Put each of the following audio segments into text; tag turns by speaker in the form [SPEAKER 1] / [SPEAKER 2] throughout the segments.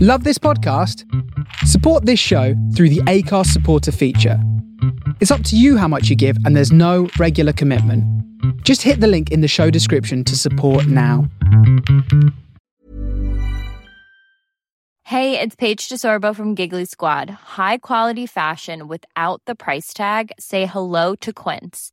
[SPEAKER 1] Love this podcast? Support this show through the ACARS supporter feature. It's up to you how much you give, and there's no regular commitment. Just hit the link in the show description to support now.
[SPEAKER 2] Hey, it's Paige DeSorbo from Giggly Squad. High quality fashion without the price tag? Say hello to Quince.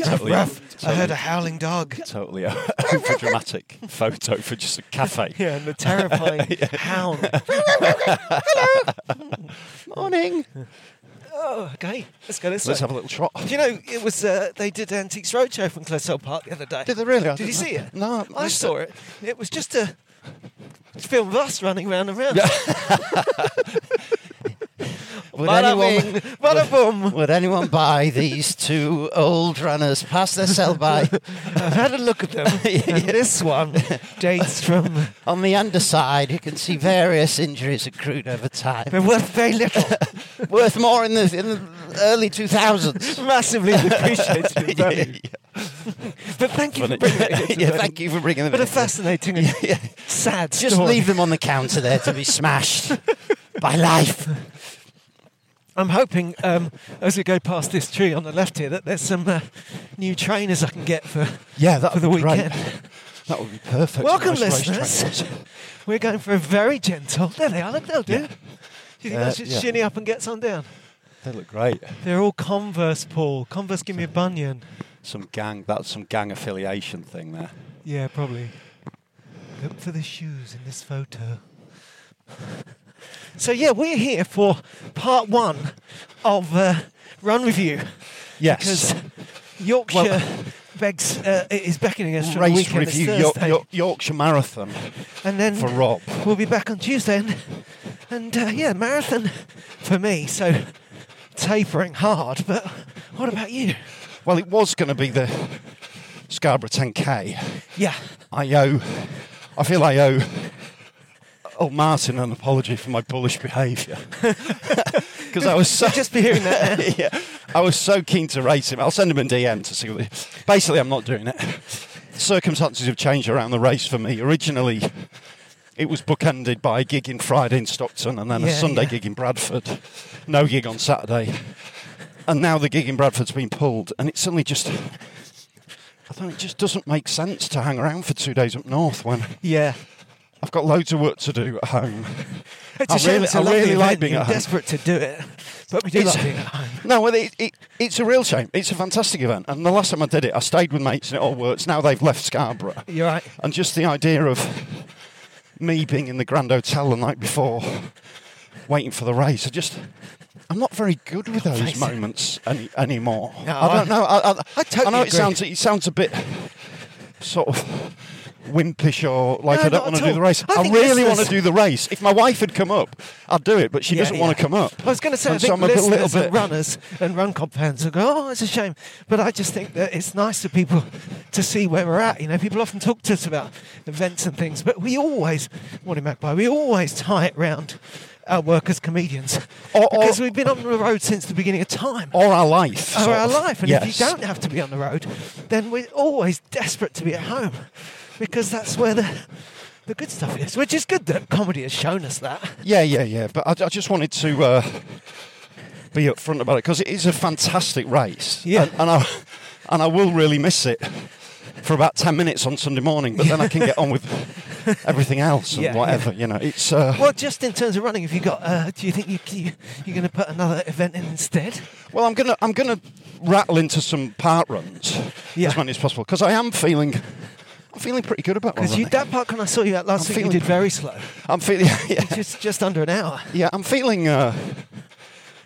[SPEAKER 3] Totally,
[SPEAKER 4] Ruff, I heard a howling dog.
[SPEAKER 3] totally over dramatic photo for just a cafe.
[SPEAKER 4] Yeah, and the terrifying hound.
[SPEAKER 3] Morning.
[SPEAKER 4] Oh, okay, let's go this
[SPEAKER 3] Let's
[SPEAKER 4] way.
[SPEAKER 3] have a little trot.
[SPEAKER 4] Do you know, it was uh, they did Antiques Roadshow from Clissold Park the other day.
[SPEAKER 3] Did they really? I
[SPEAKER 4] Did you
[SPEAKER 3] didn't
[SPEAKER 4] see
[SPEAKER 3] know.
[SPEAKER 4] it?
[SPEAKER 3] No, I
[SPEAKER 4] I
[SPEAKER 3] missed
[SPEAKER 4] saw it. It was just a film of us running round and round.
[SPEAKER 5] Would
[SPEAKER 4] Bada
[SPEAKER 5] anyone,
[SPEAKER 4] bing, bada boom.
[SPEAKER 5] would anyone buy these two old runners past their sell by?
[SPEAKER 4] I've had a look at them. and this one dates from.
[SPEAKER 5] On the underside, you can see various injuries accrued over
[SPEAKER 4] They're
[SPEAKER 5] time,
[SPEAKER 4] worth very little.
[SPEAKER 5] worth more in the, in the early 2000s.
[SPEAKER 4] Massively appreciated in value. But thank you for
[SPEAKER 3] Funny.
[SPEAKER 4] bringing it.
[SPEAKER 5] yeah, thank you for bringing them
[SPEAKER 4] What a
[SPEAKER 5] in.
[SPEAKER 4] fascinating and sad
[SPEAKER 5] Just
[SPEAKER 4] story.
[SPEAKER 5] leave them on the counter there to be smashed by life.
[SPEAKER 4] I'm hoping um, as we go past this tree on the left here that there's some uh, new trainers I can get for,
[SPEAKER 5] Yeah, that
[SPEAKER 4] for the weekend.
[SPEAKER 5] That would be perfect.
[SPEAKER 4] Welcome, listeners. We're going for a very gentle. There they are. Look, they'll do. Do you think
[SPEAKER 5] Uh,
[SPEAKER 4] I should
[SPEAKER 5] yeah.
[SPEAKER 4] shinny up and get some down?
[SPEAKER 3] They look great.
[SPEAKER 4] They're all Converse, Paul. Converse, give me a bunion.
[SPEAKER 3] Some gang. That's some gang affiliation thing there.
[SPEAKER 4] Yeah, probably. Look for the shoes in this photo. So yeah, we're here for part one of uh, Run Review because
[SPEAKER 3] Yes.
[SPEAKER 4] Yorkshire begs uh, is beckoning us from the
[SPEAKER 3] Race
[SPEAKER 4] weekend. It's
[SPEAKER 3] review York,
[SPEAKER 4] Thursday.
[SPEAKER 3] York- Yorkshire Marathon
[SPEAKER 4] and then
[SPEAKER 3] for Rob.
[SPEAKER 4] we'll be back on Tuesday, and, and uh, yeah, marathon for me. So tapering hard, but what about you?
[SPEAKER 3] Well, it was going to be the Scarborough 10k.
[SPEAKER 4] Yeah,
[SPEAKER 3] I owe. I feel I owe. Old Martin, an apology for my bullish behaviour because I was so
[SPEAKER 4] just be hearing that.
[SPEAKER 3] yeah, I was so keen to race him. I'll send him a DM to see what. He, basically, I'm not doing it. Circumstances have changed around the race for me. Originally, it was bookended by a gig in Friday in Stockton and then a
[SPEAKER 4] Yeah,
[SPEAKER 3] Sunday
[SPEAKER 4] yeah.
[SPEAKER 3] gig in Bradford. No gig on Saturday, and now the gig in Bradford's been pulled, and it suddenly just. I think it just doesn't make sense to hang around for two days up north when
[SPEAKER 4] Yeah,
[SPEAKER 3] I've got loads of work to do at home.
[SPEAKER 4] it's a
[SPEAKER 3] I
[SPEAKER 4] shame
[SPEAKER 3] really-
[SPEAKER 4] it's a
[SPEAKER 3] I
[SPEAKER 4] lovely
[SPEAKER 3] really like
[SPEAKER 4] event.
[SPEAKER 3] being
[SPEAKER 4] You're
[SPEAKER 3] at home.
[SPEAKER 4] desperate to do it, but we do
[SPEAKER 3] It's-
[SPEAKER 4] like being at home.
[SPEAKER 3] No, well, it, it, it's a real shame. It's a fantastic event. And the last time I did it, I stayed with mates and it all works. Now they've left Scarborough.
[SPEAKER 4] You're right.
[SPEAKER 3] And just the idea of me being in the Grand Hotel the night before, waiting for the race, I just. I'm not very good with those
[SPEAKER 4] face.
[SPEAKER 3] moments any, anymore.
[SPEAKER 4] No,
[SPEAKER 3] I don't
[SPEAKER 4] I-
[SPEAKER 3] know. I, I,
[SPEAKER 4] I totally
[SPEAKER 3] know it
[SPEAKER 4] agree.
[SPEAKER 3] sounds it sounds a bit sort of wimpish or like
[SPEAKER 4] No,
[SPEAKER 3] I don't
[SPEAKER 4] not
[SPEAKER 3] want to
[SPEAKER 4] at
[SPEAKER 3] do
[SPEAKER 4] all.
[SPEAKER 3] the race.
[SPEAKER 4] I
[SPEAKER 3] I,
[SPEAKER 4] think
[SPEAKER 3] really want to
[SPEAKER 4] listeners-
[SPEAKER 3] do the race. If my wife had come up, I'd do it, but she
[SPEAKER 4] Yeah,
[SPEAKER 3] doesn't want to
[SPEAKER 4] yeah.
[SPEAKER 3] come up.
[SPEAKER 4] I was going to say, I
[SPEAKER 3] And so
[SPEAKER 4] think
[SPEAKER 3] I'm a bit-
[SPEAKER 4] listeners
[SPEAKER 3] little
[SPEAKER 4] and
[SPEAKER 3] bit-
[SPEAKER 4] runners and run comp fans will go, oh, it's a shame. But I just think that it's nice for people to see where we're at. You know, people often talk to us about events and things, but we always, Morning Magpie, we always tie it round our work as comedians.
[SPEAKER 3] Or- or-
[SPEAKER 4] because we've been on the road since the beginning of time.
[SPEAKER 3] or our life.
[SPEAKER 4] Or
[SPEAKER 3] sort
[SPEAKER 4] our
[SPEAKER 3] of.
[SPEAKER 4] life. And if
[SPEAKER 3] Yes.
[SPEAKER 4] you don't have to be on the road, then we're always desperate to be at home because that's where the the good stuff is, which is good that comedy has shown us that.
[SPEAKER 3] Yeah, yeah, yeah. But I, I just wanted to uh, be upfront about it because it is a fantastic race.
[SPEAKER 4] Yeah.
[SPEAKER 3] And, and I and I will really miss it for about ten minutes on Sunday morning, but then I can get on with everything else and
[SPEAKER 4] Yeah, yeah.
[SPEAKER 3] whatever. You know, it's uh,
[SPEAKER 4] Well, just in terms of running, have you got? Uh, do you think you, you you're going to put another event in instead?
[SPEAKER 3] well, I'm gonna I'm gonna rattle into some part runs
[SPEAKER 4] Yeah.
[SPEAKER 3] as many as possible because I am feeling. I'm feeling pretty good about my
[SPEAKER 4] Because you
[SPEAKER 3] running.
[SPEAKER 4] that park when I saw you at last week,
[SPEAKER 3] I'm
[SPEAKER 4] you
[SPEAKER 3] feeling-
[SPEAKER 4] did very slow,
[SPEAKER 3] I'm feeling, yeah,
[SPEAKER 4] just just under an hour.
[SPEAKER 3] yeah, I'm feeling uh,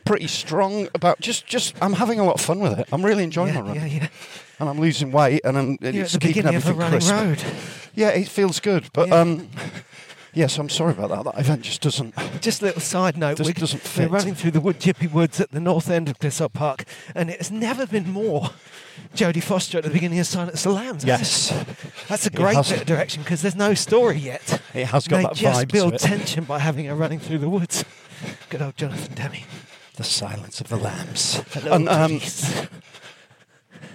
[SPEAKER 3] pretty strong about just, just. I'm having a lot of fun with it. I'm really enjoying
[SPEAKER 4] yeah,
[SPEAKER 3] my run.
[SPEAKER 4] yeah, yeah.
[SPEAKER 3] and I'm losing weight, and, I'm, and
[SPEAKER 4] You're at
[SPEAKER 3] it's
[SPEAKER 4] the
[SPEAKER 3] keeping
[SPEAKER 4] beginning of a
[SPEAKER 3] everything
[SPEAKER 4] running
[SPEAKER 3] crisp.
[SPEAKER 4] road.
[SPEAKER 3] Yeah, it feels good, but
[SPEAKER 4] Yeah.
[SPEAKER 3] um, yes, I'm sorry about that. That event just doesn't.
[SPEAKER 4] Just a little side note.
[SPEAKER 3] Just
[SPEAKER 4] we-
[SPEAKER 3] doesn't
[SPEAKER 4] We're
[SPEAKER 3] fit.
[SPEAKER 4] running through the wood chippy woods at the north end of Glissop Park, and it has never been more Jodie Foster at the beginning of Silence of the Lambs.
[SPEAKER 3] Yes,
[SPEAKER 4] That's a
[SPEAKER 3] It
[SPEAKER 4] great
[SPEAKER 3] has-
[SPEAKER 4] bit of direction because there's no story yet.
[SPEAKER 3] It has got
[SPEAKER 4] they
[SPEAKER 3] that
[SPEAKER 4] just
[SPEAKER 3] vibe to
[SPEAKER 4] build
[SPEAKER 3] it.
[SPEAKER 4] tension by having her running through the woods. Good old Jonathan Demme.
[SPEAKER 3] the silence of the lambs.
[SPEAKER 4] Hello,
[SPEAKER 3] and um,
[SPEAKER 4] Jodie.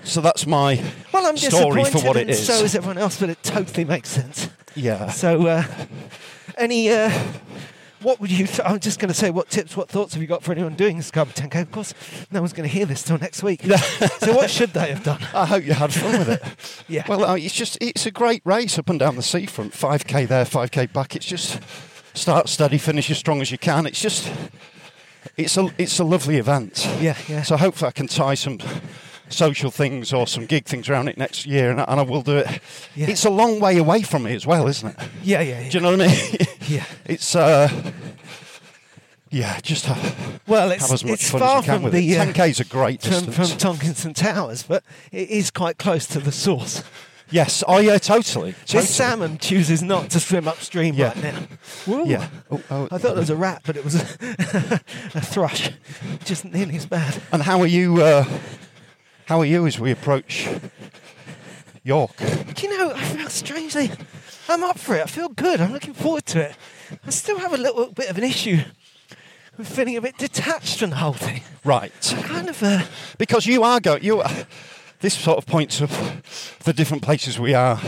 [SPEAKER 3] so that's my
[SPEAKER 4] well, I'm
[SPEAKER 3] story
[SPEAKER 4] disappointed,
[SPEAKER 3] for what it
[SPEAKER 4] and
[SPEAKER 3] is.
[SPEAKER 4] So is everyone else, but it totally makes sense.
[SPEAKER 3] yeah.
[SPEAKER 4] So, uh, any, uh, what would you, th- I'm just going to say, what tips, what thoughts have you got for anyone doing this Scarpa Tanko? Of course, no one's going to hear this till next week. so, what should they have done?
[SPEAKER 3] I hope you had fun with it.
[SPEAKER 4] Yeah.
[SPEAKER 3] Well, uh, it's just it's a great race up and down the seafront. Five k there, five k back. It's just start steady, finish as strong as you can. It's just it's a it's a lovely event.
[SPEAKER 4] Yeah, yeah.
[SPEAKER 3] So hopefully I can tie some social things or some gig things around it next year, and I, and I will do it.
[SPEAKER 4] Yeah.
[SPEAKER 3] It's a long way away from me as well, isn't it?
[SPEAKER 4] yeah, yeah, yeah.
[SPEAKER 3] Do you know what I mean?
[SPEAKER 4] yeah.
[SPEAKER 3] it's uh, yeah, just have,
[SPEAKER 4] Well, it's,
[SPEAKER 3] have as much
[SPEAKER 4] it's
[SPEAKER 3] fun
[SPEAKER 4] far
[SPEAKER 3] as you can
[SPEAKER 4] from
[SPEAKER 3] with
[SPEAKER 4] the
[SPEAKER 3] it.
[SPEAKER 4] uh,
[SPEAKER 3] Ten k is a great
[SPEAKER 4] from,
[SPEAKER 3] distance.
[SPEAKER 4] from Tonkinson Towers, but it is quite close to the source.
[SPEAKER 3] yes, oh yeah, totally. totally.
[SPEAKER 4] This salmon chooses not to swim upstream
[SPEAKER 3] Yeah.
[SPEAKER 4] right now. Woo.
[SPEAKER 3] Yeah. Oh, oh,
[SPEAKER 4] I thought it was a rat, but it was a, a thrush. Just nearly as bad.
[SPEAKER 3] And how are you? Uh, how are you as we approach York?
[SPEAKER 4] Do you know, I feel strangely, I'm up for it. I feel good. I'm looking forward to it. I still have a little bit of an issue with feeling a bit detached from the whole thing.
[SPEAKER 3] Right,
[SPEAKER 4] Kind of uh, a.
[SPEAKER 3] because you are going. You are, this sort of points up the different places we are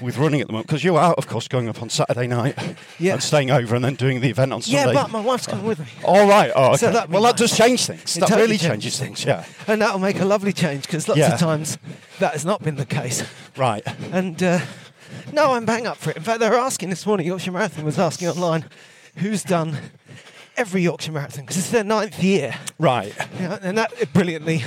[SPEAKER 3] with running at the moment. Because you are, of course, going up on Saturday night
[SPEAKER 4] Yeah.
[SPEAKER 3] and staying over, and then doing the event on
[SPEAKER 4] Yeah,
[SPEAKER 3] Sunday.
[SPEAKER 4] but my wife's coming with me.
[SPEAKER 3] all right. Oh, okay.
[SPEAKER 4] So that'd be
[SPEAKER 3] well, that
[SPEAKER 4] nice.
[SPEAKER 3] does change things.
[SPEAKER 4] It
[SPEAKER 3] that
[SPEAKER 4] totally
[SPEAKER 3] really
[SPEAKER 4] changes things.
[SPEAKER 3] changes things. Yeah.
[SPEAKER 4] And that'll make a lovely change because lots
[SPEAKER 3] Yeah.
[SPEAKER 4] of times that has not been the case.
[SPEAKER 3] Right.
[SPEAKER 4] And uh, no, I'm bang up for it. In fact, they were asking this morning, Yorkshire Marathon was asking online who's done every Yorkshire Marathon because it's their ninth year.
[SPEAKER 3] Right.
[SPEAKER 4] Yeah, and that brilliantly,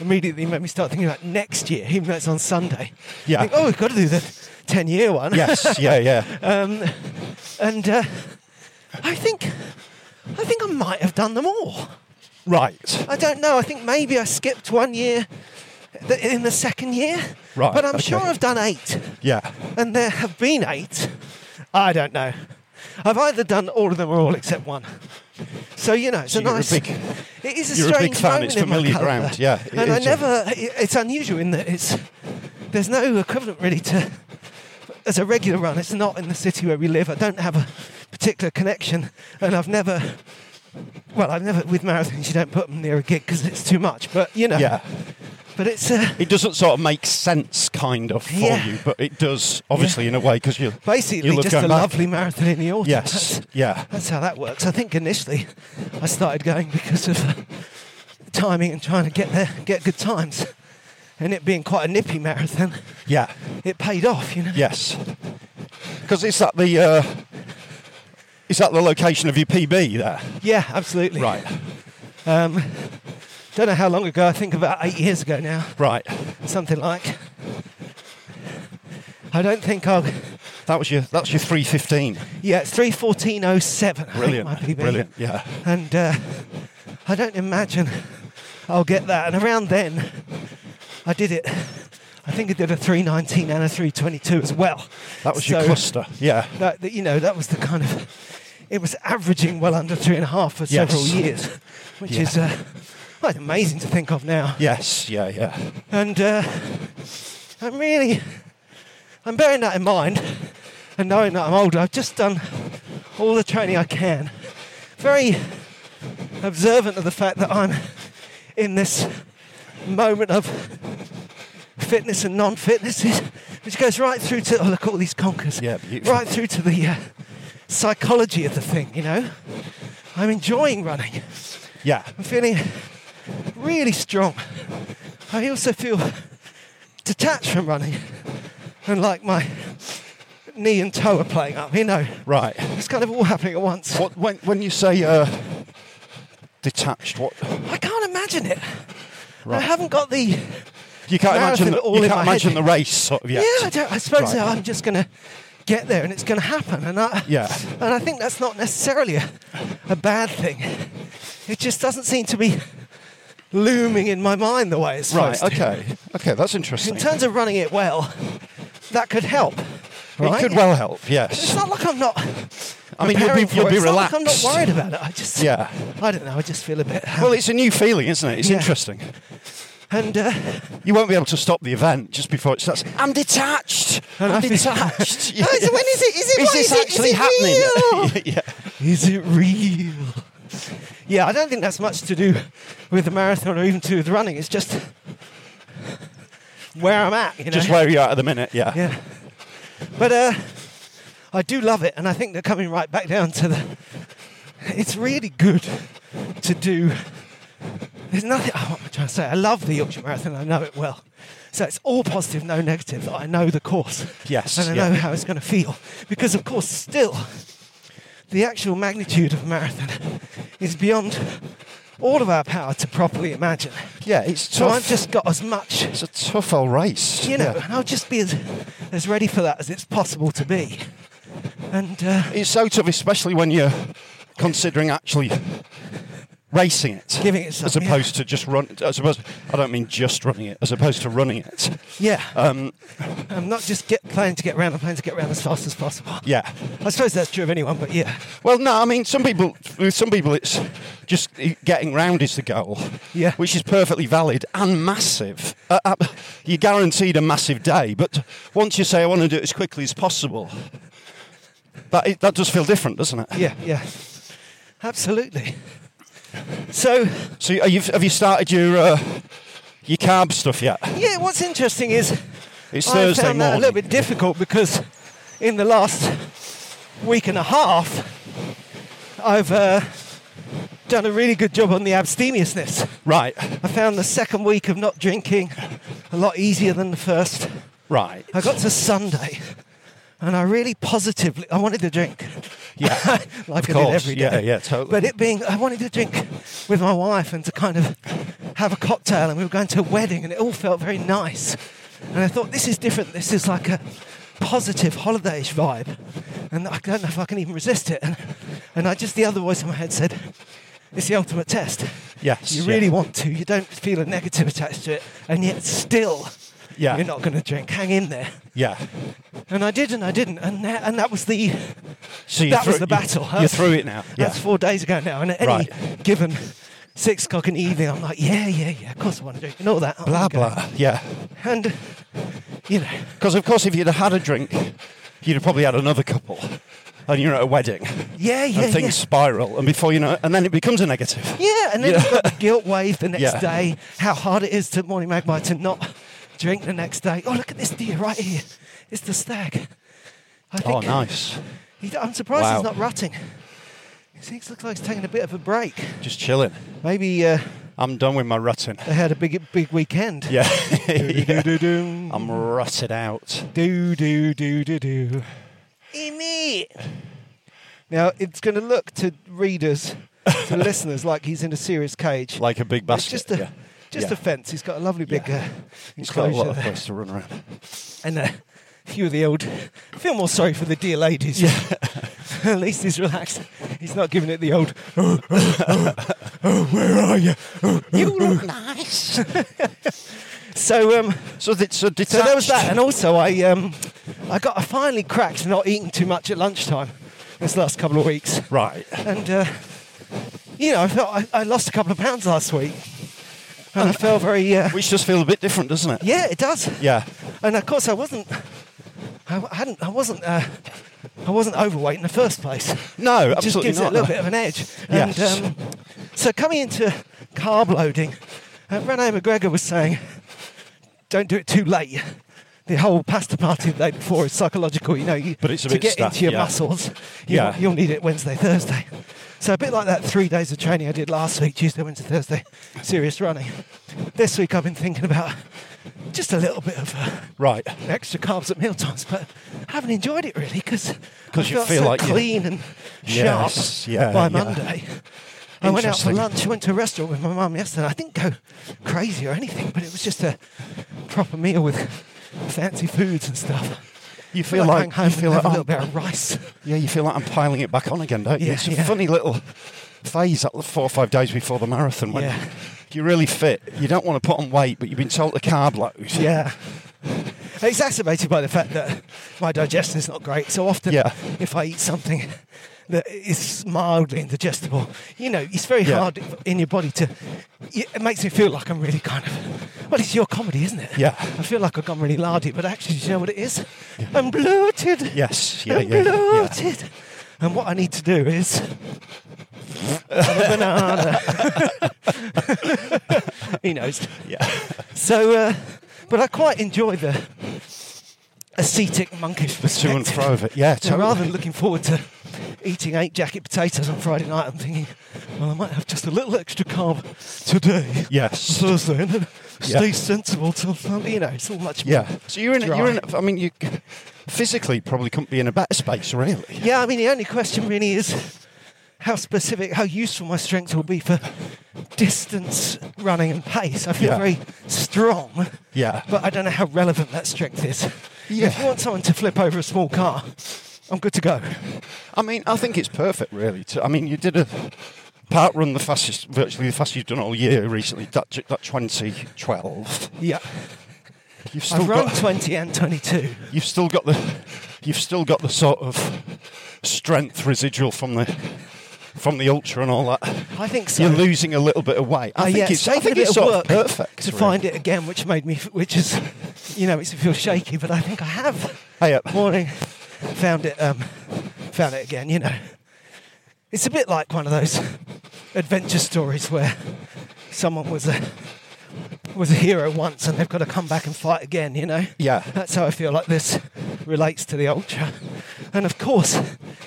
[SPEAKER 4] immediately made me start thinking about next year, even though it's on Sunday.
[SPEAKER 3] Yeah.
[SPEAKER 4] Think, oh, we've got to do the 10 year one.
[SPEAKER 3] Yes. Yeah. Yeah.
[SPEAKER 4] um, and uh, I think. I think I might have done them all.
[SPEAKER 3] right.
[SPEAKER 4] I don't know. I think maybe I skipped one year th- in the second year.
[SPEAKER 3] Right,
[SPEAKER 4] But I'm
[SPEAKER 3] okay.
[SPEAKER 4] sure I've done eight.
[SPEAKER 3] Yeah.
[SPEAKER 4] And there have been eight. I don't know. I've either done all of them or all except one. So you know, it's
[SPEAKER 3] So
[SPEAKER 4] a
[SPEAKER 3] you're a
[SPEAKER 4] nice.
[SPEAKER 3] big-
[SPEAKER 4] it is a
[SPEAKER 3] you're a
[SPEAKER 4] strange
[SPEAKER 3] big fan,
[SPEAKER 4] moment
[SPEAKER 3] it's
[SPEAKER 4] in my
[SPEAKER 3] familiar
[SPEAKER 4] colour.
[SPEAKER 3] ground, yeah, it
[SPEAKER 4] and I
[SPEAKER 3] is, yeah.
[SPEAKER 4] never. it- It's unusual in that it's. There's no equivalent really to. As a regular run, it's not in the city where we live. I don't have a particular connection, and I've never. Well, I've never with marathons. You don't put them near a gig because it's too much. But you know.
[SPEAKER 3] Yeah.
[SPEAKER 4] But it's. Uh,
[SPEAKER 3] It doesn't sort of make sense, kind of, for
[SPEAKER 4] Yeah.
[SPEAKER 3] you, but it does, obviously, in a way, because you
[SPEAKER 4] Basically,
[SPEAKER 3] you love
[SPEAKER 4] just
[SPEAKER 3] going
[SPEAKER 4] a
[SPEAKER 3] back.
[SPEAKER 4] lovely marathon in the autumn.
[SPEAKER 3] Yes,
[SPEAKER 4] That's-
[SPEAKER 3] yeah,
[SPEAKER 4] That's how that works. I think initially I started going because of uh, timing and trying to get there, get good times. And it being quite a nippy marathon,
[SPEAKER 3] yeah,
[SPEAKER 4] it paid off, you know?
[SPEAKER 3] yes. Because it's at the uh, is that the location of your PB there?
[SPEAKER 4] Yeah, absolutely.
[SPEAKER 3] Right,
[SPEAKER 4] Um, don't know how long ago, I think about eight years ago now,
[SPEAKER 3] right.
[SPEAKER 4] something like. I don't think I'll.
[SPEAKER 3] That was your that's your three fifteen.
[SPEAKER 4] Yeah, it's 3.14.07. I think my
[SPEAKER 3] Brilliant,
[SPEAKER 4] PB.
[SPEAKER 3] brilliant. Yeah,
[SPEAKER 4] and uh, I don't imagine I'll get that. And around then, I did it. I think I did a 319 and a 322 as well.
[SPEAKER 3] that was
[SPEAKER 4] So
[SPEAKER 3] your cluster. Yeah,
[SPEAKER 4] That, that, you know, that was the kind of. It was averaging well under three and a half for
[SPEAKER 3] Yes.
[SPEAKER 4] several years, which
[SPEAKER 3] Yeah.
[SPEAKER 4] is uh, well, it's amazing to think of now.
[SPEAKER 3] yes, yeah, yeah,
[SPEAKER 4] And uh, I'm really, I'm bearing that in mind and knowing that I'm older. I've just done all the training I can. Very observant of the fact that I'm in this moment of fitness and non-fitness. It's which goes right through to oh look all these conkers.
[SPEAKER 3] Yeah, beautiful.
[SPEAKER 4] Right through to the uh, psychology of the thing. You know, I'm enjoying running.
[SPEAKER 3] Yeah.
[SPEAKER 4] I'm feeling really strong. I also feel detached from running, and like my knee and toe are playing up. You know,
[SPEAKER 3] Right.
[SPEAKER 4] it's kind of all happening at once.
[SPEAKER 3] What when when you say uh, detached? What
[SPEAKER 4] I can't imagine it.
[SPEAKER 3] Right.
[SPEAKER 4] I haven't got the.
[SPEAKER 3] you can't
[SPEAKER 4] Marathon
[SPEAKER 3] imagine the,
[SPEAKER 4] all
[SPEAKER 3] you
[SPEAKER 4] in
[SPEAKER 3] can't
[SPEAKER 4] my head.
[SPEAKER 3] imagine the race sort of yet.
[SPEAKER 4] Yeah, I, don't, I suppose
[SPEAKER 3] Right.
[SPEAKER 4] so. I'm just going to get there and it's going to happen. And I,
[SPEAKER 3] Yeah.
[SPEAKER 4] and I think that's not necessarily a, a bad thing. It just doesn't seem to be looming in my mind the way it's
[SPEAKER 3] Right.
[SPEAKER 4] supposed to.
[SPEAKER 3] Okay. Okay. That's interesting.
[SPEAKER 4] In terms of running it well, that could help.
[SPEAKER 3] it
[SPEAKER 4] right?
[SPEAKER 3] could well help.
[SPEAKER 4] It's
[SPEAKER 3] Yes.
[SPEAKER 4] not like I'm not.
[SPEAKER 3] I mean, you'll be
[SPEAKER 4] preparing for
[SPEAKER 3] you'll
[SPEAKER 4] it.
[SPEAKER 3] be
[SPEAKER 4] It's
[SPEAKER 3] relaxed.
[SPEAKER 4] Not like I'm not worried about it. I just.
[SPEAKER 3] Yeah.
[SPEAKER 4] I don't know. I just feel a bit.
[SPEAKER 3] Well, it's a new feeling, isn't it? It's
[SPEAKER 4] Yeah.
[SPEAKER 3] interesting.
[SPEAKER 4] and uh,
[SPEAKER 3] You won't be able to stop the event just before it starts. I'm detached.
[SPEAKER 4] And I
[SPEAKER 3] I'm
[SPEAKER 4] feel-
[SPEAKER 3] detached.
[SPEAKER 4] Oh, so when is it? Is it-
[SPEAKER 3] Is
[SPEAKER 4] what is
[SPEAKER 3] this
[SPEAKER 4] it? Is
[SPEAKER 3] actually
[SPEAKER 4] it
[SPEAKER 3] happening? yeah.
[SPEAKER 4] Is it real? Yeah, I don't think that's much to do with the marathon or even to do with running. It's just where I'm at, you know.
[SPEAKER 3] Just where you are at the minute. Yeah.
[SPEAKER 4] Yeah. But uh, I do love it, and I think they're coming right back down to the. It's really good to do. There's nothing. Oh, what am I trying to say? I love the Yorkshire Marathon. I know it well. So it's all positive, no negative. That I know the course.
[SPEAKER 3] Yes,
[SPEAKER 4] And I
[SPEAKER 3] yeah.
[SPEAKER 4] know how it's going to feel. Because, of course, still, the actual magnitude of a marathon is beyond all of our power to properly imagine.
[SPEAKER 3] Yeah. It's
[SPEAKER 4] So
[SPEAKER 3] tough.
[SPEAKER 4] I've just got as much
[SPEAKER 3] It's a tough old race.
[SPEAKER 4] you know,
[SPEAKER 3] Yeah.
[SPEAKER 4] and I'll just be as, as ready for that as it's possible to be. And uh,
[SPEAKER 3] It's so tough, especially when you're considering actually racing it,
[SPEAKER 4] Giving it
[SPEAKER 3] as
[SPEAKER 4] something, yeah.
[SPEAKER 3] opposed to just run. As opposed, I don't mean just running it, as opposed to running it.
[SPEAKER 4] yeah,
[SPEAKER 3] Um,
[SPEAKER 4] I'm not just get planning to get round. I'm planning to get round as fast as possible.
[SPEAKER 3] yeah.
[SPEAKER 4] I suppose that's true of anyone, but yeah,
[SPEAKER 3] Well, no, I mean some people. With some people, it's just getting round is the goal.
[SPEAKER 4] Yeah.
[SPEAKER 3] Which is perfectly valid and massive. Uh, uh, you're guaranteed a massive day, but once you say I want to do it as quickly as possible, that that does feel different, doesn't it?
[SPEAKER 4] yeah, yeah, absolutely. So
[SPEAKER 3] So, are you, have you started your uh, your carb stuff yet?
[SPEAKER 4] yeah, what's interesting is
[SPEAKER 3] It's
[SPEAKER 4] I
[SPEAKER 3] Thursday
[SPEAKER 4] found that
[SPEAKER 3] morning.
[SPEAKER 4] a little bit difficult because in the last week and a half, I've uh, done a really good job on the abstemiousness.
[SPEAKER 3] Right,
[SPEAKER 4] I found the second week of not drinking a lot easier than the first.
[SPEAKER 3] right.
[SPEAKER 4] I got to Sunday and I really positively I wanted to drink.
[SPEAKER 3] Yeah,
[SPEAKER 4] like
[SPEAKER 3] Of
[SPEAKER 4] I did
[SPEAKER 3] course,
[SPEAKER 4] every day.
[SPEAKER 3] yeah, yeah, totally.
[SPEAKER 4] But it being I wanted to drink with my wife and to kind of have a cocktail and we were going to a wedding and it all felt very nice. And I thought this is different. This is like a positive holidayish vibe. And I don't know if I can even resist it. And, and I just the other voice in my head said, It's the ultimate test.
[SPEAKER 3] Yes,
[SPEAKER 4] You
[SPEAKER 3] yeah.
[SPEAKER 4] really want to. You don't feel a negative attached to it. And yet still
[SPEAKER 3] Yeah.
[SPEAKER 4] you're not gonna drink. Hang in there.
[SPEAKER 3] yeah.
[SPEAKER 4] And I did, and I didn't, and that, and that was the
[SPEAKER 3] So you
[SPEAKER 4] that
[SPEAKER 3] threw-
[SPEAKER 4] was the battle.
[SPEAKER 3] You, you're through it now. Yeah.
[SPEAKER 4] That's four days ago now, and at any
[SPEAKER 3] Right.
[SPEAKER 4] given six o'clock in the evening, I'm like, yeah, yeah, yeah, of course I want to drink, and all that. I
[SPEAKER 3] blah
[SPEAKER 4] wanna go.
[SPEAKER 3] blah. Yeah.
[SPEAKER 4] And you know,
[SPEAKER 3] Because of course, if you'd have had a drink, you'd have probably had another couple, and you're at a wedding,
[SPEAKER 4] yeah, yeah,
[SPEAKER 3] and things
[SPEAKER 4] yeah.
[SPEAKER 3] spiral, and before you know, it, and then it becomes a negative.
[SPEAKER 4] Yeah, and then
[SPEAKER 3] Yeah.
[SPEAKER 4] you've got the guilt wave the next
[SPEAKER 3] Yeah.
[SPEAKER 4] day. How hard it is to Morning Magpie to not drink the next day. Oh, look at this deer right here. It's the stag. I
[SPEAKER 3] Oh, nice.
[SPEAKER 4] He, I'm surprised he's
[SPEAKER 3] Wow.
[SPEAKER 4] not rutting. He seems looks like he's taking a bit of a break.
[SPEAKER 3] Just chilling.
[SPEAKER 4] Maybe uh,
[SPEAKER 3] I'm done with my rutting.
[SPEAKER 4] they had a big big weekend.
[SPEAKER 3] Yeah.
[SPEAKER 4] Do
[SPEAKER 3] Yeah.
[SPEAKER 4] do do.
[SPEAKER 3] I'm rutted out.
[SPEAKER 4] Do do do do do. In it. Now it's going to look to readers, to listeners, like he's in a serious cage.
[SPEAKER 3] Like a big
[SPEAKER 4] it's
[SPEAKER 3] bastard.
[SPEAKER 4] just a
[SPEAKER 3] yeah.
[SPEAKER 4] just
[SPEAKER 3] Yeah.
[SPEAKER 4] a fence. He's got a lovely big uh,
[SPEAKER 3] He's got a
[SPEAKER 4] enclosure
[SPEAKER 3] lot of
[SPEAKER 4] there.
[SPEAKER 3] place to run around.
[SPEAKER 4] and uh, a few of the old. I feel more sorry for the dear ladies. Yeah. At least he's relaxed. He's not giving it the old. Oh, oh, oh, oh, where are you? Oh, oh,
[SPEAKER 5] You
[SPEAKER 4] oh."
[SPEAKER 5] look nice.
[SPEAKER 4] So um.
[SPEAKER 3] So, th- so,
[SPEAKER 4] So there was
[SPEAKER 3] detached.
[SPEAKER 4] that, and also I, um, I got I finally cracked not eating too much at lunchtime this last couple of weeks,
[SPEAKER 3] Right.
[SPEAKER 4] and uh, you know I felt I, I lost a couple of pounds last week, and I felt very uh,
[SPEAKER 3] Which does feel a bit different, doesn't it?
[SPEAKER 4] yeah it does,
[SPEAKER 3] Yeah.
[SPEAKER 4] and of course I wasn't I w- hadn't I wasn't uh, I wasn't overweight in the first place.
[SPEAKER 3] No,
[SPEAKER 4] It just
[SPEAKER 3] absolutely
[SPEAKER 4] gives
[SPEAKER 3] not.
[SPEAKER 4] it a little bit of an edge.
[SPEAKER 3] Yes.
[SPEAKER 4] And um, so coming into carb loading, uh, Rene McGregor was saying, "Don't do it too late. the whole pasta party the day before is psychological. You know, you,
[SPEAKER 3] But it's a
[SPEAKER 4] to
[SPEAKER 3] bit
[SPEAKER 4] get
[SPEAKER 3] stuff,
[SPEAKER 4] into your
[SPEAKER 3] yeah.
[SPEAKER 4] muscles. You
[SPEAKER 3] Yeah.
[SPEAKER 4] you'll need it Wednesday, Thursday. So a bit like that three days of training I did last week, Tuesday, Wednesday, Thursday, serious running. This week I've been thinking about just a little bit of uh,
[SPEAKER 3] Right.
[SPEAKER 4] extra carbs at meal times, but I haven't enjoyed it really because
[SPEAKER 3] 'Cause you feel
[SPEAKER 4] so
[SPEAKER 3] like you-
[SPEAKER 4] clean and sharp
[SPEAKER 3] Yes, yeah,
[SPEAKER 4] by
[SPEAKER 3] yeah.
[SPEAKER 4] Monday. I went out for
[SPEAKER 3] Interesting.
[SPEAKER 4] lunch. I went to a restaurant with my mum yesterday. I didn't go crazy or anything, but it was just a proper meal with fancy foods and stuff.
[SPEAKER 3] You
[SPEAKER 4] I feel like, going home
[SPEAKER 3] you feel
[SPEAKER 4] and
[SPEAKER 3] like oh,
[SPEAKER 4] have a
[SPEAKER 3] I'm-
[SPEAKER 4] little bit of rice.
[SPEAKER 3] yeah, you feel like I'm piling it back on again, don't you?
[SPEAKER 4] Yeah,
[SPEAKER 3] it's a
[SPEAKER 4] yeah.
[SPEAKER 3] funny little phase that four or five days before the marathon when
[SPEAKER 4] Yeah.
[SPEAKER 3] you're really fit. You don't want to put on weight, but you've been told to carb load.
[SPEAKER 4] Yeah. Exacerbated by the fact that my digestion is not great. So often,
[SPEAKER 3] Yeah.
[SPEAKER 4] if I eat something that is mildly indigestible, you know, it's very
[SPEAKER 3] Yeah.
[SPEAKER 4] hard in your body to. It makes me feel like I'm really kind of. Well, it's your comedy, isn't it?
[SPEAKER 3] Yeah.
[SPEAKER 4] I feel like I've gone really lardy, but actually, do you know what it is? I'm bloated.
[SPEAKER 3] Yes. Yeah.
[SPEAKER 4] I'm
[SPEAKER 3] yeah. yeah.
[SPEAKER 4] bloated. And what I need to do is have a banana. he knows.
[SPEAKER 3] Yeah.
[SPEAKER 4] So, uh, but I quite enjoy the ascetic monkish
[SPEAKER 3] The to and
[SPEAKER 4] perspective.
[SPEAKER 3] fro of it. Yeah.
[SPEAKER 4] So rather
[SPEAKER 3] Totally.
[SPEAKER 4] than looking forward to eating eight jacket potatoes on Friday night, I'm thinking, well, I might have just a little extra carb today,
[SPEAKER 3] Yes.
[SPEAKER 4] Thursday, and then
[SPEAKER 3] Yeah.
[SPEAKER 4] stay sensible till Sunday. You know, it's all much. more-
[SPEAKER 3] Yeah. So you're in. A,
[SPEAKER 4] Dry.
[SPEAKER 3] you're in. A, I mean, you physically probably couldn't be in a better space, really.
[SPEAKER 4] Yeah, I mean, the only question really is how specific, how useful my strength will be for distance running and pace. I feel
[SPEAKER 3] Yeah.
[SPEAKER 4] very strong,
[SPEAKER 3] Yeah.
[SPEAKER 4] but I don't know how relevant that strength is. If
[SPEAKER 3] Yeah.
[SPEAKER 4] you want someone to flip over a small car, I'm good to go.
[SPEAKER 3] I mean, I think it's perfect, really. To, I mean, you did a part run the fastest, virtually the fastest you've done all year recently. That that 2012.
[SPEAKER 4] Yeah.
[SPEAKER 3] You've still
[SPEAKER 4] I've run
[SPEAKER 3] got.
[SPEAKER 4] 20 and 22.
[SPEAKER 3] You've still got the. You've still got the sort of strength residual from the from the ultra and all that.
[SPEAKER 4] I think so.
[SPEAKER 3] You're losing a little bit of weight. I
[SPEAKER 4] Uh,
[SPEAKER 3] think
[SPEAKER 4] yeah,
[SPEAKER 3] it's. I
[SPEAKER 4] taken a
[SPEAKER 3] think
[SPEAKER 4] bit
[SPEAKER 3] it's
[SPEAKER 4] of
[SPEAKER 3] sort
[SPEAKER 4] work
[SPEAKER 3] of perfect
[SPEAKER 4] to
[SPEAKER 3] really.
[SPEAKER 4] find it again, which made me, f- which is, you know, makes me feel shaky. But I think I have
[SPEAKER 3] Hey, uh, up.
[SPEAKER 4] morning found it, um, found it again. You know, it's a bit like one of those adventure stories where someone was a was a hero once and they've got to come back and fight again. You know,
[SPEAKER 3] Yeah.
[SPEAKER 4] that's how I feel like this relates to the ultra, and of course,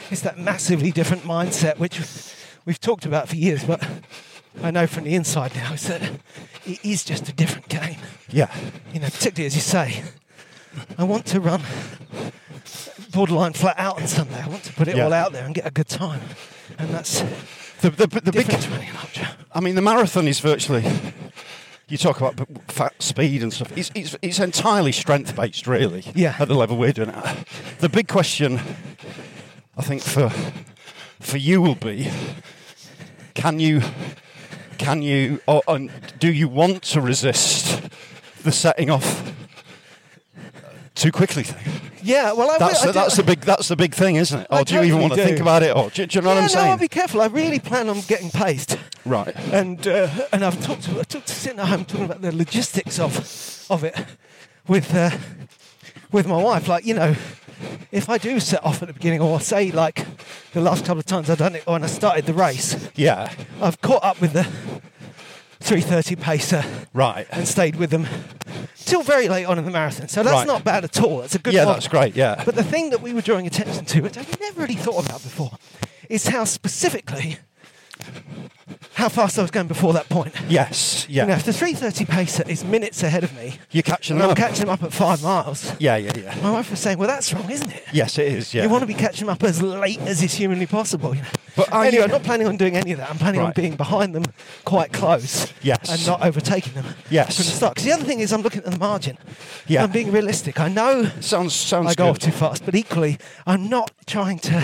[SPEAKER 4] it's that massively different mindset which we've talked about for years, but. I know from the inside now is that it is just a different game
[SPEAKER 3] Yeah.
[SPEAKER 4] you know, particularly as you say, I want to run borderline flat out on Sunday. I want to put it
[SPEAKER 3] Yeah.
[SPEAKER 4] all out there and get a good time. And that's
[SPEAKER 3] The the, the big.
[SPEAKER 4] different to running an ultra.
[SPEAKER 3] I mean, the marathon is virtually. You talk about p- fat speed and stuff. It's, it's, it's entirely strength based, really.
[SPEAKER 4] Yeah.
[SPEAKER 3] At the level we're doing it. at. The big question, I think, for for you will be: Can you, can you, or, and do you want to resist the setting off too quickly thing?
[SPEAKER 4] Yeah, well, I
[SPEAKER 3] That's
[SPEAKER 4] will,
[SPEAKER 3] the, that's the big that's the big thing, isn't it? Or
[SPEAKER 4] I
[SPEAKER 3] do you even
[SPEAKER 4] totally
[SPEAKER 3] want to
[SPEAKER 4] do.
[SPEAKER 3] think about it? Or do, do you know
[SPEAKER 4] yeah,
[SPEAKER 3] what I'm
[SPEAKER 4] no,
[SPEAKER 3] saying?
[SPEAKER 4] I'll be careful. I really plan on getting paced.
[SPEAKER 3] right.
[SPEAKER 4] and uh, and I've talked to I talked to sitting at home talking about the logistics of of it with uh, with my wife. Like you know, if I do set off at the beginning, or say like the last couple of times I've done it when I started the race,
[SPEAKER 3] Yeah.
[SPEAKER 4] I've caught up with the 3:30 pacer
[SPEAKER 3] Right.
[SPEAKER 4] and stayed with them till very late on in the marathon. So that's
[SPEAKER 3] Right.
[SPEAKER 4] not bad at all. That's a good
[SPEAKER 3] yeah,
[SPEAKER 4] one.
[SPEAKER 3] that's great. Yeah.
[SPEAKER 4] But the thing that we were drawing attention to, which I've never really thought about before, is how specifically how fast I was going before that point.
[SPEAKER 3] Yes, yeah.
[SPEAKER 4] You know, if the 3:30 pacer is minutes ahead of me,
[SPEAKER 3] You're catching
[SPEAKER 4] and
[SPEAKER 3] them
[SPEAKER 4] I'm
[SPEAKER 3] up.
[SPEAKER 4] catching them up at five miles.
[SPEAKER 3] yeah, yeah, yeah.
[SPEAKER 4] My wife was saying, "Well, that's wrong, isn't it?
[SPEAKER 3] Yes, it is. Yeah.
[SPEAKER 4] You want to be catching them up as late as is humanly possible." You know?
[SPEAKER 3] But uh, are
[SPEAKER 4] anyway,
[SPEAKER 3] you-
[SPEAKER 4] I'm not planning on doing any of that. I'm planning on
[SPEAKER 3] Right.
[SPEAKER 4] being behind them, quite close,
[SPEAKER 3] Yes.
[SPEAKER 4] and not overtaking them
[SPEAKER 3] Yes.
[SPEAKER 4] from the start. 'Cause the other thing is, I'm looking at the margin.
[SPEAKER 3] Yeah.
[SPEAKER 4] I'm being realistic. I know
[SPEAKER 3] sounds sounds
[SPEAKER 4] I go off
[SPEAKER 3] good.
[SPEAKER 4] too fast. But equally, I'm not trying to.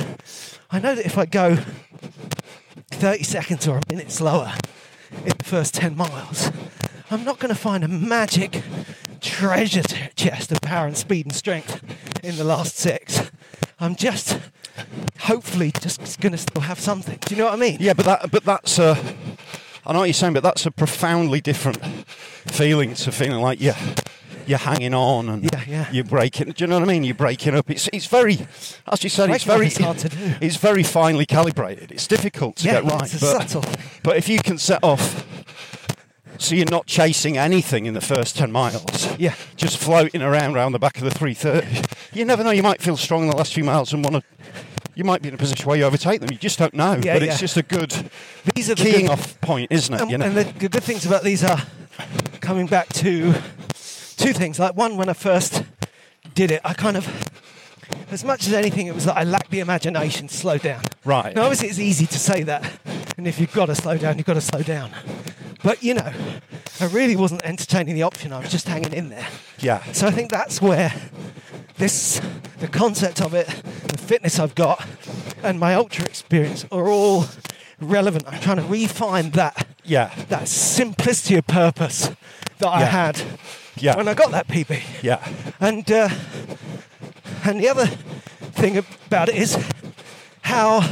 [SPEAKER 4] I know that if I go 30 seconds or a minute slower in the first 10 miles, I'm not going to find a magic treasure t- chest of power and speed and strength in the last six. I'm just hopefully just going to still have something. Do you know what I mean?
[SPEAKER 3] Yeah, but that but that's uh, I know what you're saying, but that's a profoundly different feeling to feeling like you you're hanging on and
[SPEAKER 4] Yeah, yeah.
[SPEAKER 3] you're breaking. Do you know what I mean? You're breaking up. It's it's very as you said, it's
[SPEAKER 4] Breaking up
[SPEAKER 3] very
[SPEAKER 4] is hard to do.
[SPEAKER 3] It's very finely calibrated. It's difficult to
[SPEAKER 4] Yeah,
[SPEAKER 3] get right.
[SPEAKER 4] it's a
[SPEAKER 3] but,
[SPEAKER 4] subtle thing.
[SPEAKER 3] but if you can set off So you're not chasing anything in the first 10 miles.
[SPEAKER 4] Yeah.
[SPEAKER 3] Just floating around round the back of the 330. You never know. You might feel strong in the last few miles and want to. You might be in a position where you overtake them. You just don't know.
[SPEAKER 4] Yeah,
[SPEAKER 3] but it's
[SPEAKER 4] yeah.
[SPEAKER 3] just a good
[SPEAKER 4] These are the
[SPEAKER 3] keying
[SPEAKER 4] good-
[SPEAKER 3] off point, isn't it?
[SPEAKER 4] And,
[SPEAKER 3] you know?
[SPEAKER 4] Um, and the, the good things about these are coming back to two things. Like one, when I first did it, I kind of, as much as anything, it was that I lacked the imagination to slow down.
[SPEAKER 3] Right.
[SPEAKER 4] Now, obviously, it's easy to say that, and if you've got to slow down, you've got to slow down. But you know, I really wasn't entertaining the option. I was just hanging in there.
[SPEAKER 3] yeah.
[SPEAKER 4] So I think that's where this, the concept of it, the fitness I've got, and my ultra experience are all relevant. I'm trying to refine that
[SPEAKER 3] Yeah.
[SPEAKER 4] that simplicity of purpose that I
[SPEAKER 3] Yeah.
[SPEAKER 4] had
[SPEAKER 3] Yeah.
[SPEAKER 4] when I got that PB.
[SPEAKER 3] yeah.
[SPEAKER 4] And uh, and the other thing about it is how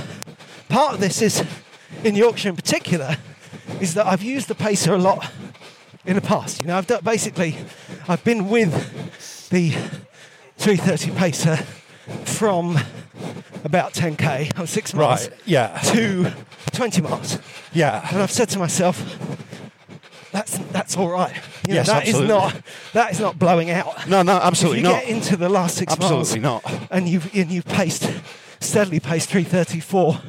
[SPEAKER 4] part of this is in Yorkshire in particular is that I've used the pacer a lot in the past. You know, I've done, basically I've been with the 330 pacer from about 10k or six miles
[SPEAKER 3] Right. Yeah.
[SPEAKER 4] to 20 miles.
[SPEAKER 3] Yeah.
[SPEAKER 4] And I've said to myself, that's that's all right. You know,
[SPEAKER 3] Yes,
[SPEAKER 4] that is
[SPEAKER 3] absolutely.
[SPEAKER 4] not that is not blowing out.
[SPEAKER 3] No, no, absolutely
[SPEAKER 4] if you
[SPEAKER 3] not.
[SPEAKER 4] get into the last six
[SPEAKER 3] Absolutely
[SPEAKER 4] miles
[SPEAKER 3] not.
[SPEAKER 4] and you've and you've paced steadily paced 334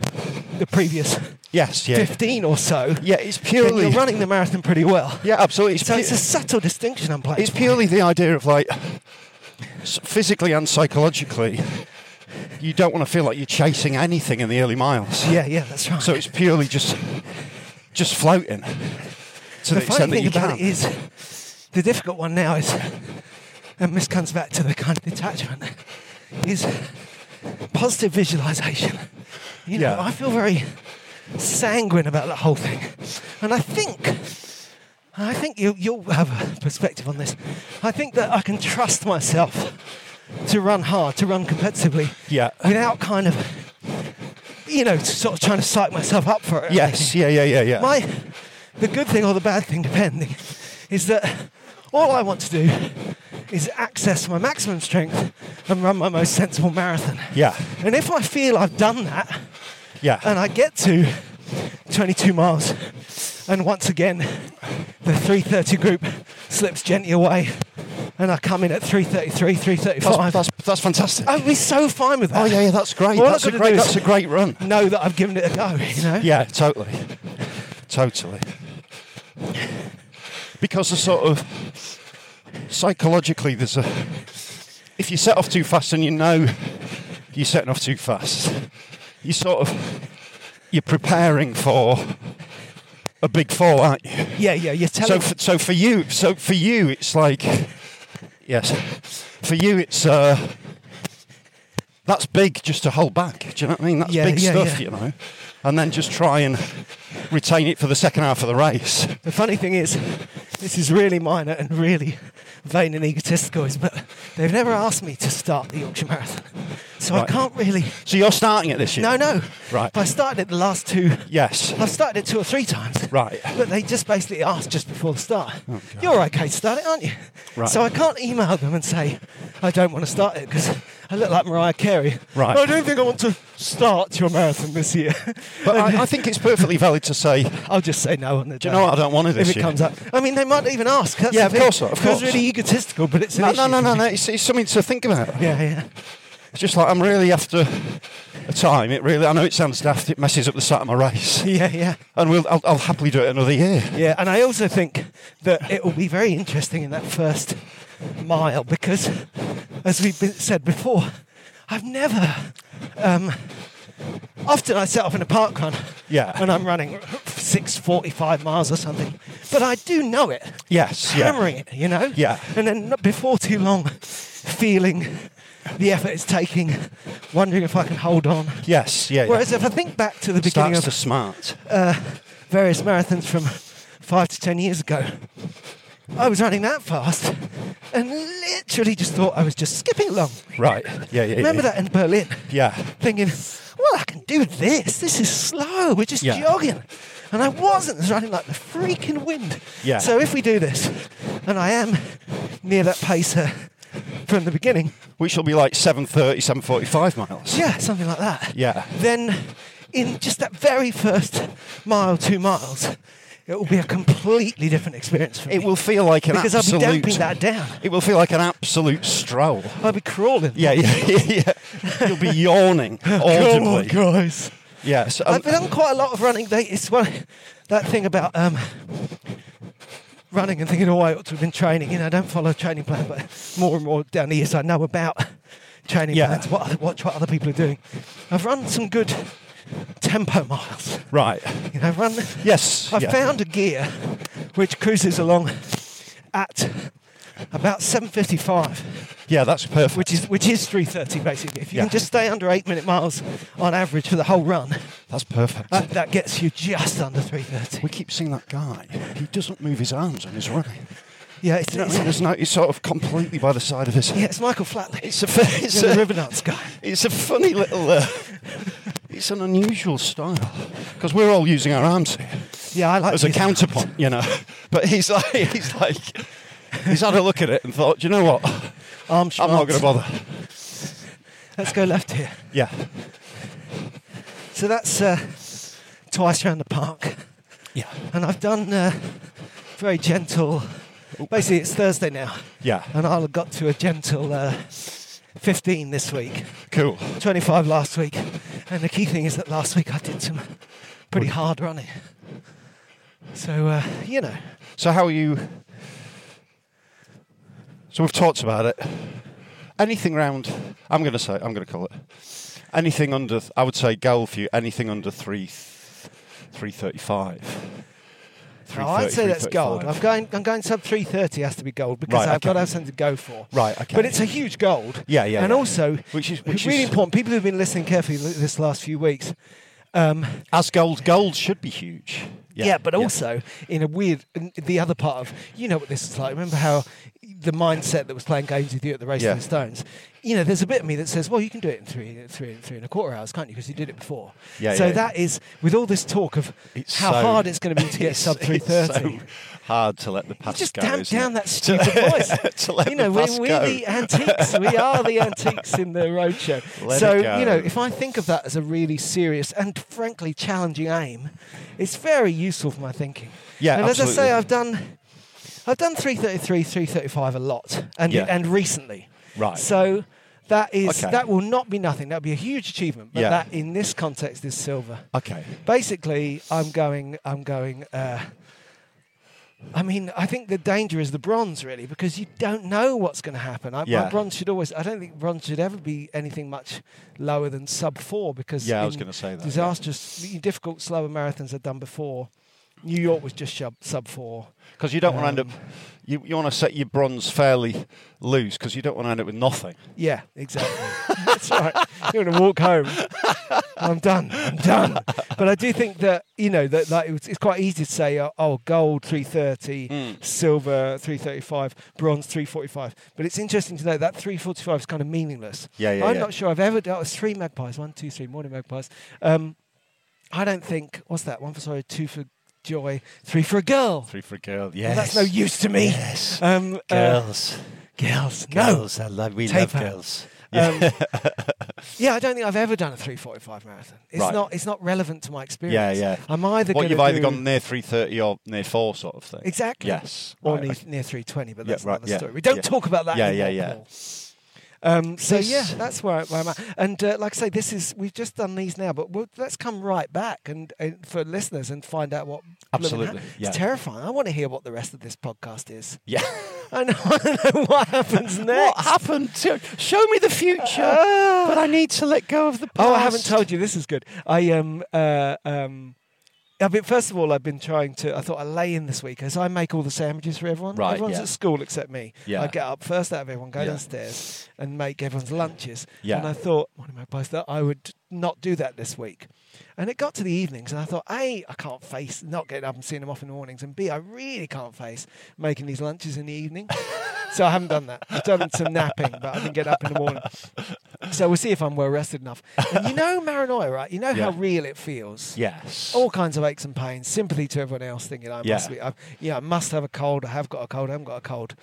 [SPEAKER 4] the previous
[SPEAKER 3] Yes. Yeah.
[SPEAKER 4] 15 or so.
[SPEAKER 3] Yeah. It's
[SPEAKER 4] then
[SPEAKER 3] purely.
[SPEAKER 4] you're running the marathon pretty well.
[SPEAKER 3] Yeah. Absolutely. It's
[SPEAKER 4] So
[SPEAKER 3] pu-
[SPEAKER 4] it's a subtle distinction I'm playing.
[SPEAKER 3] it's purely the idea of like s- physically and psychologically you don't want to feel like you're chasing anything in the early miles
[SPEAKER 4] yeah, yeah, that's right.
[SPEAKER 3] so it's purely just just floating to the,
[SPEAKER 4] the
[SPEAKER 3] extent
[SPEAKER 4] funny
[SPEAKER 3] that
[SPEAKER 4] thing
[SPEAKER 3] you
[SPEAKER 4] about
[SPEAKER 3] can
[SPEAKER 4] it is the difficult one now is and this comes back to the kind of detachment is positive visualization you know
[SPEAKER 3] Yeah.
[SPEAKER 4] i feel very sanguine about the whole thing and i think i think you, you'll have a perspective on this i think that i can trust myself to run hard to run competitively
[SPEAKER 3] Yeah.
[SPEAKER 4] without kind of you know sort of trying to psych myself up for it or anything.
[SPEAKER 3] yes yeah yeah yeah yeah
[SPEAKER 4] My, the good thing or the bad thing, depending, is that all I want to do is access my maximum strength and run my most sensible marathon.
[SPEAKER 3] yeah
[SPEAKER 4] And if I feel I've done that
[SPEAKER 3] yeah
[SPEAKER 4] and I get to 22 miles, and once again, the 330 group slips gently away, and I come in at 333, 335.
[SPEAKER 3] that's, that's, that's fantastic
[SPEAKER 4] I'll be so fine with that.
[SPEAKER 3] oh yeah yeah that's great
[SPEAKER 4] All I've
[SPEAKER 3] that's a
[SPEAKER 4] gotta
[SPEAKER 3] great
[SPEAKER 4] do is
[SPEAKER 3] that's a great run
[SPEAKER 4] Know that I've given it a go, you know?
[SPEAKER 3] yeah totally totally because the sort of psychologically there's a if you set off too fast and you know you're setting off too fast you sort of you're preparing for a big fall aren't you
[SPEAKER 4] Yeah, yeah, you're
[SPEAKER 3] so
[SPEAKER 4] telling
[SPEAKER 3] for, so for you so for you it's like yes for you it's uh that's big just to hold back do you know what i mean that's
[SPEAKER 4] Yeah,
[SPEAKER 3] big
[SPEAKER 4] yeah,
[SPEAKER 3] stuff
[SPEAKER 4] yeah.
[SPEAKER 3] you know and then just try and retain it for the second half of the race
[SPEAKER 4] The funny thing is, this is really minor and really vain and egotistical, is but they've never asked me to start the Yorkshire Marathon, so
[SPEAKER 3] Right.
[SPEAKER 4] I can't really.
[SPEAKER 3] so you're starting it this year
[SPEAKER 4] No, no.
[SPEAKER 3] Right.
[SPEAKER 4] But I started it the last two.
[SPEAKER 3] yes
[SPEAKER 4] I've started it two or three times.
[SPEAKER 3] Right. Oh,
[SPEAKER 4] But they just basically asked just before the start. You're okay to start it, aren't you?
[SPEAKER 3] Right.
[SPEAKER 4] So I can't email them and say I don't want to start it because I look like Mariah Carey.
[SPEAKER 3] Right.
[SPEAKER 4] I don't think I want to start your marathon this year.
[SPEAKER 3] but I, I think it's perfectly valid to say
[SPEAKER 4] I'll just say no on the
[SPEAKER 3] Do you know what? I don't want to this
[SPEAKER 4] if it
[SPEAKER 3] year.
[SPEAKER 4] comes up. I mean, they might not even ask. That's
[SPEAKER 3] Yeah,
[SPEAKER 4] the
[SPEAKER 3] of
[SPEAKER 4] thing.
[SPEAKER 3] course not, of
[SPEAKER 4] Sounds
[SPEAKER 3] course.
[SPEAKER 4] really egotistical, but it's an
[SPEAKER 3] no
[SPEAKER 4] issue.
[SPEAKER 3] no no no, no. It's, it's something to think about
[SPEAKER 4] Yeah, yeah.
[SPEAKER 3] it's just like i'm really after a time it really i know it sounds daft it messes up the start of my race
[SPEAKER 4] Yeah, yeah.
[SPEAKER 3] and we'll I'll, I'll happily do it another year
[SPEAKER 4] Yeah, and I also think that it will be very interesting in that first mile because, as we've been, said before, I've never. Um, often I set off in a park run.
[SPEAKER 3] Yeah.
[SPEAKER 4] And I'm running six forty-five miles or something, but I do know it.
[SPEAKER 3] yes yeah.
[SPEAKER 4] hammering it, you know?
[SPEAKER 3] Yeah.
[SPEAKER 4] And then not before too long, feeling the effort it's taking, wondering if I can hold on.
[SPEAKER 3] Yes, yeah. yeah.
[SPEAKER 4] Whereas if I think back to the beginning
[SPEAKER 3] starts
[SPEAKER 4] of
[SPEAKER 3] to smart.
[SPEAKER 4] various marathons from five to ten years ago, I was running that fast and literally just thought I was just skipping along.
[SPEAKER 3] Right. Yeah, yeah. yeah.
[SPEAKER 4] Remember that in Berlin?
[SPEAKER 3] Yeah.
[SPEAKER 4] Thinking, well, I can do this. This is slow. We're just
[SPEAKER 3] Yeah.
[SPEAKER 4] jogging. And I wasn't. I was running like the freaking wind.
[SPEAKER 3] Yeah.
[SPEAKER 4] So if we do this, and I am near that pacer from the beginning,
[SPEAKER 3] Which will be like 730, 745 miles.
[SPEAKER 4] yeah, something like that.
[SPEAKER 3] Yeah.
[SPEAKER 4] Then in just that very first mile, two miles, it will be a completely different experience for me.
[SPEAKER 3] It will feel like an
[SPEAKER 4] Because I'll be
[SPEAKER 3] absolute.
[SPEAKER 4] damping that down.
[SPEAKER 3] It will feel like an absolute stroll.
[SPEAKER 4] I'll be crawling.
[SPEAKER 3] Yeah, yeah, yeah. yeah. You'll be yawning
[SPEAKER 4] Come
[SPEAKER 3] audibly.
[SPEAKER 4] on, guys.
[SPEAKER 3] Yes. um,
[SPEAKER 4] I've been on quite a lot of running. They, it's one, that thing about um, running and thinking, oh, I ought to have been training. You know, I don't follow a training plan, but more and more down the years I know about training
[SPEAKER 3] Yeah.
[SPEAKER 4] plans, what, watch what other people are doing. I've run some good tempo miles.
[SPEAKER 3] right.
[SPEAKER 4] You know, run.
[SPEAKER 3] Yes.
[SPEAKER 4] I
[SPEAKER 3] yeah.
[SPEAKER 4] found a gear which cruises along at about 755
[SPEAKER 3] Yeah, that's perfect.
[SPEAKER 4] which is which is 330 basically. If you
[SPEAKER 3] Yeah.
[SPEAKER 4] can just stay under eight minute miles on average for the whole run,
[SPEAKER 3] that's perfect.
[SPEAKER 4] that, that gets you just under 330.
[SPEAKER 3] we keep seeing that guy. He doesn't move his arms when he's running.
[SPEAKER 4] yeah, it's,
[SPEAKER 3] Do you know what
[SPEAKER 4] it's,
[SPEAKER 3] I mean? There's no, he's sort of completely by the side of his.
[SPEAKER 4] yeah, it's Michael Flatley.
[SPEAKER 3] It's a, it's,
[SPEAKER 4] He's a
[SPEAKER 3] a,
[SPEAKER 4] river nuts guy.
[SPEAKER 3] it's a funny little. Uh, it's an unusual style because we're all using our arms here
[SPEAKER 4] Yeah, I like
[SPEAKER 3] as a
[SPEAKER 4] his-
[SPEAKER 3] counterpoint, you know. But he's like, he's like, he's had a look at it and thought, "Do you know what?
[SPEAKER 4] arm
[SPEAKER 3] I'm not
[SPEAKER 4] shots.
[SPEAKER 3] going to bother.
[SPEAKER 4] Let's go left here.
[SPEAKER 3] Yeah,
[SPEAKER 4] So that's uh, twice round the park,
[SPEAKER 3] yeah,
[SPEAKER 4] and I've done uh, very gentle. Basically, it's Thursday now,
[SPEAKER 3] yeah.
[SPEAKER 4] and I'll have got to a gentle uh, 15 this week.
[SPEAKER 3] Cool.
[SPEAKER 4] 25 last week, and the key thing is that last week I did some pretty hard running. So uh, you know,
[SPEAKER 3] So how are you? So we've talked about it. Anything round? I'm going to say. I'm going to call it. Anything under? I would say goal for you. Anything under three, three thirty-five.
[SPEAKER 4] now Oh, I'd say that's gold. I'm going, I'm going sub 3:30 has to be gold because
[SPEAKER 3] Right,
[SPEAKER 4] I've
[SPEAKER 3] okay.
[SPEAKER 4] got to have something to go for.
[SPEAKER 3] Right, okay.
[SPEAKER 4] But it's a huge gold.
[SPEAKER 3] Yeah, yeah,
[SPEAKER 4] And
[SPEAKER 3] yeah.
[SPEAKER 4] also,
[SPEAKER 3] Which is- which
[SPEAKER 4] really
[SPEAKER 3] is-
[SPEAKER 4] important. People who've been listening carefully li- this last few weeks. Um,
[SPEAKER 3] As gold, gold should be huge.
[SPEAKER 4] yeah, but also in a weird, in the other part of you know what this is like. Remember how the mindset that was playing games with you at the Race
[SPEAKER 3] Yeah.
[SPEAKER 4] to the Stones. You know, there's a bit of me that says, well, you can do it in three, three, three and a quarter hours, can't you? Because you did it before.
[SPEAKER 3] Yeah,
[SPEAKER 4] so
[SPEAKER 3] yeah,
[SPEAKER 4] that is with all this talk of
[SPEAKER 3] It's
[SPEAKER 4] how
[SPEAKER 3] so-
[SPEAKER 4] hard it's going to be to get
[SPEAKER 3] it's-
[SPEAKER 4] sub
[SPEAKER 3] it's
[SPEAKER 4] three thirty.
[SPEAKER 3] so hard to let the past
[SPEAKER 4] Just
[SPEAKER 3] go.
[SPEAKER 4] damp
[SPEAKER 3] isn't
[SPEAKER 4] down
[SPEAKER 3] it?
[SPEAKER 4] that stupid voice.
[SPEAKER 3] to let
[SPEAKER 4] you know,
[SPEAKER 3] the past
[SPEAKER 4] we're, we're
[SPEAKER 3] go.
[SPEAKER 4] the antiques. We are the antiques in the roadshow.
[SPEAKER 3] Let
[SPEAKER 4] so,
[SPEAKER 3] it go.
[SPEAKER 4] you know, if I think of that as a really serious and frankly challenging aim, it's very useful for my thinking.
[SPEAKER 3] Yeah,
[SPEAKER 4] And as I
[SPEAKER 3] absolutely.
[SPEAKER 4] say, I've done I've done 333, 335 a lot and
[SPEAKER 3] Yeah.
[SPEAKER 4] and recently.
[SPEAKER 3] Right.
[SPEAKER 4] So that is
[SPEAKER 3] Okay.
[SPEAKER 4] that will not be nothing. That'll be a huge achievement, but
[SPEAKER 3] Yeah.
[SPEAKER 4] that in this context is silver
[SPEAKER 3] Okay.
[SPEAKER 4] basically i'm going i'm going uh, i mean i think the danger is the bronze really because you don't know what's going to happen I,
[SPEAKER 3] Yeah.
[SPEAKER 4] my bronze should always i don't think bronze should ever be anything much lower than sub four because
[SPEAKER 3] Yeah, I was
[SPEAKER 4] in
[SPEAKER 3] gonna say that, yeah.
[SPEAKER 4] disastrous difficult slower marathons i've done before new york was just sub, sub four
[SPEAKER 3] Because you don't want to end
[SPEAKER 4] Um,
[SPEAKER 3] up. You, you want to set your bronze fairly loose because you don't want to end up with nothing.
[SPEAKER 4] Yeah, exactly. That's right. You're going to walk home. I'm done. I'm done. But I do think that you know that like it's, it's quite easy to say, uh, oh, gold 330,
[SPEAKER 3] Mm.
[SPEAKER 4] silver 335, bronze 345. But it's interesting to note that 345 is kind of meaningless.
[SPEAKER 3] Yeah, yeah,
[SPEAKER 4] I'm
[SPEAKER 3] yeah.
[SPEAKER 4] not sure I've ever done. It was three magpies. One, two, three. Morning magpies. Um, I don't think. What's that? One for sorrow, two for joy, three for a girl.
[SPEAKER 3] Three for a girl.
[SPEAKER 4] Well,
[SPEAKER 3] Yes.
[SPEAKER 4] That's no use to me.
[SPEAKER 5] Yes.
[SPEAKER 4] Um, uh,
[SPEAKER 5] girls.
[SPEAKER 4] girls. No.
[SPEAKER 5] Girls. I love, we
[SPEAKER 4] Tape
[SPEAKER 5] love
[SPEAKER 4] out.
[SPEAKER 5] girls.
[SPEAKER 4] Um, yeah, I don't think I've ever done a 3:45 marathon. It's
[SPEAKER 3] Right.
[SPEAKER 4] not. It's not relevant to my experience.
[SPEAKER 3] Yeah, yeah.
[SPEAKER 4] I'm either
[SPEAKER 3] what
[SPEAKER 4] gonna
[SPEAKER 3] you've either
[SPEAKER 4] do-
[SPEAKER 3] gone near 330 or near 4 sort of thing.
[SPEAKER 4] exactly.
[SPEAKER 3] Yes.
[SPEAKER 4] Or
[SPEAKER 3] Right,
[SPEAKER 4] near,
[SPEAKER 3] okay.
[SPEAKER 4] near 3:20, but
[SPEAKER 3] Yeah,
[SPEAKER 4] that's
[SPEAKER 3] right,
[SPEAKER 4] another
[SPEAKER 3] yeah,
[SPEAKER 4] story. We don't
[SPEAKER 3] yeah.
[SPEAKER 4] talk about that.
[SPEAKER 3] Yeah,
[SPEAKER 4] anymore,
[SPEAKER 3] yeah, yeah.
[SPEAKER 4] Paul. Um, so yeah,
[SPEAKER 3] This-
[SPEAKER 4] that's where, where I'm at. And uh, like I say, this is we've just done these now, but we'll, let's come right back and, and for listeners and find out what. blooming
[SPEAKER 3] Absolutely,
[SPEAKER 4] hap-
[SPEAKER 3] yeah.
[SPEAKER 4] It's terrifying. I want to hear what the rest of this podcast is.
[SPEAKER 3] Yeah.
[SPEAKER 4] I know. I don't know what happens next. Uh, Ah.
[SPEAKER 3] happened to show me the future? but I need to let go of the past.
[SPEAKER 4] Oh, I haven't told you. This is good. I um uh um. I mean, first of all, I've been trying to. I thought I'd lay in this week as I make all the sandwiches for everyone.
[SPEAKER 3] Right,
[SPEAKER 4] Everyone's
[SPEAKER 3] yeah.
[SPEAKER 4] at school except me.
[SPEAKER 3] Yeah.
[SPEAKER 4] I get up first out of everyone, go
[SPEAKER 3] Yeah.
[SPEAKER 4] downstairs and make everyone's lunches.
[SPEAKER 3] Yeah.
[SPEAKER 4] And I thought, morning magpies, that I would not do that this week. And it got to the evenings, and I thought, A, I can't face not getting up and seeing them off in the mornings, and B, I really can't face making these lunches in the evening. so I haven't done that. I've done some napping, but I didn't get up in the morning. So we'll see if I'm well rested enough. And you know Maranoia, right? You know how
[SPEAKER 3] Yeah.
[SPEAKER 4] real it feels.
[SPEAKER 3] Yes.
[SPEAKER 4] All kinds of aches and pains, sympathy to everyone else, thinking I
[SPEAKER 3] Yeah.
[SPEAKER 4] must be, I, yeah, I must have a cold. I have got a cold. I haven't got a cold.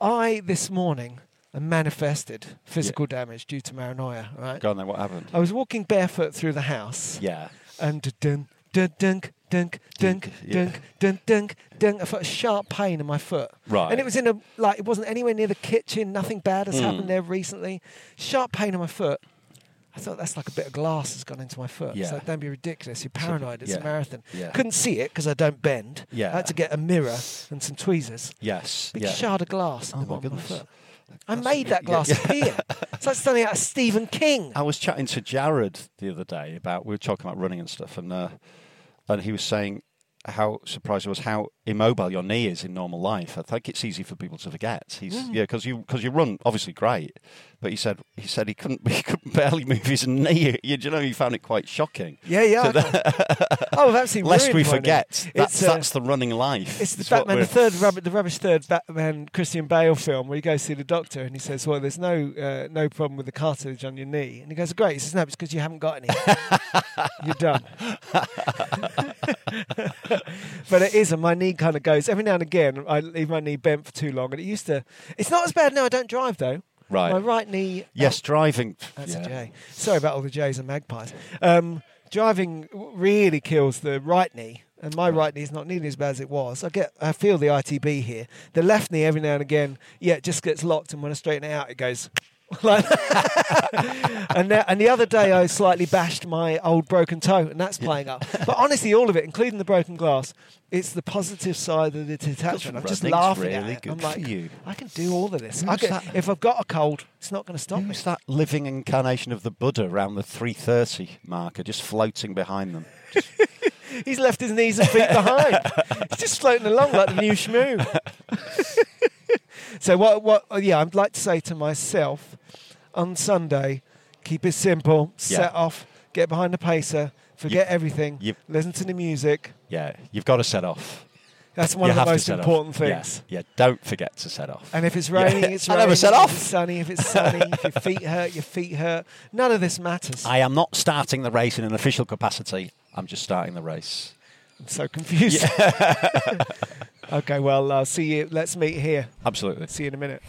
[SPEAKER 4] I this morning manifested physical damage due to Maranoia. Right. oh.
[SPEAKER 3] Go on then, what happened?
[SPEAKER 4] I was walking barefoot through the house,
[SPEAKER 3] Yeah.
[SPEAKER 4] and dun dun, dunk, dunk, dunk,
[SPEAKER 3] yeah.
[SPEAKER 4] dunk, dunk, dunk, dunk. I felt a sharp pain in my foot.
[SPEAKER 3] Right. Hmm.
[SPEAKER 4] And it was in a, like, it wasn't anywhere near the kitchen. Nothing bad has happened there recently. Sharp pain in my foot. I thought that's like a bit of glass that's gone into my foot.
[SPEAKER 3] Yeah.
[SPEAKER 4] So don't be ridiculous. You're paranoid. It's
[SPEAKER 3] yeah.
[SPEAKER 4] a marathon.
[SPEAKER 3] Yeah.
[SPEAKER 4] Couldn't see it because I don't bend.
[SPEAKER 3] Yeah.
[SPEAKER 4] I had to get a mirror and some tweezers.
[SPEAKER 3] Yes.
[SPEAKER 4] Big
[SPEAKER 3] yeah.
[SPEAKER 4] shard of glass. in
[SPEAKER 3] Oh
[SPEAKER 4] the
[SPEAKER 3] my
[SPEAKER 4] bottom of
[SPEAKER 3] goodness.
[SPEAKER 4] foot. I made that glass appear. It's like something out of Stephen King.
[SPEAKER 3] I was chatting to Jared the other day about we were talking about running and stuff, and uh, and he was saying how surprised I was how immobile your knee is in normal life. I think it's easy for people to forget. He's
[SPEAKER 4] Mm.
[SPEAKER 3] yeah, because you because you run obviously great, but he said he said he couldn't he couldn't barely move his knee. You, you know he found it quite shocking.
[SPEAKER 4] Yeah, yeah. I can't- oh, I've absolutely
[SPEAKER 3] Lest
[SPEAKER 4] ruined
[SPEAKER 3] we
[SPEAKER 4] my knee.
[SPEAKER 3] forget, that's,
[SPEAKER 4] uh,
[SPEAKER 3] that's the running life.
[SPEAKER 4] It's the
[SPEAKER 3] what
[SPEAKER 4] Batman, the
[SPEAKER 3] we're-
[SPEAKER 4] third rubber, the rubbish third Batman Christian Bale film where you go see the doctor and he says, "Well, there's no uh, no problem with the cartilage on your knee," and he goes, "Great." He says, "No, it's because you haven't got any. You're done." but it is, and my knee kind of goes every now and again. I leave my knee bent for too long, and it used to. It's not as bad now. I don't drive though.
[SPEAKER 3] Right.
[SPEAKER 4] My right knee.
[SPEAKER 3] Yes, driving.
[SPEAKER 4] That's
[SPEAKER 3] yeah.
[SPEAKER 4] a J. Sorry about all the J's and magpies. Um, driving w- really kills the right knee, and my right knee is not nearly as bad as it was. I get, I feel the ITB here. The left knee every now and again, yeah, it just gets locked, and when I straighten it out, it goes. like and now, and the other day I slightly bashed my old broken toe and that's playing up. But honestly, all of it, including the broken glass, it's the positive side of the detachment. I'm just
[SPEAKER 3] running's
[SPEAKER 4] laughing at
[SPEAKER 3] really
[SPEAKER 4] it.
[SPEAKER 3] good
[SPEAKER 4] I'm like,
[SPEAKER 3] for you.
[SPEAKER 4] I can do all of this. I
[SPEAKER 3] Who's
[SPEAKER 4] can,
[SPEAKER 3] that?
[SPEAKER 4] if I've got a cold, it's not going to stop me.
[SPEAKER 3] Who's that living incarnation of the Buddha around the 330 marker, just floating behind them?
[SPEAKER 4] He's left his knees and feet behind. He's just floating along like the new shmoo. so what? What? oh, Yeah, I'd like to say to myself on Sunday, keep it simple. Set
[SPEAKER 3] Yeah.
[SPEAKER 4] off. Get behind the pacer. Forget everything.
[SPEAKER 3] you-
[SPEAKER 4] listen to the music.
[SPEAKER 3] Yeah, you've got to set off.
[SPEAKER 4] That's one
[SPEAKER 3] you
[SPEAKER 4] of the
[SPEAKER 3] have to
[SPEAKER 4] most
[SPEAKER 3] set off.
[SPEAKER 4] important
[SPEAKER 3] Yeah,
[SPEAKER 4] things.
[SPEAKER 3] Yeah, don't forget to set off.
[SPEAKER 4] And if it's raining,
[SPEAKER 3] Yeah.
[SPEAKER 4] it's
[SPEAKER 3] I
[SPEAKER 4] raining.
[SPEAKER 3] never set
[SPEAKER 4] If
[SPEAKER 3] off.
[SPEAKER 4] it's sunny, if it's sunny, if your feet hurt, your feet hurt. None of this matters.
[SPEAKER 3] I am not starting the race in an official capacity. I'm just starting the race.
[SPEAKER 4] I'm so confused. okay, well, I'll see you. Let's meet here.
[SPEAKER 3] Absolutely.
[SPEAKER 4] See you in a minute.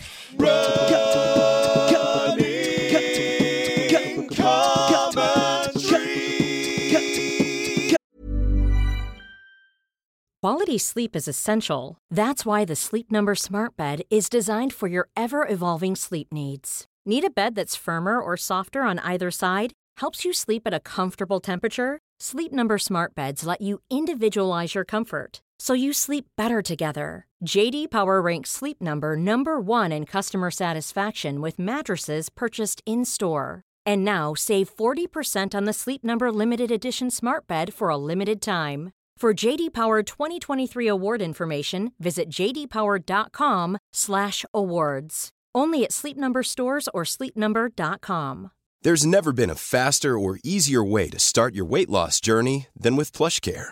[SPEAKER 6] Quality sleep is essential. That's why the Sleep Number Smart Bed is designed for your ever evolving sleep needs. Need a bed that's firmer or softer on either side? Helps you sleep at a comfortable temperature? Sleep Number Smart Beds let you individualize your comfort so you sleep better together. JD Power ranks Sleep Number number 1 in customer satisfaction with mattresses purchased in-store. And now save 40% on the Sleep Number limited edition Smart Bed for a limited time. For JD Power 2023 award information, visit jdpower.com/awards. Only at Sleep Number stores or sleepnumber.com.
[SPEAKER 7] There's never been a faster or easier way to start your weight loss journey than with PlushCare.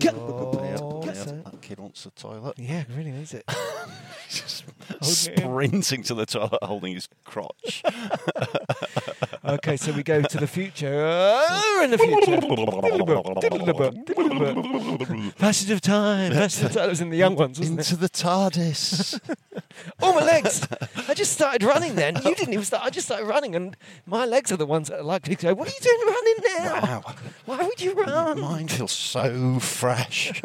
[SPEAKER 3] Yeah,
[SPEAKER 4] so-
[SPEAKER 3] that kid wants the toilet.
[SPEAKER 4] Yeah, really is it?
[SPEAKER 3] Just
[SPEAKER 4] it in.
[SPEAKER 3] sprinting to the toilet, holding his crotch.
[SPEAKER 4] okay, so we go to the future. Uh, we're in the future. Passage of time. Passage of time. That was in the young ones, wasn't it?
[SPEAKER 3] Into the TARDIS.
[SPEAKER 4] Oh, my legs! I just started running then. You didn't even start. I just started running, and my legs are the ones that are likely to go, What are you doing running now?
[SPEAKER 3] wow.
[SPEAKER 4] Why would you run?
[SPEAKER 3] Mine feels so fresh.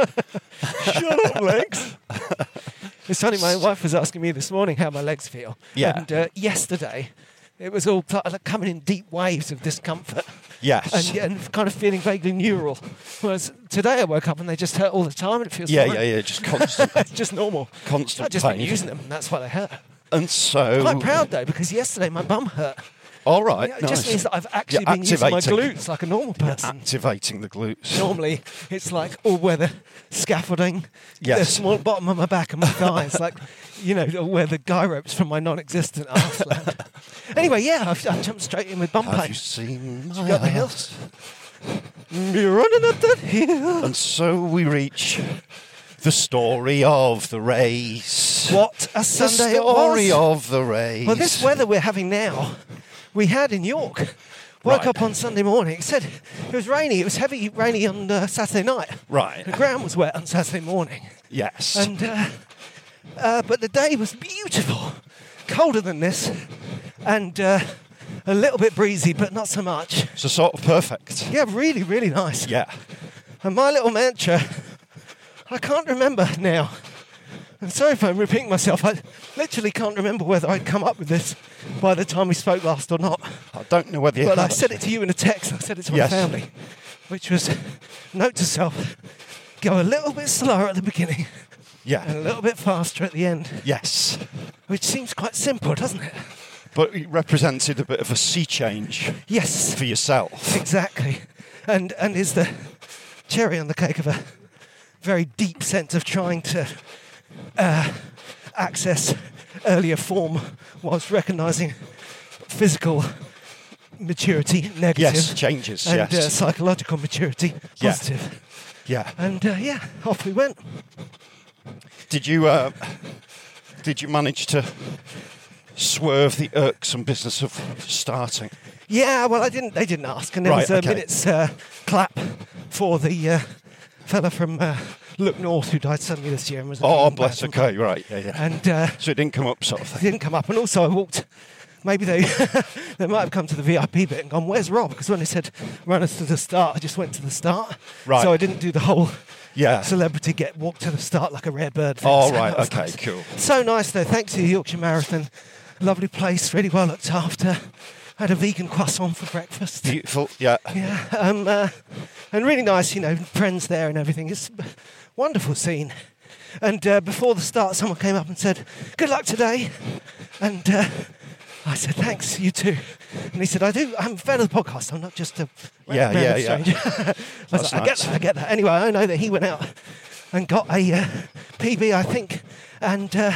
[SPEAKER 4] Shut up, legs. it's funny, my wife was asking me this morning how my legs feel.
[SPEAKER 3] Yeah.
[SPEAKER 4] And uh, yesterday, it was all pl- like coming in deep waves of discomfort.
[SPEAKER 3] Yes.
[SPEAKER 4] and, and kind of feeling vaguely neural. Whereas today I woke up and they just hurt all the time, and it feels
[SPEAKER 3] Yeah,
[SPEAKER 4] fine.
[SPEAKER 3] yeah, yeah. Just constant,
[SPEAKER 4] just normal,
[SPEAKER 3] constant
[SPEAKER 4] I've just
[SPEAKER 3] pain. Oh.
[SPEAKER 4] been using them, and that's why they hurt.
[SPEAKER 3] And so,
[SPEAKER 4] Quite proud though, because yesterday my bum hurt.
[SPEAKER 3] All right,
[SPEAKER 4] Yeah, it
[SPEAKER 3] nice.
[SPEAKER 4] just means that I've
[SPEAKER 3] You're
[SPEAKER 4] actually been using my
[SPEAKER 3] activating-
[SPEAKER 4] glutes like a normal
[SPEAKER 3] you're
[SPEAKER 4] person.
[SPEAKER 3] activating the glutes.
[SPEAKER 4] Normally, it's like all-weather scaffolding, the
[SPEAKER 3] Yes.
[SPEAKER 4] small bottom of my back and my thighs, like you know where the guy ropes from my non-existent arse land. Anyway, yeah, I've, I've jumped straight in with bum
[SPEAKER 3] Have
[SPEAKER 4] pain.
[SPEAKER 3] you seen
[SPEAKER 4] You
[SPEAKER 3] my
[SPEAKER 4] got the hill?
[SPEAKER 3] ass?
[SPEAKER 4] Mm, You're running up that hill.
[SPEAKER 3] And so we reach the story of the race.
[SPEAKER 4] What a
[SPEAKER 3] The
[SPEAKER 4] Sunday it
[SPEAKER 3] story
[SPEAKER 4] was.
[SPEAKER 3] of the race.
[SPEAKER 4] Well, this weather we're having now, we had in York. Woke
[SPEAKER 3] Right.
[SPEAKER 4] up on Sunday morning. It said it was rainy. It was heavy rainy on uh, Saturday night.
[SPEAKER 3] Right.
[SPEAKER 4] The ground was wet on Saturday morning.
[SPEAKER 3] Yes.
[SPEAKER 4] And uh, uh, but the day was beautiful, colder than this, and uh, a little bit breezy, but not so much.
[SPEAKER 3] so sort of perfect.
[SPEAKER 4] Yeah, really, really nice.
[SPEAKER 3] Yeah.
[SPEAKER 4] And my little mantra, I can't remember now. I'm sorry if I'm repeating myself. I literally can't remember whether I'd come up with this by the time we spoke last or not.
[SPEAKER 3] I don't know whether you
[SPEAKER 4] But I
[SPEAKER 3] have
[SPEAKER 4] said it to you in a text. I said it to
[SPEAKER 3] Yes.
[SPEAKER 4] my family, which was note to self: go a little bit slower at the beginning and a
[SPEAKER 3] Yeah.
[SPEAKER 4] little bit faster at the end.
[SPEAKER 3] Yes.
[SPEAKER 4] Which seems quite simple, doesn't it?
[SPEAKER 3] But it represented a bit of a sea change
[SPEAKER 4] Yes,
[SPEAKER 3] for yourself.
[SPEAKER 4] exactly. And and is the cherry on the cake of a very deep sense of trying to uh, access earlier form whilst recognizing physical maturity negative
[SPEAKER 3] Yes, changes,
[SPEAKER 4] and
[SPEAKER 3] yes.
[SPEAKER 4] uh, psychological maturity
[SPEAKER 3] Yeah.
[SPEAKER 4] positive
[SPEAKER 3] Yeah.
[SPEAKER 4] and uh, yeah off we went
[SPEAKER 3] Did you uh, did you manage to swerve the irksome business of starting?
[SPEAKER 4] Yeah, well, I didn't. They didn't ask, and there
[SPEAKER 3] Right,
[SPEAKER 4] was a
[SPEAKER 3] okay.
[SPEAKER 4] minute's uh, clap for the uh, fella from uh, Look North who died suddenly this year. And was
[SPEAKER 3] Oh,
[SPEAKER 4] and,
[SPEAKER 3] bless. Okay, right. Yeah, yeah.
[SPEAKER 4] And uh,
[SPEAKER 3] so it didn't come up, sort of
[SPEAKER 4] he
[SPEAKER 3] thing.
[SPEAKER 4] didn't come up, and also I walked. Maybe they they might have come to the VIP bit and gone, "Where's Rob?" Because when they said run us to the start, I just went to the start.
[SPEAKER 3] Right.
[SPEAKER 4] So I didn't do the whole
[SPEAKER 3] Yeah.
[SPEAKER 4] celebrity get walk to the start like a rare bird. Thing.
[SPEAKER 3] Oh,
[SPEAKER 4] So
[SPEAKER 3] right.
[SPEAKER 4] that was
[SPEAKER 3] Okay,
[SPEAKER 4] nice.
[SPEAKER 3] cool.
[SPEAKER 4] So nice though. Thanks to the Yorkshire Marathon, lovely place, really well looked after. Had a vegan croissant for breakfast.
[SPEAKER 3] Beautiful. Yeah.
[SPEAKER 4] Yeah, um, uh, and really nice, you know, friends there and everything. It's a wonderful scene. And uh, before the start, someone came up and said, "Good luck today," and uh, I said, "Thanks, you too." And he said, "I do. I'm a fan of the podcast. I'm not just a ra-
[SPEAKER 3] Yeah, yeah,
[SPEAKER 4] random
[SPEAKER 3] yeah.
[SPEAKER 4] stranger." I was
[SPEAKER 3] That's
[SPEAKER 4] like, "I get
[SPEAKER 3] nice.
[SPEAKER 4] that. I get that." Anyway, I know that he went out and got a uh, PB, I think, and uh,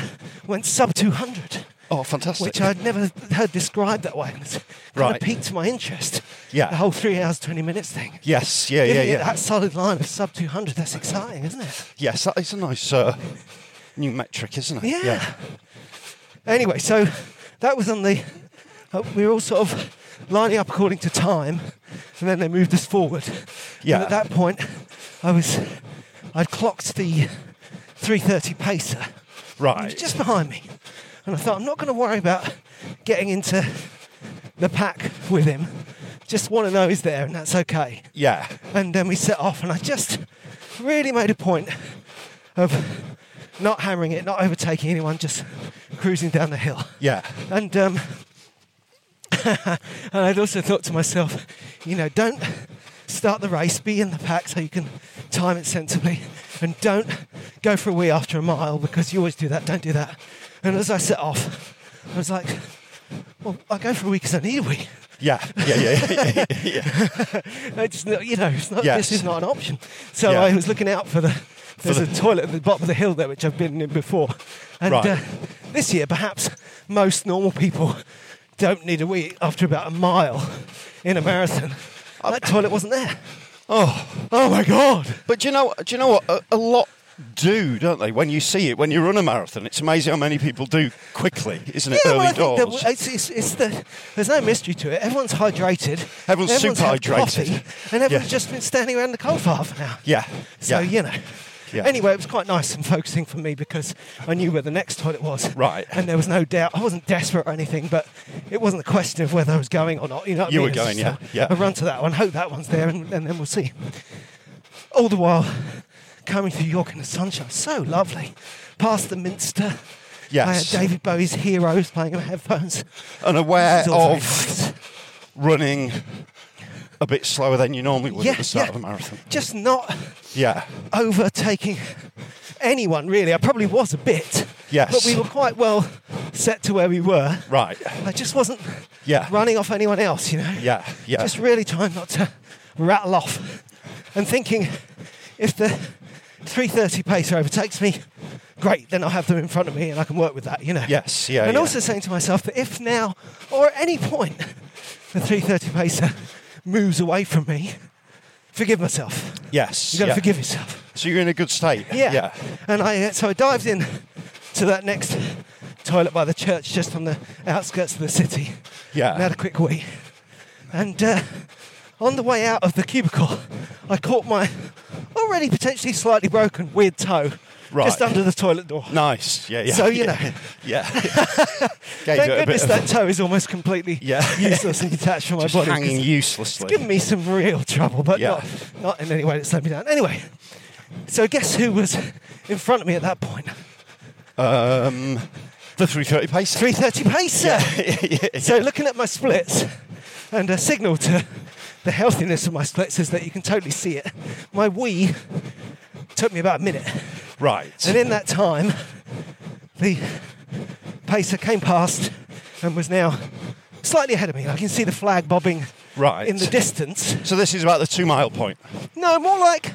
[SPEAKER 4] went sub 200
[SPEAKER 3] Oh, fantastic.
[SPEAKER 4] which I'd never heard described that way. It's kind
[SPEAKER 3] Right.
[SPEAKER 4] of piqued my interest.
[SPEAKER 3] Yeah.
[SPEAKER 4] The whole Oh, three hours, 20 minutes thing.
[SPEAKER 3] Yes. Yeah.
[SPEAKER 4] If
[SPEAKER 3] Yeah.
[SPEAKER 4] you hit
[SPEAKER 3] Yeah.
[SPEAKER 4] That solid line of sub 200, that's exciting, isn't it?
[SPEAKER 3] Yes, that is a nice uh, new metric, isn't it?
[SPEAKER 4] Yeah. Anyway, so that was on the. uh, we were all sort of lining up according to time, and then they moved us forward.
[SPEAKER 3] Yeah.
[SPEAKER 4] And at that point, I was. I'd clocked the 330 pacer. He
[SPEAKER 3] Right.
[SPEAKER 4] was just behind me. And I thought, I'm not going to worry about getting into the pack with him. Just want to know he's there, and that's okay.
[SPEAKER 3] yeah.
[SPEAKER 4] And then we set off, and I just really made a point of not hammering it, not overtaking anyone, just cruising down the hill.
[SPEAKER 3] Yeah.
[SPEAKER 4] And um, and I'd also thought to myself, you know, don't start the race, be in the pack so you can time it sensibly, and don't go for a wee after a mile because you always do that. Don't do that. And as I set off, I was like, well, I go for a wee because I need a wee.
[SPEAKER 3] Yeah. Yeah. Yeah. Yeah. yeah,
[SPEAKER 4] It's not, you know, it's not,
[SPEAKER 3] Yes.
[SPEAKER 4] this is not an option. So
[SPEAKER 3] Yeah.
[SPEAKER 4] I was looking out for the. There's
[SPEAKER 3] the-
[SPEAKER 4] a toilet at the bottom of the hill there, which I've been in before. And
[SPEAKER 3] Right.
[SPEAKER 4] uh, this year, perhaps most normal people don't need a wee after about a mile in a marathon. That toilet wasn't there.
[SPEAKER 3] Oh.
[SPEAKER 4] Oh my God!
[SPEAKER 3] But do you know? Do you know what? A, a lot do, don't they? When you see it, when you run a marathon, it's amazing how many people do quickly, isn't it?
[SPEAKER 4] Yeah,
[SPEAKER 3] Early
[SPEAKER 4] well, I think that
[SPEAKER 3] doors.
[SPEAKER 4] w- it's, it's, it's the, there's no mystery to it. Everyone's hydrated.
[SPEAKER 3] Everyone's super
[SPEAKER 4] had
[SPEAKER 3] hydrated.
[SPEAKER 4] coffee, and everyone's
[SPEAKER 3] Yeah.
[SPEAKER 4] just been standing around the cold for half an hour.
[SPEAKER 3] yeah.
[SPEAKER 4] So,
[SPEAKER 3] yeah.
[SPEAKER 4] you know.
[SPEAKER 3] Yeah.
[SPEAKER 4] Anyway, it was quite nice and focusing for me because I knew where the next toilet was.
[SPEAKER 3] Right.
[SPEAKER 4] And there was no doubt. I wasn't desperate or anything, but it wasn't a question of whether I was going or not. You know what I
[SPEAKER 3] You
[SPEAKER 4] mean?
[SPEAKER 3] were
[SPEAKER 4] It's
[SPEAKER 3] going,
[SPEAKER 4] just a-
[SPEAKER 3] yeah, yeah.
[SPEAKER 4] A run to that one, hope that one's there, and, and then we'll see. All the while, coming through York in the sunshine. So lovely. Past the Minster.
[SPEAKER 3] Yes.
[SPEAKER 4] I had David Bowie's Heroes playing on my headphones.
[SPEAKER 3] And aware
[SPEAKER 4] It's all very
[SPEAKER 3] Uh, of
[SPEAKER 4] nice.
[SPEAKER 3] running a bit slower than you normally would
[SPEAKER 4] Yeah,
[SPEAKER 3] at the start
[SPEAKER 4] yeah.
[SPEAKER 3] of a marathon.
[SPEAKER 4] Just not
[SPEAKER 3] Yeah.
[SPEAKER 4] overtaking anyone, really. I probably was a bit.
[SPEAKER 3] Yes.
[SPEAKER 4] But we were quite well set to where we were.
[SPEAKER 3] Right.
[SPEAKER 4] I just wasn't
[SPEAKER 3] Yeah.
[SPEAKER 4] running off anyone else, you know?
[SPEAKER 3] Yeah. Yeah.
[SPEAKER 4] Just really trying not to rattle off and thinking if the 330 pacer overtakes me, great, then I'll have them in front of me and I can work with that, you know?
[SPEAKER 3] Yes, yeah,
[SPEAKER 4] And
[SPEAKER 3] yeah.
[SPEAKER 4] also saying to myself that if now or at any point the 330 pacer moves away from me, forgive myself.
[SPEAKER 3] Yes.
[SPEAKER 4] You've got to
[SPEAKER 3] yeah.
[SPEAKER 4] forgive yourself.
[SPEAKER 3] So you're in a good state.
[SPEAKER 4] Yeah.
[SPEAKER 3] Yeah.
[SPEAKER 4] And I uh, so I dived in to that next toilet by the church, just on the outskirts of the city.
[SPEAKER 3] Yeah.
[SPEAKER 4] And had a quick wee. And uh, on the way out of the cubicle, I caught my already potentially slightly broken weird toe
[SPEAKER 3] Right.
[SPEAKER 4] just under the toilet door.
[SPEAKER 3] Nice. Yeah. Yeah.
[SPEAKER 4] So, you
[SPEAKER 3] yeah.
[SPEAKER 4] know.
[SPEAKER 3] Yeah. Gave
[SPEAKER 4] Thank
[SPEAKER 3] it a bit
[SPEAKER 4] goodness
[SPEAKER 3] of-
[SPEAKER 4] that toe is almost completely
[SPEAKER 3] Yeah.
[SPEAKER 4] useless and detached from my
[SPEAKER 3] just
[SPEAKER 4] body. 'cause
[SPEAKER 3] hanging uselessly.
[SPEAKER 4] It's given me some real trouble, but
[SPEAKER 3] Yeah.
[SPEAKER 4] not, not in any way that slowed me down. Anyway, so guess who was in front of me at that point?
[SPEAKER 3] Um, the 330 pace.
[SPEAKER 4] 330 pacer. So looking at my splits, and a signal to the healthiness of my splits is that you can totally see it. My wee took me about a minute,
[SPEAKER 3] Right.
[SPEAKER 4] and in that time, the pacer came past and was now slightly ahead of me. I can see the flag bobbing
[SPEAKER 3] Right.
[SPEAKER 4] in the distance.
[SPEAKER 3] so this is about the two mile point.
[SPEAKER 4] No, more like.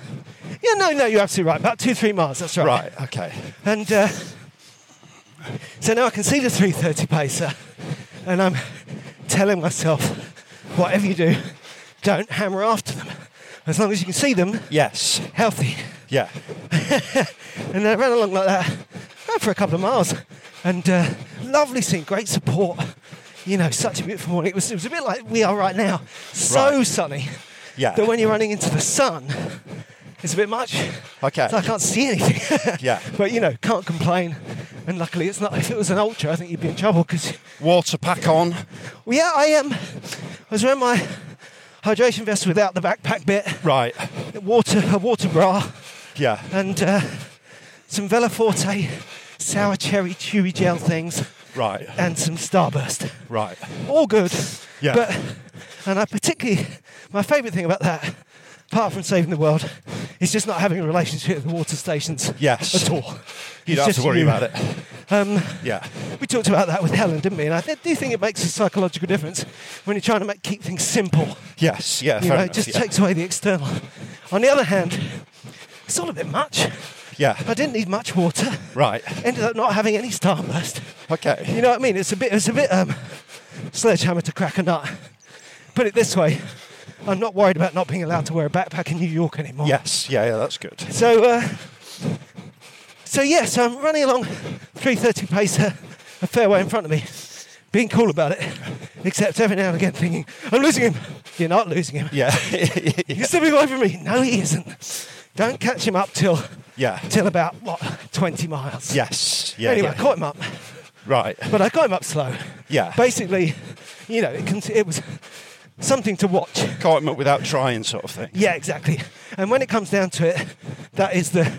[SPEAKER 4] Yeah, no, no, you're absolutely right. About two, three miles, that's right.
[SPEAKER 3] Right. Okay.
[SPEAKER 4] And uh, so now I can see the 330 pacer, and I'm telling myself, whatever you do, don't hammer after them. As long as you can see them,
[SPEAKER 3] Yes.
[SPEAKER 4] healthy.
[SPEAKER 3] Yeah.
[SPEAKER 4] And I ran along like that, ran for a couple of miles, and uh, lovely scene, great support. You know, such a beautiful morning. It was, it was a bit like we are right now, so
[SPEAKER 3] Right.
[SPEAKER 4] sunny
[SPEAKER 3] Yeah.
[SPEAKER 4] that when you're running into the sun, it's a bit much.
[SPEAKER 3] okay.
[SPEAKER 4] So I can't see anything.
[SPEAKER 3] Yeah.
[SPEAKER 4] But you know, can't complain. And luckily, it's not. If it was an ultra, I think you'd be in trouble. Because
[SPEAKER 3] Water pack on.
[SPEAKER 4] well, yeah, I Um, I was wearing my hydration vest without the backpack bit,
[SPEAKER 3] Right.
[SPEAKER 4] water, a water bra,
[SPEAKER 3] Yeah.
[SPEAKER 4] and uh, some Vela Forte sour cherry chewy gel things,
[SPEAKER 3] Right.
[SPEAKER 4] and some Starburst.
[SPEAKER 3] Right.
[SPEAKER 4] All good.
[SPEAKER 3] Yeah.
[SPEAKER 4] But and I particularly my favourite thing about that. Apart from saving the world, is just not having a relationship with the water stations
[SPEAKER 3] Yes.
[SPEAKER 4] at all.
[SPEAKER 3] You
[SPEAKER 4] It's
[SPEAKER 3] don't have to
[SPEAKER 4] just
[SPEAKER 3] worry
[SPEAKER 4] you.
[SPEAKER 3] about it.
[SPEAKER 4] Um,
[SPEAKER 3] Yeah.
[SPEAKER 4] we talked about that with Helen, didn't we? And I th- do think it makes a psychological difference when you're trying to make, keep things simple.
[SPEAKER 3] Yes. Yeah.
[SPEAKER 4] You
[SPEAKER 3] fair
[SPEAKER 4] know, it
[SPEAKER 3] enough,
[SPEAKER 4] just
[SPEAKER 3] yeah.
[SPEAKER 4] takes away the external. On the other hand, it's all a bit much.
[SPEAKER 3] Yeah.
[SPEAKER 4] I didn't need much water.
[SPEAKER 3] Right.
[SPEAKER 4] Ended up not having any starburst.
[SPEAKER 3] Okay.
[SPEAKER 4] You know what I mean? It's a bit. It's a bit. Um, sledgehammer to crack a nut. Put it this way, I'm not worried about not being allowed to wear a backpack in New York anymore.
[SPEAKER 3] Yes. Yeah. Yeah. That's good.
[SPEAKER 4] So, uh, so yeah, so I'm running along 330 pace, a, a fair way in front of me, being cool about it, except every now and again thinking, I'm losing him. You're not losing him.
[SPEAKER 3] Yeah.
[SPEAKER 4] He's stepping away from me. No, he isn't. Don't catch him up till
[SPEAKER 3] yeah.
[SPEAKER 4] till about what 20 miles.
[SPEAKER 3] Yes. Yeah.
[SPEAKER 4] anyway, I
[SPEAKER 3] yeah.
[SPEAKER 4] caught him up,
[SPEAKER 3] Right.
[SPEAKER 4] but I caught him up slow.
[SPEAKER 3] Yeah.
[SPEAKER 4] Basically, you know, it, con- it was something to watch.
[SPEAKER 3] Caught him up without trying, sort of thing.
[SPEAKER 4] Yeah, exactly. And when it comes down to it, that is the,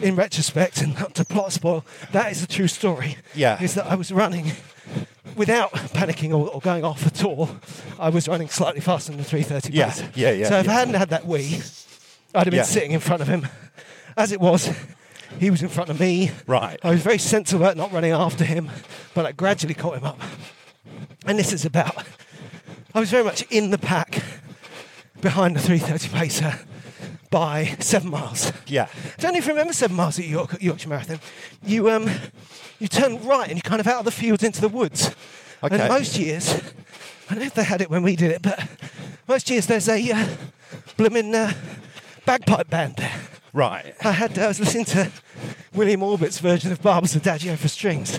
[SPEAKER 4] in retrospect, and not to plot spoil, that is the true story.
[SPEAKER 3] Yeah.
[SPEAKER 4] Is that I was running without panicking or, or going off at all. I was running slightly faster than the 330
[SPEAKER 3] Yeah,
[SPEAKER 4] pace.
[SPEAKER 3] yeah, yeah,
[SPEAKER 4] So if I
[SPEAKER 3] yeah.
[SPEAKER 4] hadn't had that wee, I'd have been
[SPEAKER 3] Yeah.
[SPEAKER 4] sitting in front of him. As it was, he was in front of me.
[SPEAKER 3] Right.
[SPEAKER 4] I was very sensible about not running after him, but I gradually caught him up. And this is about, I was very much in the pack behind the 330 pacer by seven miles.
[SPEAKER 3] Yeah.
[SPEAKER 4] Don't even remember seven miles at York, Yorkshire Marathon. You um, you turn right and you kind of out of the fields into the woods.
[SPEAKER 3] Okay.
[SPEAKER 4] And most years, I don't know if they had it when we did it, but most years there's a uh, blooming uh, bagpipe band there.
[SPEAKER 3] Right.
[SPEAKER 4] I had I was listening to William Orbit's version of Barbara's Adagio for strings,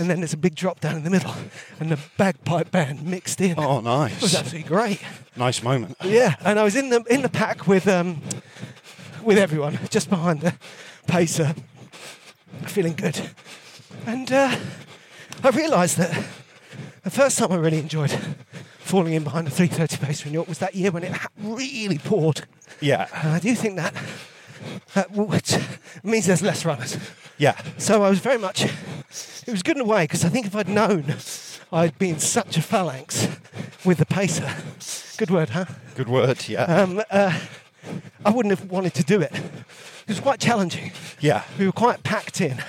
[SPEAKER 4] and then there's a big drop down in the middle, and the bagpipe band mixed in. It
[SPEAKER 3] Oh,
[SPEAKER 4] was
[SPEAKER 3] nice.
[SPEAKER 4] absolutely great.
[SPEAKER 3] Nice moment.
[SPEAKER 4] Yeah, and I was in the in the pack with um, with everyone, just behind the pacer, feeling good. And uh, I realised that the first time I really enjoyed falling in behind the 330 pacer in York was that year when it ha- really poured.
[SPEAKER 3] Yeah.
[SPEAKER 4] And I Uh, do think that that w- which means there's less runners.
[SPEAKER 3] Yeah.
[SPEAKER 4] So I was very much. It was good in a way because I think if I'd known I'd be in such a phalanx with the pacer, Good word, huh?
[SPEAKER 3] Good word, yeah.
[SPEAKER 4] Um, uh, I wouldn't have wanted to do it. It was quite challenging.
[SPEAKER 3] yeah.
[SPEAKER 4] We were quite packed in.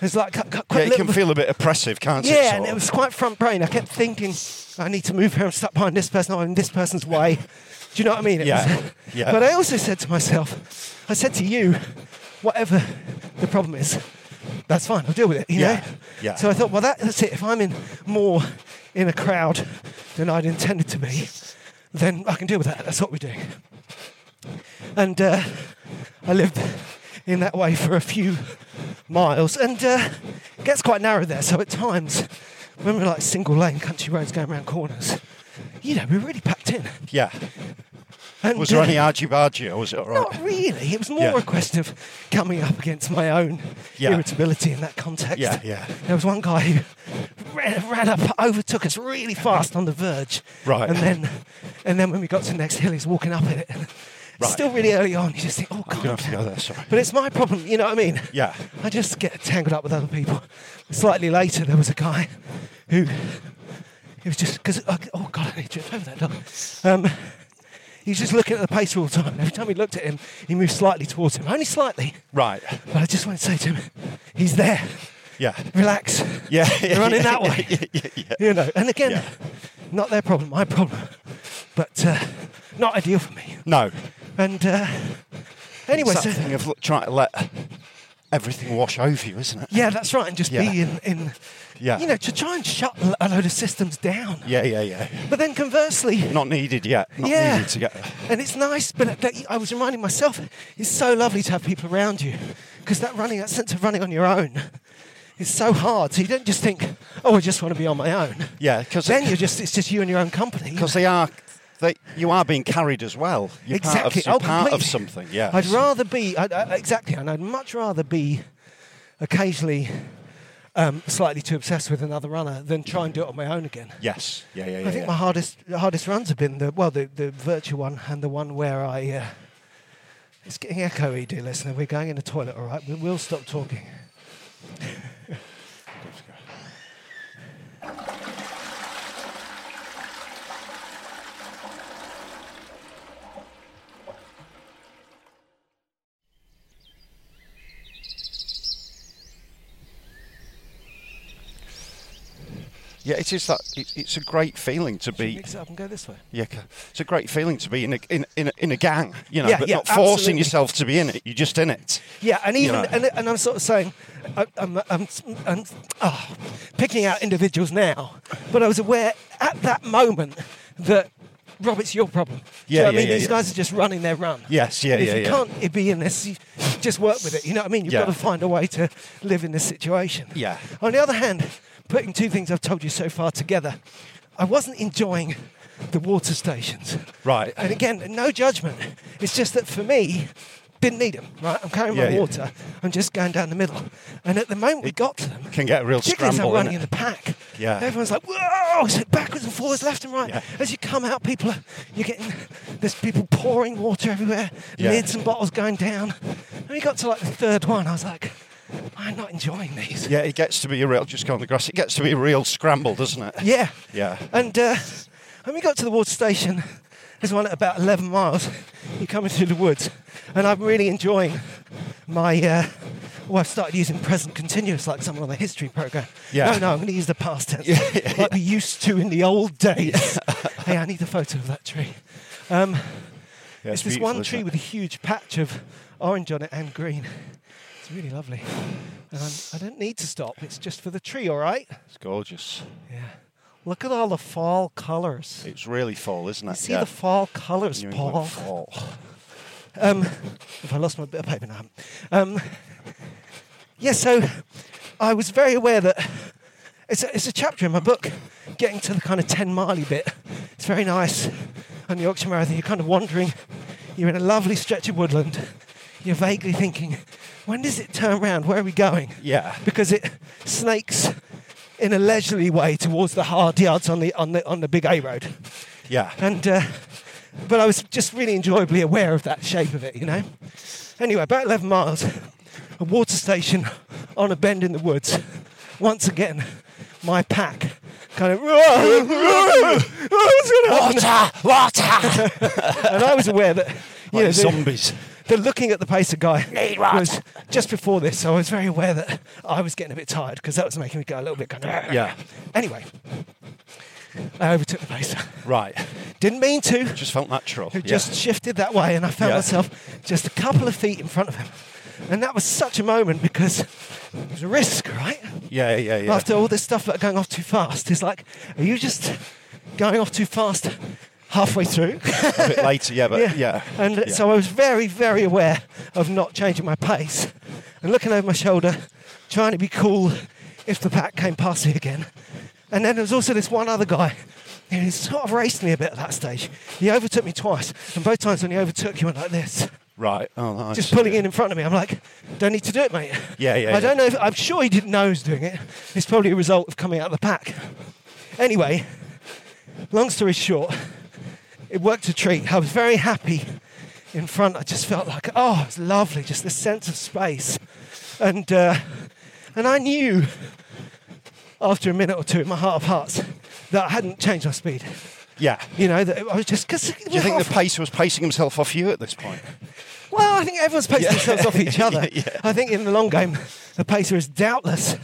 [SPEAKER 4] It's like cu- cu-
[SPEAKER 3] Yeah,
[SPEAKER 4] quite
[SPEAKER 3] it
[SPEAKER 4] little
[SPEAKER 3] can
[SPEAKER 4] bit-
[SPEAKER 3] feel a bit oppressive, can't it?
[SPEAKER 4] Yeah,
[SPEAKER 3] sort
[SPEAKER 4] and it
[SPEAKER 3] of?
[SPEAKER 4] was quite front brain. I kept thinking, I need to move here and stop behind this person. I'm in this person's way. Do you know what I mean? It
[SPEAKER 3] Yeah,
[SPEAKER 4] was-
[SPEAKER 3] yeah.
[SPEAKER 4] But I also said to myself, I said to you, whatever the problem is, that's fine. I'll deal with it. You
[SPEAKER 3] Yeah,
[SPEAKER 4] know.
[SPEAKER 3] yeah.
[SPEAKER 4] So I thought, well, that, that's it. If I'm in more in a crowd than I'd intended to be, then I can deal with that. That's what we do. And uh, I lived in that way for a few miles, and uh, it gets quite narrow there. So at times, when we're like single lane country roads going around corners, you know, we're really packed in.
[SPEAKER 3] Yeah.
[SPEAKER 4] And,
[SPEAKER 3] was there
[SPEAKER 4] uh,
[SPEAKER 3] any argy bargy or was it all right?
[SPEAKER 4] Not really. It was more
[SPEAKER 3] Yeah.
[SPEAKER 4] a question of coming up against my own
[SPEAKER 3] Yeah.
[SPEAKER 4] irritability in that context.
[SPEAKER 3] Yeah, yeah.
[SPEAKER 4] There was one guy who ran, ran up, overtook us really fast on the verge.
[SPEAKER 3] Right.
[SPEAKER 4] And then, and then when we got to the next hill, he's walking up it. And
[SPEAKER 3] Right.
[SPEAKER 4] Still really early on. You just think, oh
[SPEAKER 3] I'm
[SPEAKER 4] god.
[SPEAKER 3] going to have to go there, sorry.
[SPEAKER 4] But it's my problem. You know what I mean?
[SPEAKER 3] Yeah.
[SPEAKER 4] I just get tangled up with other people. Slightly later, there was a guy who he was just because oh god, I tripped over that dog. Um, he was just looking at the pace all the time. Every time he looked at him, he moved slightly towards him, only slightly.
[SPEAKER 3] Right.
[SPEAKER 4] But I just want to say to him, he's there.
[SPEAKER 3] Yeah.
[SPEAKER 4] Relax.
[SPEAKER 3] Yeah.
[SPEAKER 4] They're running that way.
[SPEAKER 3] yeah, yeah, yeah.
[SPEAKER 4] You know. And again,
[SPEAKER 3] Yeah.
[SPEAKER 4] not their problem, my problem. But uh, not ideal for me.
[SPEAKER 3] No.
[SPEAKER 4] And uh, anyway,
[SPEAKER 3] it's
[SPEAKER 4] so
[SPEAKER 3] that thing of look, trying to let everything wash over you, isn't it?
[SPEAKER 4] yeah, that's right. And just be
[SPEAKER 3] Yeah.
[SPEAKER 4] in, in
[SPEAKER 3] Yeah.
[SPEAKER 4] you know, to try and shut a load of systems down.
[SPEAKER 3] yeah, yeah, yeah.
[SPEAKER 4] But then conversely,
[SPEAKER 3] Not needed yet. Not
[SPEAKER 4] Yeah.
[SPEAKER 3] needed to get there.
[SPEAKER 4] and it's nice, but uh, that- I was reminding myself, it's so lovely to have people around you because that running, that sense of running on your own is so hard. So you don't just think, oh, I just want to be on my own.
[SPEAKER 3] Yeah, because
[SPEAKER 4] Then you're just, it's just you and your own company.
[SPEAKER 3] because they are they you are being carried as well. You're
[SPEAKER 4] exactly.
[SPEAKER 3] Part
[SPEAKER 4] oh,
[SPEAKER 3] of, you're part of
[SPEAKER 4] completely.
[SPEAKER 3] something. Yeah.
[SPEAKER 4] I'd rather be, I'd, I, exactly, and I'd much rather be occasionally um, slightly too obsessed with another runner than try and do it on my own again.
[SPEAKER 3] Yes. Yeah, yeah, yeah.
[SPEAKER 4] I think
[SPEAKER 3] yeah.
[SPEAKER 4] my hardest the hardest runs have been the well the the virtual one and the one where I uh, it's getting echoey, dear listener. We're going in the toilet, all right? We will stop talking.
[SPEAKER 3] yeah, it is that. It, it's a great feeling to
[SPEAKER 4] Should we
[SPEAKER 3] be.
[SPEAKER 4] mix it up and go this way.
[SPEAKER 3] Yeah, c- it's a great feeling to be in a in in a, in a gang, you know,
[SPEAKER 4] Yeah,
[SPEAKER 3] but
[SPEAKER 4] yeah,
[SPEAKER 3] not forcing
[SPEAKER 4] absolutely.
[SPEAKER 3] yourself to be in it. You're just in it.
[SPEAKER 4] Yeah, and
[SPEAKER 3] You
[SPEAKER 4] even
[SPEAKER 3] know.
[SPEAKER 4] and, and I'm sort of saying I, I'm I'm, I'm oh, picking out individuals now, but I was aware at that moment that. Rob, it's your problem. Do you
[SPEAKER 3] Yeah,
[SPEAKER 4] know what
[SPEAKER 3] yeah,
[SPEAKER 4] I mean?
[SPEAKER 3] yeah,
[SPEAKER 4] These
[SPEAKER 3] yeah.
[SPEAKER 4] guys are just running their run.
[SPEAKER 3] Yes, yeah,
[SPEAKER 4] if
[SPEAKER 3] yeah,
[SPEAKER 4] you
[SPEAKER 3] yeah.
[SPEAKER 4] can't be in this, you just work with it. You know what I mean? You've
[SPEAKER 3] Yeah.
[SPEAKER 4] got to find a way to live in this situation.
[SPEAKER 3] Yeah.
[SPEAKER 4] On the other hand, putting two things I've told you so far together, I wasn't enjoying the water stations.
[SPEAKER 3] Right.
[SPEAKER 4] And again, no judgment. It's just that for me, didn't need them, right? I'm carrying
[SPEAKER 3] Yeah,
[SPEAKER 4] my
[SPEAKER 3] yeah.
[SPEAKER 4] water. I'm just going down the middle. And at the moment we got to them,
[SPEAKER 3] Can get a real
[SPEAKER 4] particularly
[SPEAKER 3] scramble.
[SPEAKER 4] as I'm running
[SPEAKER 3] innit?
[SPEAKER 4] in the pack,
[SPEAKER 3] Yeah.
[SPEAKER 4] everyone's like, whoa! So backwards and forwards, left and right.
[SPEAKER 3] Yeah.
[SPEAKER 4] As you come out, people are, you're getting, there's people pouring water everywhere,
[SPEAKER 3] Yeah.
[SPEAKER 4] lids and bottles going down. And we got to like the third one, I was like, I'm not enjoying these.
[SPEAKER 3] Yeah, it gets to be a real. Just go on the grass. It gets to be a real scramble, doesn't it?
[SPEAKER 4] Yeah.
[SPEAKER 3] Yeah.
[SPEAKER 4] And uh, when we got to the water station, there's one at about 11 miles. You're coming through the woods, and I'm really enjoying my. Uh, well, I've started using present continuous like someone on the history program.
[SPEAKER 3] Yeah.
[SPEAKER 4] No, no, I'm going to use the past tense, like we used to in the old days. hey, I need a photo of that tree. Um,
[SPEAKER 3] Yeah,
[SPEAKER 4] it's this
[SPEAKER 3] beautiful,
[SPEAKER 4] one
[SPEAKER 3] isn't
[SPEAKER 4] tree
[SPEAKER 3] it?
[SPEAKER 4] with a huge patch of orange on it and green. It's really lovely. And I'm, I don't need to stop. It's just for the tree, all right?
[SPEAKER 3] It's gorgeous.
[SPEAKER 4] Yeah. Look at all the fall colours.
[SPEAKER 3] It's really fall, isn't it?
[SPEAKER 4] You see
[SPEAKER 3] Uh, yeah.
[SPEAKER 4] the fall colours,
[SPEAKER 3] New England
[SPEAKER 4] Paul.
[SPEAKER 3] fall.
[SPEAKER 4] Um, if I lost my bit of paper now. Um, yeah, so I was very aware that it's a, it's a chapter in my book, getting to the kind of 10 miley bit. It's very nice on the Yorkshire Marathon. You're kind of wandering, you're in a lovely stretch of woodland. You're vaguely thinking, when does it turn round? Where are we going?
[SPEAKER 3] Yeah.
[SPEAKER 4] because it snakes in a leisurely way towards the hard yards on the on the on the big A road.
[SPEAKER 3] Yeah.
[SPEAKER 4] And uh, but I was just really enjoyably aware of that shape of it, you know. Anyway, about 11 miles, a water station on a bend in the woods. Once again, my pack kind of. water,
[SPEAKER 3] water.
[SPEAKER 4] and I was aware that you
[SPEAKER 3] Like
[SPEAKER 4] know
[SPEAKER 3] zombies.
[SPEAKER 4] The looking at the pacer guy
[SPEAKER 3] Need water.
[SPEAKER 4] was just before this. So I was very aware that I was getting a bit tired because that was making me go a little bit kind of.
[SPEAKER 3] Yeah.
[SPEAKER 4] Anyway, I overtook the pacer.
[SPEAKER 3] Right.
[SPEAKER 4] Didn't mean to.
[SPEAKER 3] Just felt natural.
[SPEAKER 4] Who
[SPEAKER 3] yeah.
[SPEAKER 4] just shifted that way, and I found
[SPEAKER 3] Yeah.
[SPEAKER 4] myself just a couple of feet in front of him. And that was such a moment because it was a risk, right?
[SPEAKER 3] Yeah, yeah, yeah.
[SPEAKER 4] After all this stuff about going off too fast, it's like, are you just going off too fast halfway through?
[SPEAKER 3] a bit later, yeah, but yeah.
[SPEAKER 4] And
[SPEAKER 3] yeah.
[SPEAKER 4] so I was very, very aware of not changing my pace and looking over my shoulder, trying to be cool if the pack came past me again. And then there was also this one other guy who sort of raced me a bit at that stage. He overtook me twice, and both times when he overtook, he went like this.
[SPEAKER 3] right. Oh, nice.
[SPEAKER 4] Just pulling in in front of me. I'm like, don't need to do it, mate.
[SPEAKER 3] Yeah, yeah.
[SPEAKER 4] I don't know if I'm sure he didn't know he was doing it. It's probably a result of coming out of the pack. Anyway, long story short, it worked a treat. I was very happy in front. I just felt like, oh, it's lovely, just this sense of space. And uh, and I knew after a minute or two in my heart of hearts that I hadn't changed my speed.
[SPEAKER 3] Yeah.
[SPEAKER 4] You know, that I was just because.
[SPEAKER 3] Do you think the pacer was pacing himself off you at this point?
[SPEAKER 4] Well, I think everyone's pacing
[SPEAKER 3] Yeah.
[SPEAKER 4] themselves off each other.
[SPEAKER 3] Yeah,
[SPEAKER 4] I think in the long game, the pacer is doubtless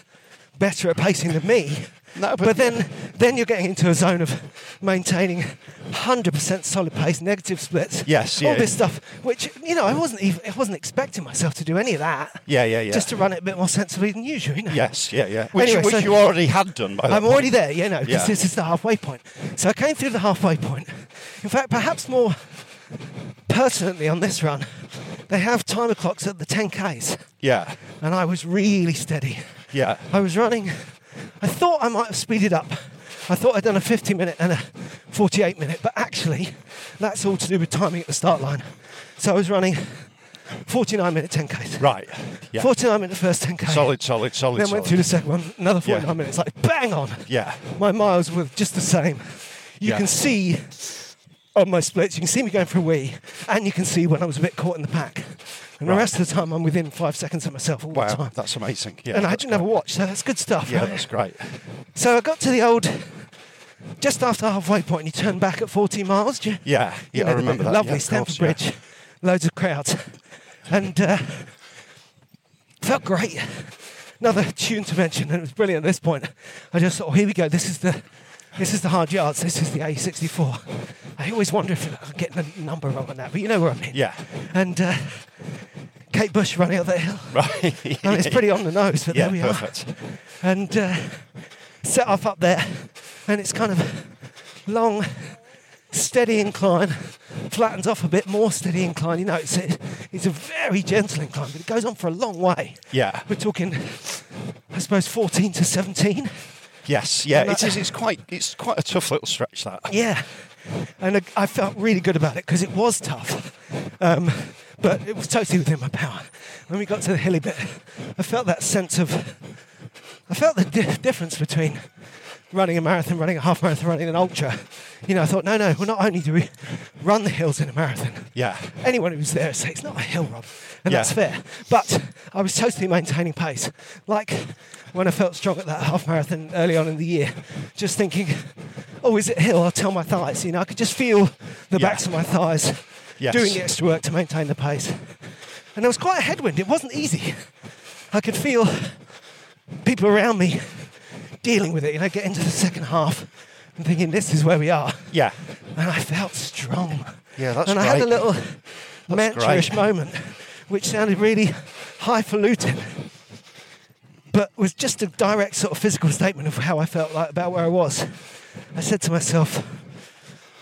[SPEAKER 4] better at pacing than me. No, but, then, then you're getting into a zone of maintaining 100% solid pace, negative splits.
[SPEAKER 3] Yes,
[SPEAKER 4] All
[SPEAKER 3] yeah.
[SPEAKER 4] this stuff, which, you know, I wasn't even, I wasn't expecting myself to do any of that.
[SPEAKER 3] Yeah, yeah, yeah.
[SPEAKER 4] Just to run it a bit more sensibly than usual, you know.
[SPEAKER 3] Yes, yeah, yeah. Which,
[SPEAKER 4] Anyway,
[SPEAKER 3] which
[SPEAKER 4] so-
[SPEAKER 3] you already had done. By that
[SPEAKER 4] I'm
[SPEAKER 3] point.
[SPEAKER 4] already there, you know, because
[SPEAKER 3] Yeah.
[SPEAKER 4] this is the halfway point. So I came through the halfway point. In fact, perhaps more pertinently on this run, they have timer clocks at the 10Ks,
[SPEAKER 3] Yeah,
[SPEAKER 4] and I was really steady.
[SPEAKER 3] yeah,
[SPEAKER 4] I was running, I thought I might have speeded up. I thought I'd done a 50 minute and a 48 minute, but actually, that's all to do with timing at the start line. So I was running 49 minute 10Ks.
[SPEAKER 3] right. Yeah.
[SPEAKER 4] 49 minute first 10K.
[SPEAKER 3] Solid, solid, solid.
[SPEAKER 4] Then
[SPEAKER 3] solid.
[SPEAKER 4] went through the second one, another
[SPEAKER 3] Yeah.
[SPEAKER 4] 49 minutes, like bang on.
[SPEAKER 3] Yeah,
[SPEAKER 4] My miles were just the same. You
[SPEAKER 3] Yeah.
[SPEAKER 4] can see on my splits, you can see me going for a wee, and you can see when I was a bit caught in the pack. And the
[SPEAKER 3] Right.
[SPEAKER 4] rest of the time, I'm within five seconds of myself all the
[SPEAKER 3] wow,
[SPEAKER 4] time.
[SPEAKER 3] that's amazing. Yeah,
[SPEAKER 4] and I
[SPEAKER 3] that's
[SPEAKER 4] didn't have a watch, so that's good stuff.
[SPEAKER 3] great. yeah,
[SPEAKER 4] right?
[SPEAKER 3] that's great.
[SPEAKER 4] So I got to the old, just after halfway point, and you turn back at 14 miles. Do you,
[SPEAKER 3] Yeah, yeah,
[SPEAKER 4] you know,
[SPEAKER 3] I
[SPEAKER 4] the
[SPEAKER 3] remember that.
[SPEAKER 4] Lovely
[SPEAKER 3] yeah, of
[SPEAKER 4] Stamford
[SPEAKER 3] course, yeah.
[SPEAKER 4] Bridge, loads of crowds, and uh, felt great. Another tune to mention, and it was brilliant at this point. I just thought, oh, here we go. This is the, this is the hard yards. This is the A64. I always wonder if I'm getting the number wrong on that, but you know where I mean.
[SPEAKER 3] Yeah.
[SPEAKER 4] And uh, Kate Bush running up the hill.
[SPEAKER 3] Right.
[SPEAKER 4] I mean, it's pretty on the nose, but
[SPEAKER 3] yeah,
[SPEAKER 4] there we
[SPEAKER 3] perfect.
[SPEAKER 4] are. And uh, set off up there, and it's kind of long, steady incline, flattens off a bit more steady incline. You know, it's a, it's a very gentle incline, but it goes on for a long way.
[SPEAKER 3] Yeah.
[SPEAKER 4] We're talking, I suppose, 14 to 17.
[SPEAKER 3] Yes, yeah,
[SPEAKER 4] And
[SPEAKER 3] it
[SPEAKER 4] that-
[SPEAKER 3] is. It's quite, it's quite a tough little stretch that.
[SPEAKER 4] Yeah. And I, I felt really good about it because it was tough. Um, but it was totally within my power. When we got to the hilly bit, I felt that sense of. I felt the di- difference between running a marathon, running a half marathon, running an ultra. You know, I thought, no, no, well, not only do we run the hills in a marathon,
[SPEAKER 3] Yeah,
[SPEAKER 4] anyone who's there say it's not a hill, Rob, and
[SPEAKER 3] Yeah.
[SPEAKER 4] that's fair. But I was totally maintaining pace, like when I felt strong at that half marathon early on in the year, just thinking, "Oh, is it a hill?" I'll tell my thighs. You know, I could just feel the
[SPEAKER 3] Yeah.
[SPEAKER 4] backs of my thighs
[SPEAKER 3] Yes.
[SPEAKER 4] doing the extra work to maintain the pace. And there was quite a headwind. It wasn't easy. I could feel people around me dealing with it. You know, get into the second half and thinking, "This is where we are."
[SPEAKER 3] yeah,
[SPEAKER 4] and I felt strong.
[SPEAKER 3] Yeah, that's
[SPEAKER 4] And I had a
[SPEAKER 3] great.
[SPEAKER 4] little
[SPEAKER 3] great.
[SPEAKER 4] mantra-ish moment, which sounded really highfalutin, but was just a direct sort of physical statement of how I felt like about where I was. I said to myself,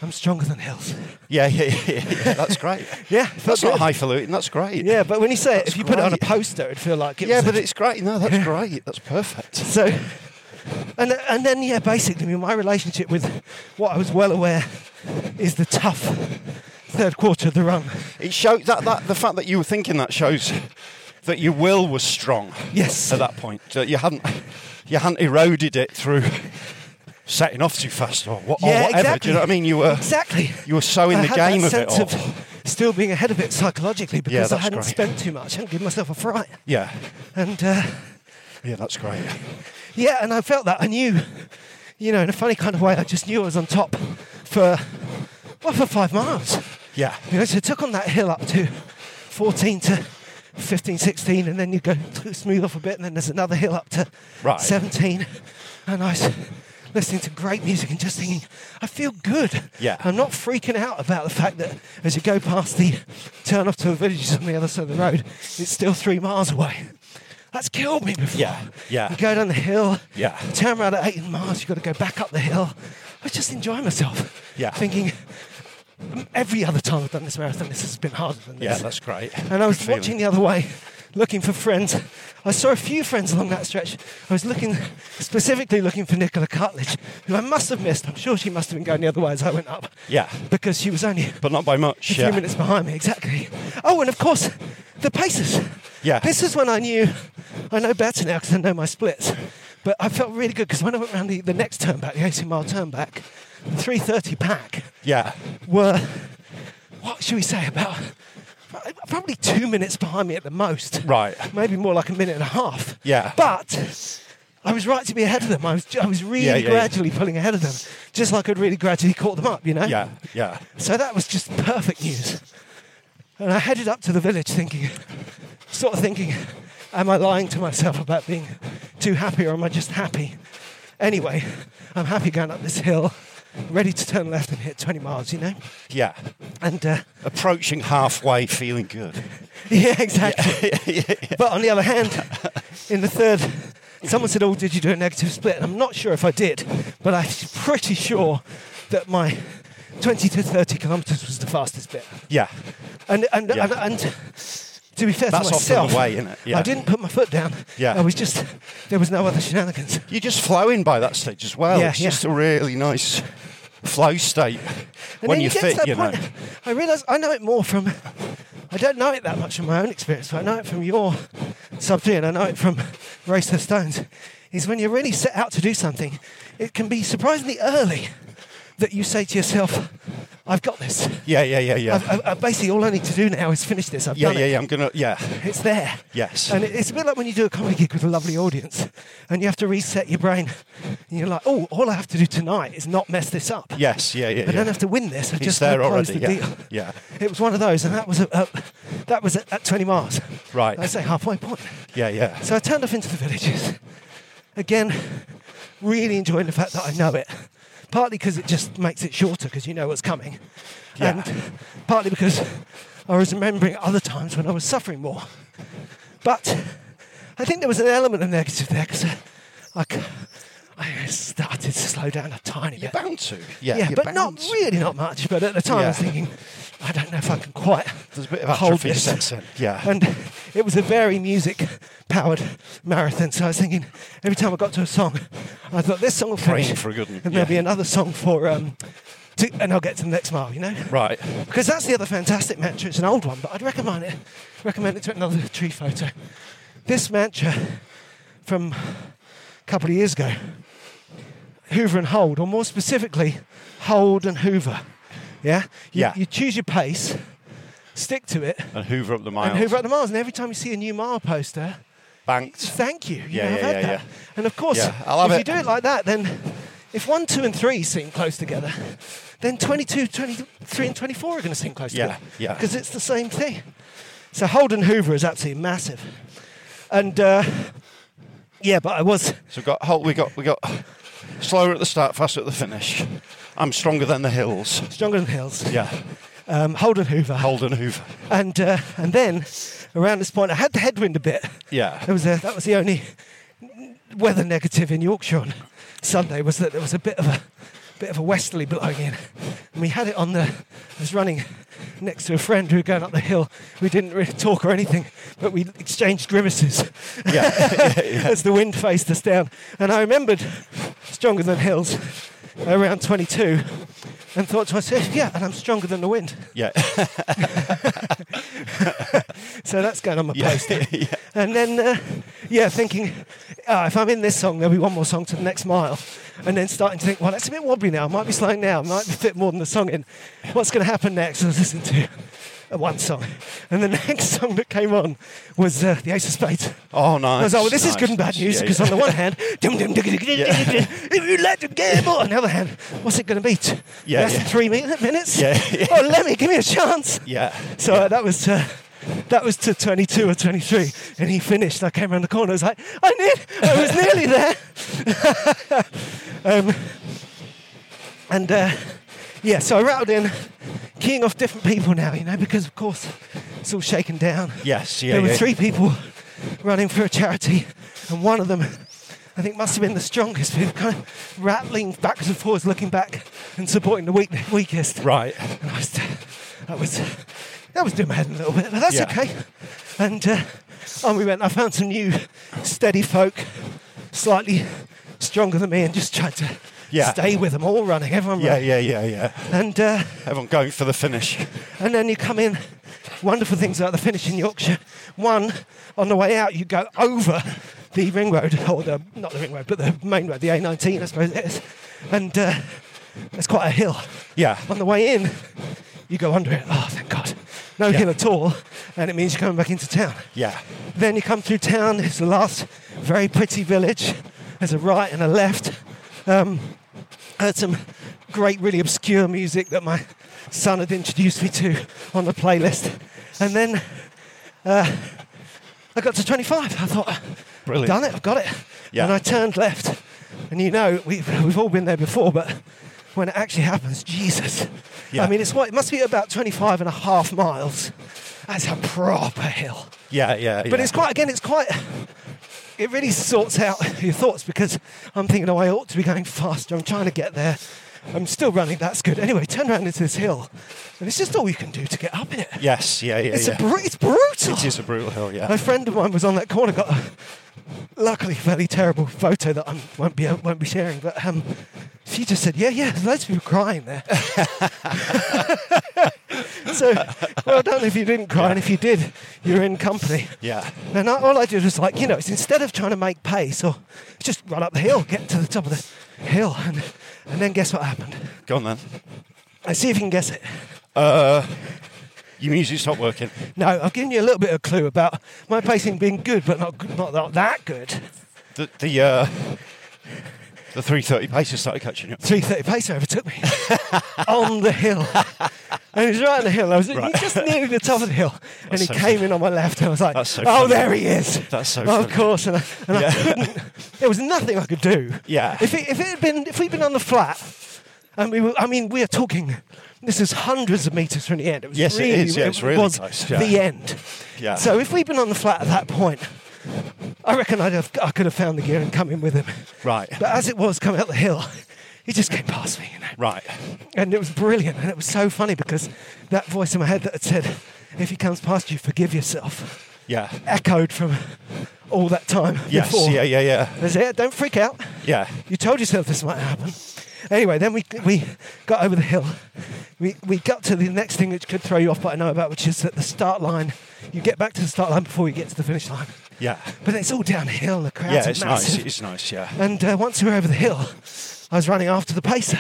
[SPEAKER 4] "I'm stronger than hills."
[SPEAKER 3] yeah, yeah, yeah. yeah, That's great.
[SPEAKER 4] Yeah,
[SPEAKER 3] that's not
[SPEAKER 4] good.
[SPEAKER 3] highfalutin. That's great.
[SPEAKER 4] Yeah, but when you say it, if you put it on a
[SPEAKER 3] great.
[SPEAKER 4] poster, it'd feel like it.
[SPEAKER 3] yeah,
[SPEAKER 4] was a-
[SPEAKER 3] but it's great. No, that's great. That's perfect.
[SPEAKER 4] So, and and then yeah, basically my relationship with what I was well aware is the tough third quarter of the run.
[SPEAKER 3] It shows that, that the fact that you were thinking that shows that your will was strong.
[SPEAKER 4] Yes.
[SPEAKER 3] At that point, that you hadn't you hadn't eroded it through setting off too fast or, what, or
[SPEAKER 4] Yeah,
[SPEAKER 3] whatever. Do
[SPEAKER 4] exactly.
[SPEAKER 3] you know what I mean? You were
[SPEAKER 4] Exactly.
[SPEAKER 3] you were so in
[SPEAKER 4] I
[SPEAKER 3] the
[SPEAKER 4] had that
[SPEAKER 3] game of it.
[SPEAKER 4] sense
[SPEAKER 3] All.
[SPEAKER 4] of still being ahead of it psychologically because I
[SPEAKER 3] that's
[SPEAKER 4] hadn't
[SPEAKER 3] great.
[SPEAKER 4] spent too much. I hadn't given myself a fright.
[SPEAKER 3] yeah,
[SPEAKER 4] And uh,
[SPEAKER 3] yeah, that's great.
[SPEAKER 4] yeah, and I felt that. I knew, you know, in a funny kind of way, I just knew I was on top for, well, for five miles.
[SPEAKER 3] Yeah.
[SPEAKER 4] You know, so I took on that hill up to 14 to 15, 16, and then you go to smooth off a bit, and then there's another hill up to
[SPEAKER 3] Right.
[SPEAKER 4] 17. And I was listening to great music and just thinking, I feel good.
[SPEAKER 3] Yeah.
[SPEAKER 4] I'm not freaking out about the fact that as you go past the turn off to the villages on the other side of the road, it's still three miles away. That's killed me before.
[SPEAKER 3] Yeah, yeah.
[SPEAKER 4] You go down the hill,
[SPEAKER 3] Yeah.
[SPEAKER 4] turn around at eight miles, you've got to go back up the hill. I was just enjoying myself.
[SPEAKER 3] Yeah.
[SPEAKER 4] Thinking, "Mm, every other time I've done this marathon, this has been harder than this.
[SPEAKER 3] Yeah, that's great.
[SPEAKER 4] And I was
[SPEAKER 3] Good feeling.
[SPEAKER 4] watching the other way, looking for friends. I saw a few friends along that stretch. I was looking, specifically looking for Nicola Cartledge, who I must have missed. I'm sure she must have been going the other way as I went up,
[SPEAKER 3] Yeah,
[SPEAKER 4] because she was only
[SPEAKER 3] but not by much.
[SPEAKER 4] a
[SPEAKER 3] yeah.
[SPEAKER 4] few minutes behind me, exactly. Oh, and of course, the paces.
[SPEAKER 3] Yeah.
[SPEAKER 4] This is when I knew, I know better now because I know my splits. But I felt really good because when I went round the, the next turn back, the 18 mile turn back, the 330 pack
[SPEAKER 3] Yeah,
[SPEAKER 4] were, what should we say, about probably two minutes behind me at the most.
[SPEAKER 3] Right.
[SPEAKER 4] Maybe more like a minute and a half.
[SPEAKER 3] Yeah.
[SPEAKER 4] But I was right to be ahead of them. I was, I was really
[SPEAKER 3] Yeah, yeah, yeah.
[SPEAKER 4] gradually pulling ahead of them, just like I'd really gradually caught them up, you know?
[SPEAKER 3] yeah, yeah.
[SPEAKER 4] So that was just perfect news. And I headed up to the village thinking, sort of thinking, am I lying to myself about being too happy or am I just happy? Anyway, I'm happy going up this hill, ready to turn left and hit 20 miles, you know?
[SPEAKER 3] Yeah.
[SPEAKER 4] And uh,
[SPEAKER 3] Approaching halfway, feeling good.
[SPEAKER 4] yeah, exactly. But on the other hand, in the third, someone said, Oh, did you do a negative split? And I'm not sure if I did, but I'm pretty sure that my 20 to 30 kilometres was the fastest bit.
[SPEAKER 3] Yeah.
[SPEAKER 4] And and,
[SPEAKER 3] Yeah.
[SPEAKER 4] and and to be fair
[SPEAKER 3] That's
[SPEAKER 4] to
[SPEAKER 3] often
[SPEAKER 4] myself,
[SPEAKER 3] the way, isn't it? Yeah.
[SPEAKER 4] I didn't put my foot down.
[SPEAKER 3] Yeah.
[SPEAKER 4] I was just there was no other shenanigans.
[SPEAKER 3] You're just flowing by that stage as well.
[SPEAKER 4] Yeah,
[SPEAKER 3] it's
[SPEAKER 4] yeah.
[SPEAKER 3] just a really nice flow state
[SPEAKER 4] And
[SPEAKER 3] when
[SPEAKER 4] then
[SPEAKER 3] you're
[SPEAKER 4] get
[SPEAKER 3] fit,
[SPEAKER 4] to that
[SPEAKER 3] you know.
[SPEAKER 4] point, I realise I know it more from. I don't know it that much from my own experience, but I know it from your sub three, and I know it from Race the Stones. Is when you're really set out to do something, it can be surprisingly early that you say to yourself, "I've got this."
[SPEAKER 3] Yeah, yeah, yeah, yeah.
[SPEAKER 4] I've, I've, I've basically, all I need to do now is finish this. I've
[SPEAKER 3] yeah,
[SPEAKER 4] done
[SPEAKER 3] yeah,
[SPEAKER 4] it.
[SPEAKER 3] yeah. I'm gonna. Yeah,
[SPEAKER 4] It's there.
[SPEAKER 3] Yes.
[SPEAKER 4] And it- it's a bit like when you do a comedy gig with a lovely audience and you have to reset your brain. And you're like, oh, all I have to do tonight is not mess this up.
[SPEAKER 3] yes, yeah, yeah.
[SPEAKER 4] I
[SPEAKER 3] yeah.
[SPEAKER 4] don't have to win this. I
[SPEAKER 3] It's
[SPEAKER 4] just
[SPEAKER 3] there
[SPEAKER 4] gotta close
[SPEAKER 3] already.
[SPEAKER 4] the
[SPEAKER 3] Yeah,
[SPEAKER 4] deal.
[SPEAKER 3] yeah.
[SPEAKER 4] It was one of those, and that was at, at- that was at, at 20 miles.
[SPEAKER 3] Right.
[SPEAKER 4] I'd say halfway point.
[SPEAKER 3] Yeah, yeah.
[SPEAKER 4] So I turned off into the villages. Again, really enjoying the fact that I know it. Partly because it just makes it shorter because you know what's coming.
[SPEAKER 3] Yeah.
[SPEAKER 4] And partly because I was remembering other times when I was suffering more. But I think there was an element of negative there because I, c- I started to slow down a tiny
[SPEAKER 3] You're
[SPEAKER 4] bit.
[SPEAKER 3] bound to. Yeah, you're
[SPEAKER 4] but
[SPEAKER 3] bound
[SPEAKER 4] not
[SPEAKER 3] to.
[SPEAKER 4] really not much. But at the time I was
[SPEAKER 3] Yeah.
[SPEAKER 4] thinking, I don't know if I can quite
[SPEAKER 3] There's a bit of
[SPEAKER 4] hold
[SPEAKER 3] atrophy
[SPEAKER 4] this.
[SPEAKER 3] sets in. Yeah.
[SPEAKER 4] And it was a very music powered marathon. So I was thinking, every time I got to a song, I thought this song will
[SPEAKER 3] Praying
[SPEAKER 4] finish,
[SPEAKER 3] for a good one,
[SPEAKER 4] and there'll
[SPEAKER 3] yeah.
[SPEAKER 4] be another song for um, to, and I'll get to the next mile. You know,
[SPEAKER 3] Right.
[SPEAKER 4] Because that's the other fantastic mantra. It's an old one, but I'd recommend it. Recommend it to another tree photo. This mantra from a couple of years ago. Hoover and hold, or more specifically, hold and Hoover. Yeah. You,
[SPEAKER 3] Yeah.
[SPEAKER 4] You choose your pace, stick to it,
[SPEAKER 3] And Hoover up the miles.
[SPEAKER 4] and Hoover at the miles. And every time you see a new mile poster,
[SPEAKER 3] Banked.
[SPEAKER 4] thank you. you
[SPEAKER 3] Yeah,
[SPEAKER 4] know, I've
[SPEAKER 3] yeah,
[SPEAKER 4] had
[SPEAKER 3] yeah,
[SPEAKER 4] that.
[SPEAKER 3] yeah.
[SPEAKER 4] And of course,
[SPEAKER 3] Yeah, I'll have
[SPEAKER 4] if
[SPEAKER 3] it.
[SPEAKER 4] you do it like that, then if one, two, and three seem close together, then 22, 23, and 24 are going to seem close
[SPEAKER 3] Yeah,
[SPEAKER 4] together.
[SPEAKER 3] yeah.
[SPEAKER 4] Because it's the same thing. So Holden Hoover is absolutely massive. And uh, yeah, but I was.
[SPEAKER 3] So we got whole- we got we got slower at the start, faster at the finish. I'm stronger than the hills.
[SPEAKER 4] Stronger than Hills.
[SPEAKER 3] Yeah.
[SPEAKER 4] Um, Holden Hoover.
[SPEAKER 3] Holden Hoover.
[SPEAKER 4] and uh, and then around this point, I had the headwind a bit.
[SPEAKER 3] Yeah.
[SPEAKER 4] that was a, that was the only weather negative in Yorkshire on Sunday was that there was a bit of a bit of a westerly blowing in, and we had it on the. I was running next to a friend who were going up the hill. We didn't really talk or anything, but we exchanged grimaces
[SPEAKER 3] Yeah. yeah.
[SPEAKER 4] as the wind faced us down. And I remembered Stronger Than Hills around 22 and thought to myself, yeah, and I'm stronger than the wind.
[SPEAKER 3] Yeah.
[SPEAKER 4] So that's going on my
[SPEAKER 3] Yeah.
[SPEAKER 4] poster.
[SPEAKER 3] yeah.
[SPEAKER 4] And then, uh, yeah, thinking, oh, if I'm in this song, there'll be one more song to the next mile. And then starting to think, well, that's a bit wobbly now. I might be slowing now. I might be fit more than the song in. What's going to happen next? I was listening to at one song. And the next song that came on was uh, The Ace of Spades.
[SPEAKER 3] Oh, nice.
[SPEAKER 4] I was like, well, this is
[SPEAKER 3] nice.
[SPEAKER 4] good and bad news
[SPEAKER 3] Yeah,
[SPEAKER 4] because
[SPEAKER 3] yeah.
[SPEAKER 4] on the one hand, dum, dum, dum, dum, dum,
[SPEAKER 3] Yeah.
[SPEAKER 4] dum, dum, if you let the gamble, on the other hand, what's it going to be? T-
[SPEAKER 3] Yeah,
[SPEAKER 4] Less
[SPEAKER 3] yeah.
[SPEAKER 4] than three min- minutes?
[SPEAKER 3] Yeah, yeah.
[SPEAKER 4] Oh, let me, give me a chance.
[SPEAKER 3] yeah.
[SPEAKER 4] So uh, that was to, that was to 22 or 23, and he finished. And I came around the corner. I was like, I near, I was nearly there. um, and uh, yeah, so I rattled in, keying off different people now, you know, because of course it's all shaken down.
[SPEAKER 3] Yes, yeah,
[SPEAKER 4] There were
[SPEAKER 3] yeah.
[SPEAKER 4] three people running for a charity, and one of them, I think, must have been the strongest. We were kind of rattling backwards and forwards, looking back and supporting the weak, weakest.
[SPEAKER 3] Right.
[SPEAKER 4] And I was, I was, that was doing my head in a little bit, but that's
[SPEAKER 3] Yeah.
[SPEAKER 4] okay. And uh, on we went. I found some new steady folk, slightly stronger than me, and just tried to
[SPEAKER 3] Yeah.
[SPEAKER 4] stay with them, all running, everyone
[SPEAKER 3] Yeah,
[SPEAKER 4] running.
[SPEAKER 3] yeah, yeah, yeah.
[SPEAKER 4] And, uh,
[SPEAKER 3] Everyone going for the finish.
[SPEAKER 4] and then you come in, wonderful things like the finish in Yorkshire. One, on the way out, you go over the ring road, or the, not the ring road, but the main road, the A19, I suppose it is. And uh, it's quite a hill.
[SPEAKER 3] Yeah.
[SPEAKER 4] On the way in, you go under it. Oh, thank God. No
[SPEAKER 3] Yeah.
[SPEAKER 4] hill at all, and it means you're coming back into town.
[SPEAKER 3] Yeah.
[SPEAKER 4] Then you come through town, it's the last very pretty village. There's a right and a left. Um, heard some great, really obscure music that my son had introduced me to on the playlist. And then uh, I got to 25. I thought,
[SPEAKER 3] Brilliant.
[SPEAKER 4] done it, I've got it.
[SPEAKER 3] Yeah.
[SPEAKER 4] And I turned left. And you know, we've, we've all been there before, but when it actually happens, Jesus.
[SPEAKER 3] Yeah.
[SPEAKER 4] I mean, it's what, it must be about 25 and a half miles. That's a proper hill.
[SPEAKER 3] Yeah, yeah, yeah.
[SPEAKER 4] But it's quite, again, it's quite, it really sorts out your thoughts because I'm thinking, oh, I ought to be going faster. I'm trying to get there. I'm still running, that's good. Anyway, turn around into this hill, and it's just all you can do to get up in it.
[SPEAKER 3] Yes, yeah, yeah,
[SPEAKER 4] it's,
[SPEAKER 3] yeah.
[SPEAKER 4] a bru- it's brutal.
[SPEAKER 3] it is a brutal hill, yeah.
[SPEAKER 4] A friend of mine was on that corner, got a luckily fairly terrible photo that I won't be, won't be sharing, but um, she just said, yeah, yeah, there's loads of people crying there. so, well done if you didn't cry, and if you did, you're in company.
[SPEAKER 3] Yeah.
[SPEAKER 4] And I, all I did was like, you know, it's instead of trying to make pace or just run up the hill, get to the top of the hill, and, and then guess what happened?
[SPEAKER 3] Go on then.
[SPEAKER 4] Let's see if you can guess it.
[SPEAKER 3] Uh, your music's not working.
[SPEAKER 4] No, I've given you a little bit of clue about my pacing being good, but not good, not that- that good.
[SPEAKER 3] The the uh, the 330 pace has started catching up.
[SPEAKER 4] 3.30 pace overtook me on the hill. And he was right on the hill. I was
[SPEAKER 3] Right.
[SPEAKER 4] just nearly the top of the hill. and
[SPEAKER 3] That's
[SPEAKER 4] he
[SPEAKER 3] so
[SPEAKER 4] came
[SPEAKER 3] funny.
[SPEAKER 4] in on my left. And I was like,
[SPEAKER 3] That's so
[SPEAKER 4] oh,
[SPEAKER 3] funny.
[SPEAKER 4] there he is.
[SPEAKER 3] That's so
[SPEAKER 4] Of
[SPEAKER 3] funny.
[SPEAKER 4] course. And, I, and I
[SPEAKER 3] Yeah.
[SPEAKER 4] couldn't, there was nothing I could do.
[SPEAKER 3] Yeah.
[SPEAKER 4] If it, if it had been, if we'd been on the flat, and we were, I mean, we are talking, this is hundreds of meters from the end. It was
[SPEAKER 3] Yes, it
[SPEAKER 4] really,
[SPEAKER 3] is. Yeah, it's really
[SPEAKER 4] was
[SPEAKER 3] close. Yeah.
[SPEAKER 4] The end.
[SPEAKER 3] Yeah.
[SPEAKER 4] So if we'd been on the flat at that point, I reckon I'd have, I could have found the gear and come in with him.
[SPEAKER 3] Right.
[SPEAKER 4] But as it was coming up the hill, he just came past me, you know.
[SPEAKER 3] Right.
[SPEAKER 4] And it was brilliant. And it was so funny because that voice in my head that had said, if he comes past you, forgive yourself,
[SPEAKER 3] Yeah.
[SPEAKER 4] echoed from all that time
[SPEAKER 3] Yes.
[SPEAKER 4] before.
[SPEAKER 3] Yeah. Yeah. Yeah.
[SPEAKER 4] That's it. Don't freak out.
[SPEAKER 3] Yeah.
[SPEAKER 4] You told yourself this might happen. Anyway, then we, we got over the hill. We, we got to the next thing which could throw you off, but I know about, which is that the start line, you get back to the start line before you get to the finish line.
[SPEAKER 3] Yeah.
[SPEAKER 4] But it's all downhill, the crowds
[SPEAKER 3] Yeah.
[SPEAKER 4] are
[SPEAKER 3] It's nice.
[SPEAKER 4] massive.
[SPEAKER 3] It's nice. Yeah.
[SPEAKER 4] And uh, once we were over the hill, I was running after the pacer.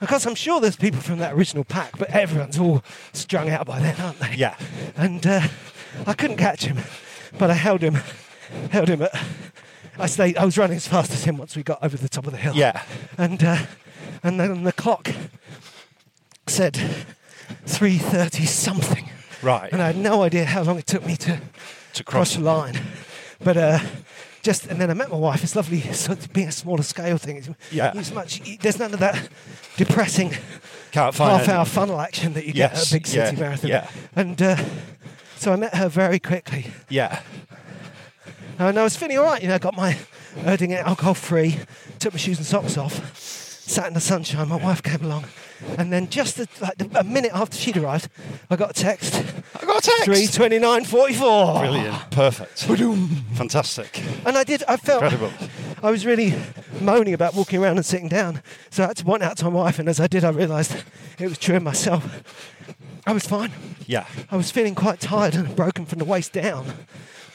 [SPEAKER 4] Of course, I'm sure there's people from that original pack, but everyone's all strung out by then, aren't they?
[SPEAKER 3] Yeah.
[SPEAKER 4] And uh, I couldn't catch him, but I held him, held him at. I stayed. I was running as fast as him once we got over the top of the hill.
[SPEAKER 3] Yeah.
[SPEAKER 4] And uh, and then the clock said 3:30 something.
[SPEAKER 3] Right.
[SPEAKER 4] And I had no idea how long it took me to
[SPEAKER 3] To
[SPEAKER 4] cross
[SPEAKER 3] cross.
[SPEAKER 4] the line. But uh, just and then I met my wife. It's lovely so it's being a smaller scale thing. It's,
[SPEAKER 3] Yeah.
[SPEAKER 4] it's much. There's none of that depressing
[SPEAKER 3] Can't find
[SPEAKER 4] half-hour
[SPEAKER 3] anything.
[SPEAKER 4] funnel action that you get at
[SPEAKER 3] Yes,
[SPEAKER 4] a big city
[SPEAKER 3] yeah,
[SPEAKER 4] marathon.
[SPEAKER 3] yeah.
[SPEAKER 4] And uh, so I met her very quickly,
[SPEAKER 3] Yeah.
[SPEAKER 4] and I was feeling all right. You know, I got my Erding alcohol-free, took my shoes and socks off, sat in the sunshine. My wife came along, and then just the, like the, a minute after she'd arrived, I got a text.
[SPEAKER 3] I got a
[SPEAKER 4] Three
[SPEAKER 3] text.
[SPEAKER 4] twenty-nine forty-four.
[SPEAKER 3] Brilliant. Perfect. Fantastic.
[SPEAKER 4] And I did. I felt
[SPEAKER 3] Incredible.
[SPEAKER 4] I was really moaning about walking around and sitting down. So I had to point out to my wife, and as I did, I realised it was true of myself. I was fine.
[SPEAKER 3] Yeah.
[SPEAKER 4] I was feeling quite tired and broken from the waist down,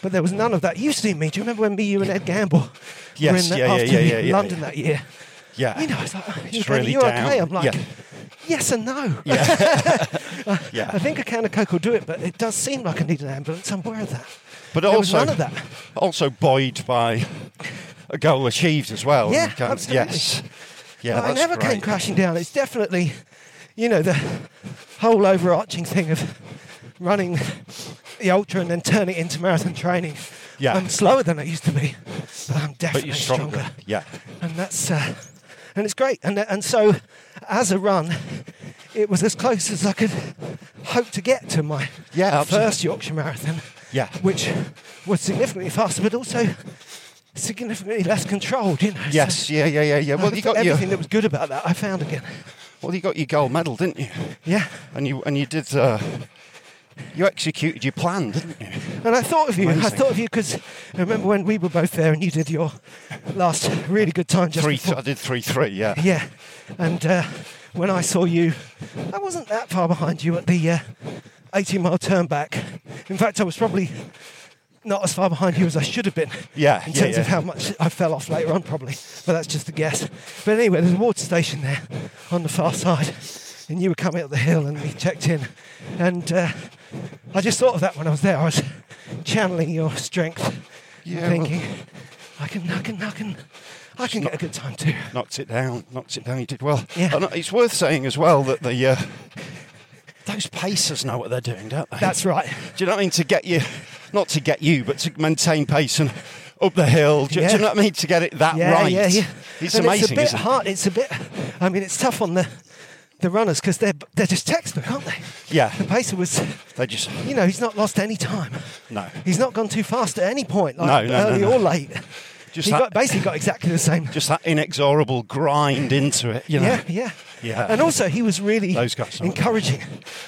[SPEAKER 4] but there was none of that. You've seen me. Do you remember when me, you, and Ed Gamble were
[SPEAKER 3] Yes,
[SPEAKER 4] in that
[SPEAKER 3] yeah, yeah,
[SPEAKER 4] after
[SPEAKER 3] yeah,
[SPEAKER 4] me
[SPEAKER 3] yeah,
[SPEAKER 4] in
[SPEAKER 3] yeah,
[SPEAKER 4] London
[SPEAKER 3] yeah.
[SPEAKER 4] that year?
[SPEAKER 3] Yeah.
[SPEAKER 4] You know, I was like,
[SPEAKER 3] Just
[SPEAKER 4] "You're
[SPEAKER 3] really
[SPEAKER 4] you're
[SPEAKER 3] down.
[SPEAKER 4] okay." I'm like,
[SPEAKER 3] Yeah.
[SPEAKER 4] "Yes and no."
[SPEAKER 3] Yeah.
[SPEAKER 4] I think a can of Coke will do it, but it does seem like I need an ambulance. I'm aware of that.
[SPEAKER 3] But
[SPEAKER 4] There
[SPEAKER 3] also,
[SPEAKER 4] was none of that.
[SPEAKER 3] also buoyed by a goal achieved as well.
[SPEAKER 4] Yeah,
[SPEAKER 3] You can't-
[SPEAKER 4] absolutely.
[SPEAKER 3] Yes. Yeah,
[SPEAKER 4] I
[SPEAKER 3] that's
[SPEAKER 4] never
[SPEAKER 3] great.
[SPEAKER 4] came crashing down. It's definitely, you know, the whole overarching thing of running the ultra and then turning it into marathon training.
[SPEAKER 3] Yeah.
[SPEAKER 4] I'm slower than I used to be, but I'm definitely
[SPEAKER 3] But you're stronger. Yeah.
[SPEAKER 4] and that's uh, and it's great. And and so, as a run, it was as close as I could hope to get to my
[SPEAKER 3] Yeah, absolutely.
[SPEAKER 4] first Yorkshire Marathon,
[SPEAKER 3] Yeah.
[SPEAKER 4] which was significantly faster, but also significantly less controlled. You know. So
[SPEAKER 3] Yes. Yeah. Yeah. Yeah. Yeah.
[SPEAKER 4] I
[SPEAKER 3] Well, you
[SPEAKER 4] looked
[SPEAKER 3] got
[SPEAKER 4] at
[SPEAKER 3] your
[SPEAKER 4] everything that was good about that. I found again.
[SPEAKER 3] well, you got your gold medal, didn't you?
[SPEAKER 4] Yeah.
[SPEAKER 3] And you and you did. Uh, you executed your plan, didn't you?
[SPEAKER 4] And I thought of you. I
[SPEAKER 3] Amazing.
[SPEAKER 4] thought of you because I remember when we were both there and you did your last really good time just
[SPEAKER 3] Three.
[SPEAKER 4] before.
[SPEAKER 3] I did three. Three. Yeah.
[SPEAKER 4] Yeah, and uh, when I saw you, I wasn't that far behind you at the uh, 18 mile turn back. In fact, I was probably not as far behind you as I should have been.
[SPEAKER 3] Yeah,
[SPEAKER 4] In
[SPEAKER 3] yeah,
[SPEAKER 4] terms of
[SPEAKER 3] yeah.
[SPEAKER 4] how much I fell off later on, probably. But that's just a guess. But anyway, there's a water station there on the far side, and you were coming up the hill, and we checked in. And uh, I just thought of that when I was there. I was channeling your strength,
[SPEAKER 3] Yeah,
[SPEAKER 4] and
[SPEAKER 3] well-
[SPEAKER 4] thinking, I can, I can, I can, I can get a good time too.
[SPEAKER 3] Knocked it down. Knocked it down. You did well.
[SPEAKER 4] Yeah.
[SPEAKER 3] And it's worth saying as well that the uh, those pacers know what they're doing, don't they?
[SPEAKER 4] That's right.
[SPEAKER 3] Do you know what I mean? To get you, not to get you, but to maintain pace and up the hill. Do, you- do
[SPEAKER 4] Yeah.
[SPEAKER 3] you know what I mean? To get it that
[SPEAKER 4] yeah,
[SPEAKER 3] right.
[SPEAKER 4] Yeah, yeah.
[SPEAKER 3] It's
[SPEAKER 4] And
[SPEAKER 3] amazing,
[SPEAKER 4] It's a bit
[SPEAKER 3] isn't it?
[SPEAKER 4] hard. It's a bit. I mean, it's tough on the the runners because they're they're just textbook, aren't they? The
[SPEAKER 3] Yeah.
[SPEAKER 4] pacer was,
[SPEAKER 3] They just,
[SPEAKER 4] you know, he's not lost any time.
[SPEAKER 3] no.
[SPEAKER 4] He's not gone too fast at any point, like
[SPEAKER 3] No, no, no,
[SPEAKER 4] early
[SPEAKER 3] no.
[SPEAKER 4] or late.
[SPEAKER 3] Just
[SPEAKER 4] he
[SPEAKER 3] that,
[SPEAKER 4] got, basically got exactly the same.
[SPEAKER 3] just that inexorable grind into it, you know?
[SPEAKER 4] Yeah, yeah,
[SPEAKER 3] Yeah.
[SPEAKER 4] And also, he was really
[SPEAKER 3] Those guys are-
[SPEAKER 4] encouraging.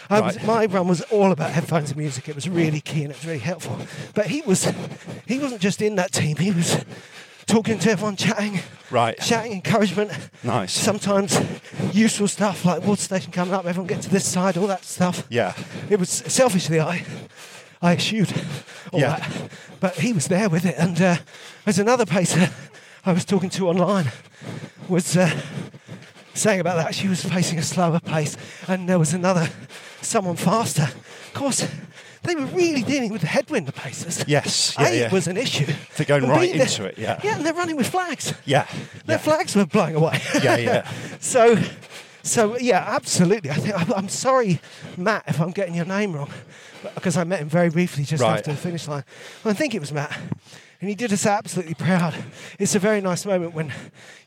[SPEAKER 4] I was,
[SPEAKER 3] Right.
[SPEAKER 4] my run was all about headphones and music. It was really key and it was really helpful. But he was, he wasn't just in that team. He was talking to everyone, chatting,
[SPEAKER 3] Right.
[SPEAKER 4] shouting encouragement.
[SPEAKER 3] Nice.
[SPEAKER 4] Sometimes useful stuff like water station coming up. Everyone get to this side. All that stuff.
[SPEAKER 3] Yeah.
[SPEAKER 4] It was selfishly I, I eschewed all
[SPEAKER 3] Yeah.
[SPEAKER 4] that, but he was there with it. And uh, there's another pacer I was talking to online was uh, saying about that she was facing a slower pace, and there was another someone faster. Of course, they were really dealing with the headwind of pacers.
[SPEAKER 3] Yes, yeah,
[SPEAKER 4] a
[SPEAKER 3] yeah.
[SPEAKER 4] was an issue.
[SPEAKER 3] They're going
[SPEAKER 4] And
[SPEAKER 3] right
[SPEAKER 4] B, they're-
[SPEAKER 3] into it, yeah.
[SPEAKER 4] Yeah, and they're running with flags.
[SPEAKER 3] Yeah.
[SPEAKER 4] Their
[SPEAKER 3] yeah.
[SPEAKER 4] flags were blowing away.
[SPEAKER 3] Yeah, yeah.
[SPEAKER 4] So, so yeah, absolutely. I think I'm- I'm sorry, Matt, if I'm getting your name wrong, because I met him very briefly just
[SPEAKER 3] Right.
[SPEAKER 4] after the finish line. Well, I think it was Matt, and he did us absolutely proud. It's a very nice moment when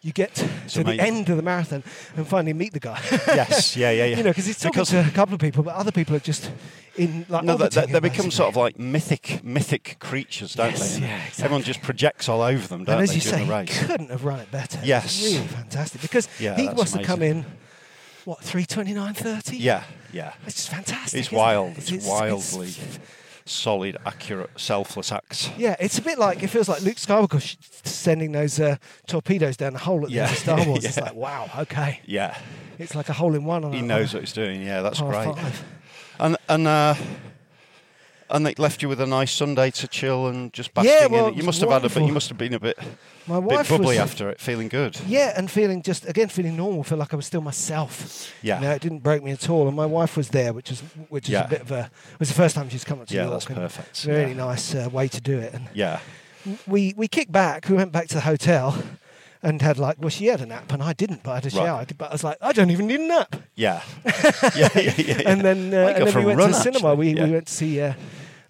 [SPEAKER 4] you get to the
[SPEAKER 3] amazing.
[SPEAKER 4] end of the marathon and finally meet the guy.
[SPEAKER 3] Yes, yeah, yeah, yeah.
[SPEAKER 4] you know, because he's talking
[SPEAKER 3] Because-
[SPEAKER 4] to a couple of people, but other people are just in like.
[SPEAKER 3] No, they,
[SPEAKER 4] orbiting
[SPEAKER 3] they,
[SPEAKER 4] him,
[SPEAKER 3] they become
[SPEAKER 4] basically.
[SPEAKER 3] sort of like mythic, mythic creatures, don't
[SPEAKER 4] Yes,
[SPEAKER 3] they?
[SPEAKER 4] yeah, exactly.
[SPEAKER 3] Everyone just projects all over them, don't
[SPEAKER 4] and as
[SPEAKER 3] they?
[SPEAKER 4] you
[SPEAKER 3] during
[SPEAKER 4] say,
[SPEAKER 3] the
[SPEAKER 4] he
[SPEAKER 3] race.
[SPEAKER 4] couldn't have run it better. It was
[SPEAKER 3] Yes.
[SPEAKER 4] really fantastic because
[SPEAKER 3] Yeah,
[SPEAKER 4] he
[SPEAKER 3] that's
[SPEAKER 4] must have come in
[SPEAKER 3] amazing.
[SPEAKER 4] what three twenty nine thirty.
[SPEAKER 3] Yeah, yeah.
[SPEAKER 4] it's just fantastic.
[SPEAKER 3] It's
[SPEAKER 4] isn't it?
[SPEAKER 3] wild. It's,
[SPEAKER 4] It's-
[SPEAKER 3] wildly
[SPEAKER 4] it's-
[SPEAKER 3] solid, accurate, selfless acts.
[SPEAKER 4] yeah, it's a bit like it feels like Luke Skywalker sh- sending those uh, torpedoes down the hole at the end
[SPEAKER 3] Yeah.
[SPEAKER 4] of Star Wars. It's
[SPEAKER 3] Yeah.
[SPEAKER 4] like wow, okay,
[SPEAKER 3] Yeah.
[SPEAKER 4] it's like a hole in one. On
[SPEAKER 3] He
[SPEAKER 4] a-
[SPEAKER 3] knows
[SPEAKER 4] on
[SPEAKER 3] what he's doing. Yeah,
[SPEAKER 4] a
[SPEAKER 3] that's
[SPEAKER 4] par
[SPEAKER 3] great.
[SPEAKER 4] five.
[SPEAKER 3] And and uh, and they left you with a nice Sunday to chill and just
[SPEAKER 4] Yeah,
[SPEAKER 3] basking
[SPEAKER 4] well,
[SPEAKER 3] in
[SPEAKER 4] it
[SPEAKER 3] it.
[SPEAKER 4] was
[SPEAKER 3] You must have had a bit.
[SPEAKER 4] wonderful.
[SPEAKER 3] You must have been a bit,
[SPEAKER 4] My
[SPEAKER 3] bit
[SPEAKER 4] wife
[SPEAKER 3] bubbly
[SPEAKER 4] was, uh,
[SPEAKER 3] after it, feeling good.
[SPEAKER 4] Yeah, and feeling just again feeling normal, feel like I was still myself.
[SPEAKER 3] Yeah.
[SPEAKER 4] you know, it didn't break me at all. And my wife was there, which was which is
[SPEAKER 3] Yeah.
[SPEAKER 4] a bit of a it was the first time she's come up to
[SPEAKER 3] Yeah,
[SPEAKER 4] York.
[SPEAKER 3] that's
[SPEAKER 4] and
[SPEAKER 3] perfect,
[SPEAKER 4] it's a Really
[SPEAKER 3] yeah.
[SPEAKER 4] nice uh, way to do it. And
[SPEAKER 3] Yeah,
[SPEAKER 4] we we kicked back. We went back to the hotel. And had like, well, she had a nap and I didn't, but I had a
[SPEAKER 3] Right.
[SPEAKER 4] shower. But I was like, I don't even need a nap.
[SPEAKER 3] yeah, yeah, yeah, yeah,
[SPEAKER 4] And then, uh,
[SPEAKER 3] Might go
[SPEAKER 4] and then
[SPEAKER 3] for
[SPEAKER 4] we
[SPEAKER 3] a
[SPEAKER 4] went to
[SPEAKER 3] run,
[SPEAKER 4] the cinema.
[SPEAKER 3] actually.
[SPEAKER 4] We,
[SPEAKER 3] Yeah.
[SPEAKER 4] we went to see a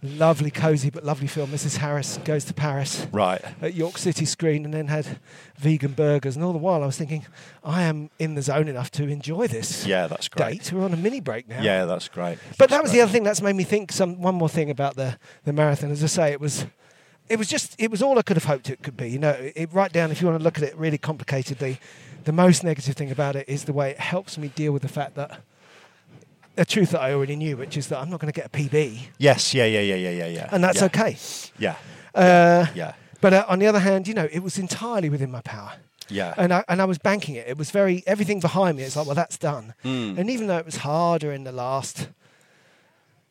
[SPEAKER 4] lovely, cozy, but lovely film, Mrs. Harris Goes to Paris
[SPEAKER 3] Right.
[SPEAKER 4] at York City Screen and then had vegan burgers. And all the while, I was thinking, I am in the zone enough to enjoy this
[SPEAKER 3] Yeah, that's great.
[SPEAKER 4] date. We're on a mini break now.
[SPEAKER 3] Yeah, that's great.
[SPEAKER 4] But that was the other thing that's made me think some one more thing about the, the marathon. As I say, it was it was just it was all I could have hoped it could be. You know, it, right down if you want to look at it really complicatedly, the most negative thing about it is the way it helps me deal with the fact that a truth that I already knew, which is that I'm not going to get a PB,
[SPEAKER 3] Yes, yeah, yeah, yeah, yeah, yeah, yeah.
[SPEAKER 4] and that's
[SPEAKER 3] yeah.
[SPEAKER 4] okay.
[SPEAKER 3] Yeah,
[SPEAKER 4] Uh,
[SPEAKER 3] yeah,
[SPEAKER 4] But uh, on the other hand, you know, it was entirely within my power.
[SPEAKER 3] yeah.
[SPEAKER 4] And I, and I was banking it. It was very, everything behind me, it's like, well, that's done.
[SPEAKER 3] Hmm.
[SPEAKER 4] And even though it was harder in the last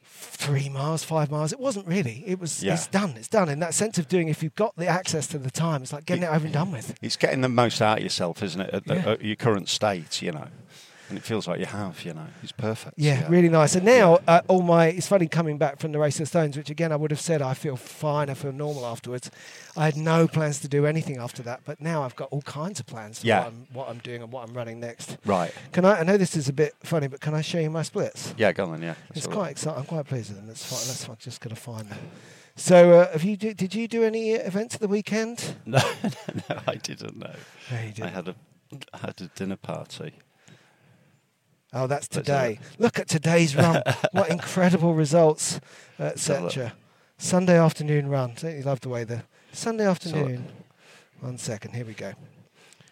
[SPEAKER 4] three miles, five miles, it wasn't really. It was,
[SPEAKER 3] Yeah.
[SPEAKER 4] it's done, it's done. In that sense of doing, if you've got the access to the time, it's like getting it over and done with.
[SPEAKER 3] it's getting the most out of yourself, isn't it? At, the,
[SPEAKER 4] Yeah.
[SPEAKER 3] at your current state, you know. And it feels like you have, you know. It's perfect.
[SPEAKER 4] Yeah, really nice. And now, uh, all my it's funny coming back from the Race of Stones, which again I would have said I feel fine, I feel normal afterwards. I had no plans to do anything after that, but now I've got all kinds of plans. For
[SPEAKER 3] Yeah.
[SPEAKER 4] what, I'm, what I'm doing and what I'm running next.
[SPEAKER 3] Right.
[SPEAKER 4] Can I? I know this is a bit funny, but can I show you my splits?
[SPEAKER 3] Yeah, go on, yeah. That's
[SPEAKER 4] It's
[SPEAKER 3] all
[SPEAKER 4] quite exciting. I'm quite pleased with them. That's fine. That's fine. Just going to find them. So, uh, have you do, did you do any uh, events at the weekend?
[SPEAKER 3] No, no, no, I didn't know.
[SPEAKER 4] No, you
[SPEAKER 3] I
[SPEAKER 4] didn't.
[SPEAKER 3] had a I had a dinner party.
[SPEAKER 4] Oh, that's
[SPEAKER 3] Let's have a
[SPEAKER 4] today. Look at today's run. what incredible results,
[SPEAKER 3] have a look.
[SPEAKER 4] etc. Sunday afternoon run. Don't you love the way the Sunday
[SPEAKER 3] have a look.
[SPEAKER 4] afternoon? One second. Here we go.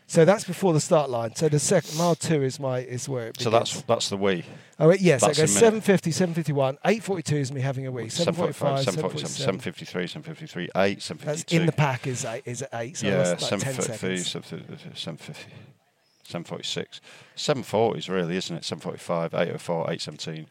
[SPEAKER 4] So that's before the start line. So the second mile two is my is where it begins.
[SPEAKER 3] So that's that's the we.
[SPEAKER 4] oh wait, yes.
[SPEAKER 3] that's
[SPEAKER 4] I
[SPEAKER 3] in
[SPEAKER 4] go
[SPEAKER 3] minute.
[SPEAKER 4] 750, 751, 842 is me having a wee. 745,
[SPEAKER 3] 747,
[SPEAKER 4] 747.
[SPEAKER 3] 753, 753, 8,
[SPEAKER 4] That's
[SPEAKER 3] 752.
[SPEAKER 4] in the pack is eight. Is eight. So I
[SPEAKER 3] yeah,
[SPEAKER 4] lost like ten
[SPEAKER 3] 753,
[SPEAKER 4] seconds.
[SPEAKER 3] 750, 750, 746. 740 is really, isn't it? 745, 804, 817.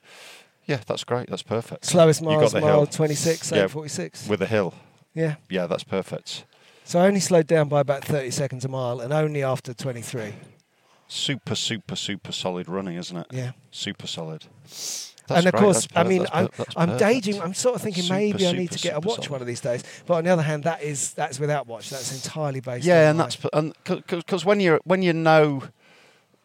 [SPEAKER 3] Yeah, that's great. That's perfect.
[SPEAKER 4] Slowest
[SPEAKER 3] You got
[SPEAKER 4] miles,
[SPEAKER 3] the
[SPEAKER 4] mile
[SPEAKER 3] hill.
[SPEAKER 4] 26,
[SPEAKER 3] Yeah,
[SPEAKER 4] 846.
[SPEAKER 3] With a hill.
[SPEAKER 4] Yeah.
[SPEAKER 3] Yeah, that's perfect.
[SPEAKER 4] So I only slowed down by about 30 seconds a mile and only after 23.
[SPEAKER 3] Super, super, super solid running, isn't it?
[SPEAKER 4] Yeah.
[SPEAKER 3] Super solid. That's
[SPEAKER 4] and of
[SPEAKER 3] great,
[SPEAKER 4] course,
[SPEAKER 3] that's
[SPEAKER 4] I
[SPEAKER 3] per-
[SPEAKER 4] mean,
[SPEAKER 3] that's per-
[SPEAKER 4] I'm,
[SPEAKER 3] that's
[SPEAKER 4] I'm
[SPEAKER 3] perfect.
[SPEAKER 4] daydreaming. I'm sort of thinking
[SPEAKER 3] Super,
[SPEAKER 4] maybe I need
[SPEAKER 3] super,
[SPEAKER 4] to get a
[SPEAKER 3] super
[SPEAKER 4] watch
[SPEAKER 3] solid.
[SPEAKER 4] one of these days. But on the other hand, that is that's without watch. That's entirely based.
[SPEAKER 3] Yeah,
[SPEAKER 4] on
[SPEAKER 3] and
[SPEAKER 4] my-
[SPEAKER 3] that's because when you when you know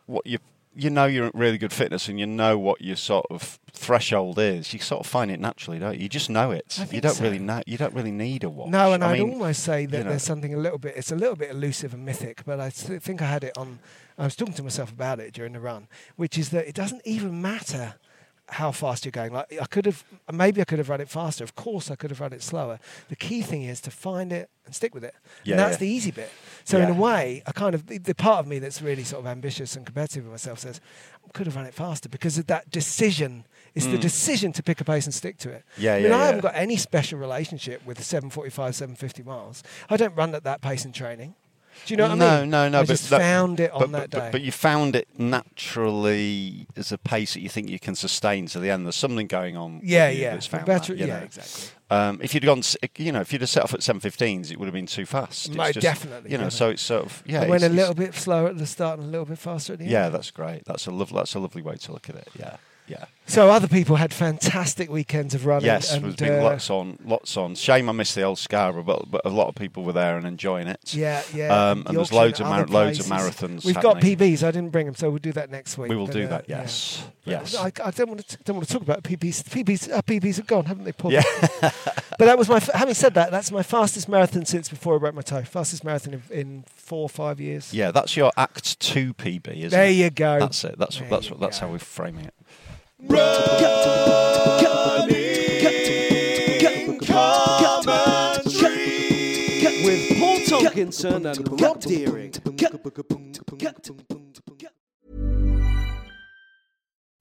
[SPEAKER 3] what you you know you're at really good fitness and you know what your sort of threshold is, you sort of find it naturally, don't you? You just know it.
[SPEAKER 4] I
[SPEAKER 3] You
[SPEAKER 4] think
[SPEAKER 3] don't
[SPEAKER 4] so.
[SPEAKER 3] really know. You don't really need a watch.
[SPEAKER 4] no, and
[SPEAKER 3] I
[SPEAKER 4] I'd
[SPEAKER 3] mean,
[SPEAKER 4] almost say that
[SPEAKER 3] you know.
[SPEAKER 4] there's something a little bit. It's a little bit elusive and mythic, but I s- think I had it on. I was talking to myself about it during the run, which is that it doesn't even matter how fast you're going. Like I could have, maybe I could have run it faster. Of course, I could have run it slower. The key thing is to find it and stick with it.
[SPEAKER 3] Yeah,
[SPEAKER 4] and that's
[SPEAKER 3] yeah.
[SPEAKER 4] the easy bit. So in a
[SPEAKER 3] Yeah.
[SPEAKER 4] way, I kind of the, the part of me that's really sort of ambitious and competitive with myself says, I could have run it faster because of that decision. It's the
[SPEAKER 3] Mm.
[SPEAKER 4] decision to pick a pace and stick to it.
[SPEAKER 3] Yeah,
[SPEAKER 4] I mean,
[SPEAKER 3] yeah,
[SPEAKER 4] I haven't
[SPEAKER 3] yeah.
[SPEAKER 4] got any special relationship with 745, 750 miles. I don't run at that pace in training. Do you know what
[SPEAKER 3] no,
[SPEAKER 4] I mean?
[SPEAKER 3] No, no,
[SPEAKER 4] I
[SPEAKER 3] but
[SPEAKER 4] just
[SPEAKER 3] that-
[SPEAKER 4] found it on
[SPEAKER 3] but,
[SPEAKER 4] that
[SPEAKER 3] but,
[SPEAKER 4] day.
[SPEAKER 3] But, but you found it naturally as a pace that you think you can sustain to the end. There's something going on.
[SPEAKER 4] Yeah,
[SPEAKER 3] with you
[SPEAKER 4] yeah.
[SPEAKER 3] That's
[SPEAKER 4] The
[SPEAKER 3] found
[SPEAKER 4] better-
[SPEAKER 3] that, you
[SPEAKER 4] yeah,
[SPEAKER 3] know.
[SPEAKER 4] exactly.
[SPEAKER 3] Um, if you'd gone, s- you know, if you'd have set off at 7:15s, it would have been too fast. It's
[SPEAKER 4] No,
[SPEAKER 3] just,
[SPEAKER 4] definitely,
[SPEAKER 3] You know,
[SPEAKER 4] definitely.
[SPEAKER 3] so it's sort of yeah.
[SPEAKER 4] I went a
[SPEAKER 3] it's- it's-
[SPEAKER 4] little bit slower at the start and a little bit faster at the end.
[SPEAKER 3] Yeah, that's great. That's a lovely. That's a lovely way to look at it. Yeah, yeah.
[SPEAKER 4] So other people had fantastic weekends of running.
[SPEAKER 3] yes,
[SPEAKER 4] and,
[SPEAKER 3] there's been
[SPEAKER 4] uh,
[SPEAKER 3] lots on, lots on. Shame I missed the old Scarborough, but, but a lot of people were there and enjoying it.
[SPEAKER 4] Yeah, yeah.
[SPEAKER 3] Um, and there's
[SPEAKER 4] Yorkshire
[SPEAKER 3] loads of mar-
[SPEAKER 4] other
[SPEAKER 3] loads of
[SPEAKER 4] places.
[SPEAKER 3] marathons.
[SPEAKER 4] We've got
[SPEAKER 3] happening.
[SPEAKER 4] PBs. I didn't bring them, so we'll do that next week.
[SPEAKER 3] We will
[SPEAKER 4] but,
[SPEAKER 3] do
[SPEAKER 4] uh,
[SPEAKER 3] that.
[SPEAKER 4] yeah.
[SPEAKER 3] Yes,
[SPEAKER 4] But
[SPEAKER 3] yes.
[SPEAKER 4] I, I don't want to. Don't want to talk about PBs. PBs. Our PBs have gone, haven't they, Paul?
[SPEAKER 3] Yeah.
[SPEAKER 4] but that was my. f- Having said that, that's my fastest marathon since before I broke my toe. Fastest marathon in, in four or five years.
[SPEAKER 3] Yeah, that's your Act Two PB, isn't
[SPEAKER 4] There
[SPEAKER 3] it?
[SPEAKER 4] you go.
[SPEAKER 3] That's it. That's
[SPEAKER 4] There
[SPEAKER 3] what. that's
[SPEAKER 4] you
[SPEAKER 3] what. That's
[SPEAKER 4] go.
[SPEAKER 3] how we're framing it.
[SPEAKER 8] With Paul Tompkinson and Rob Deering.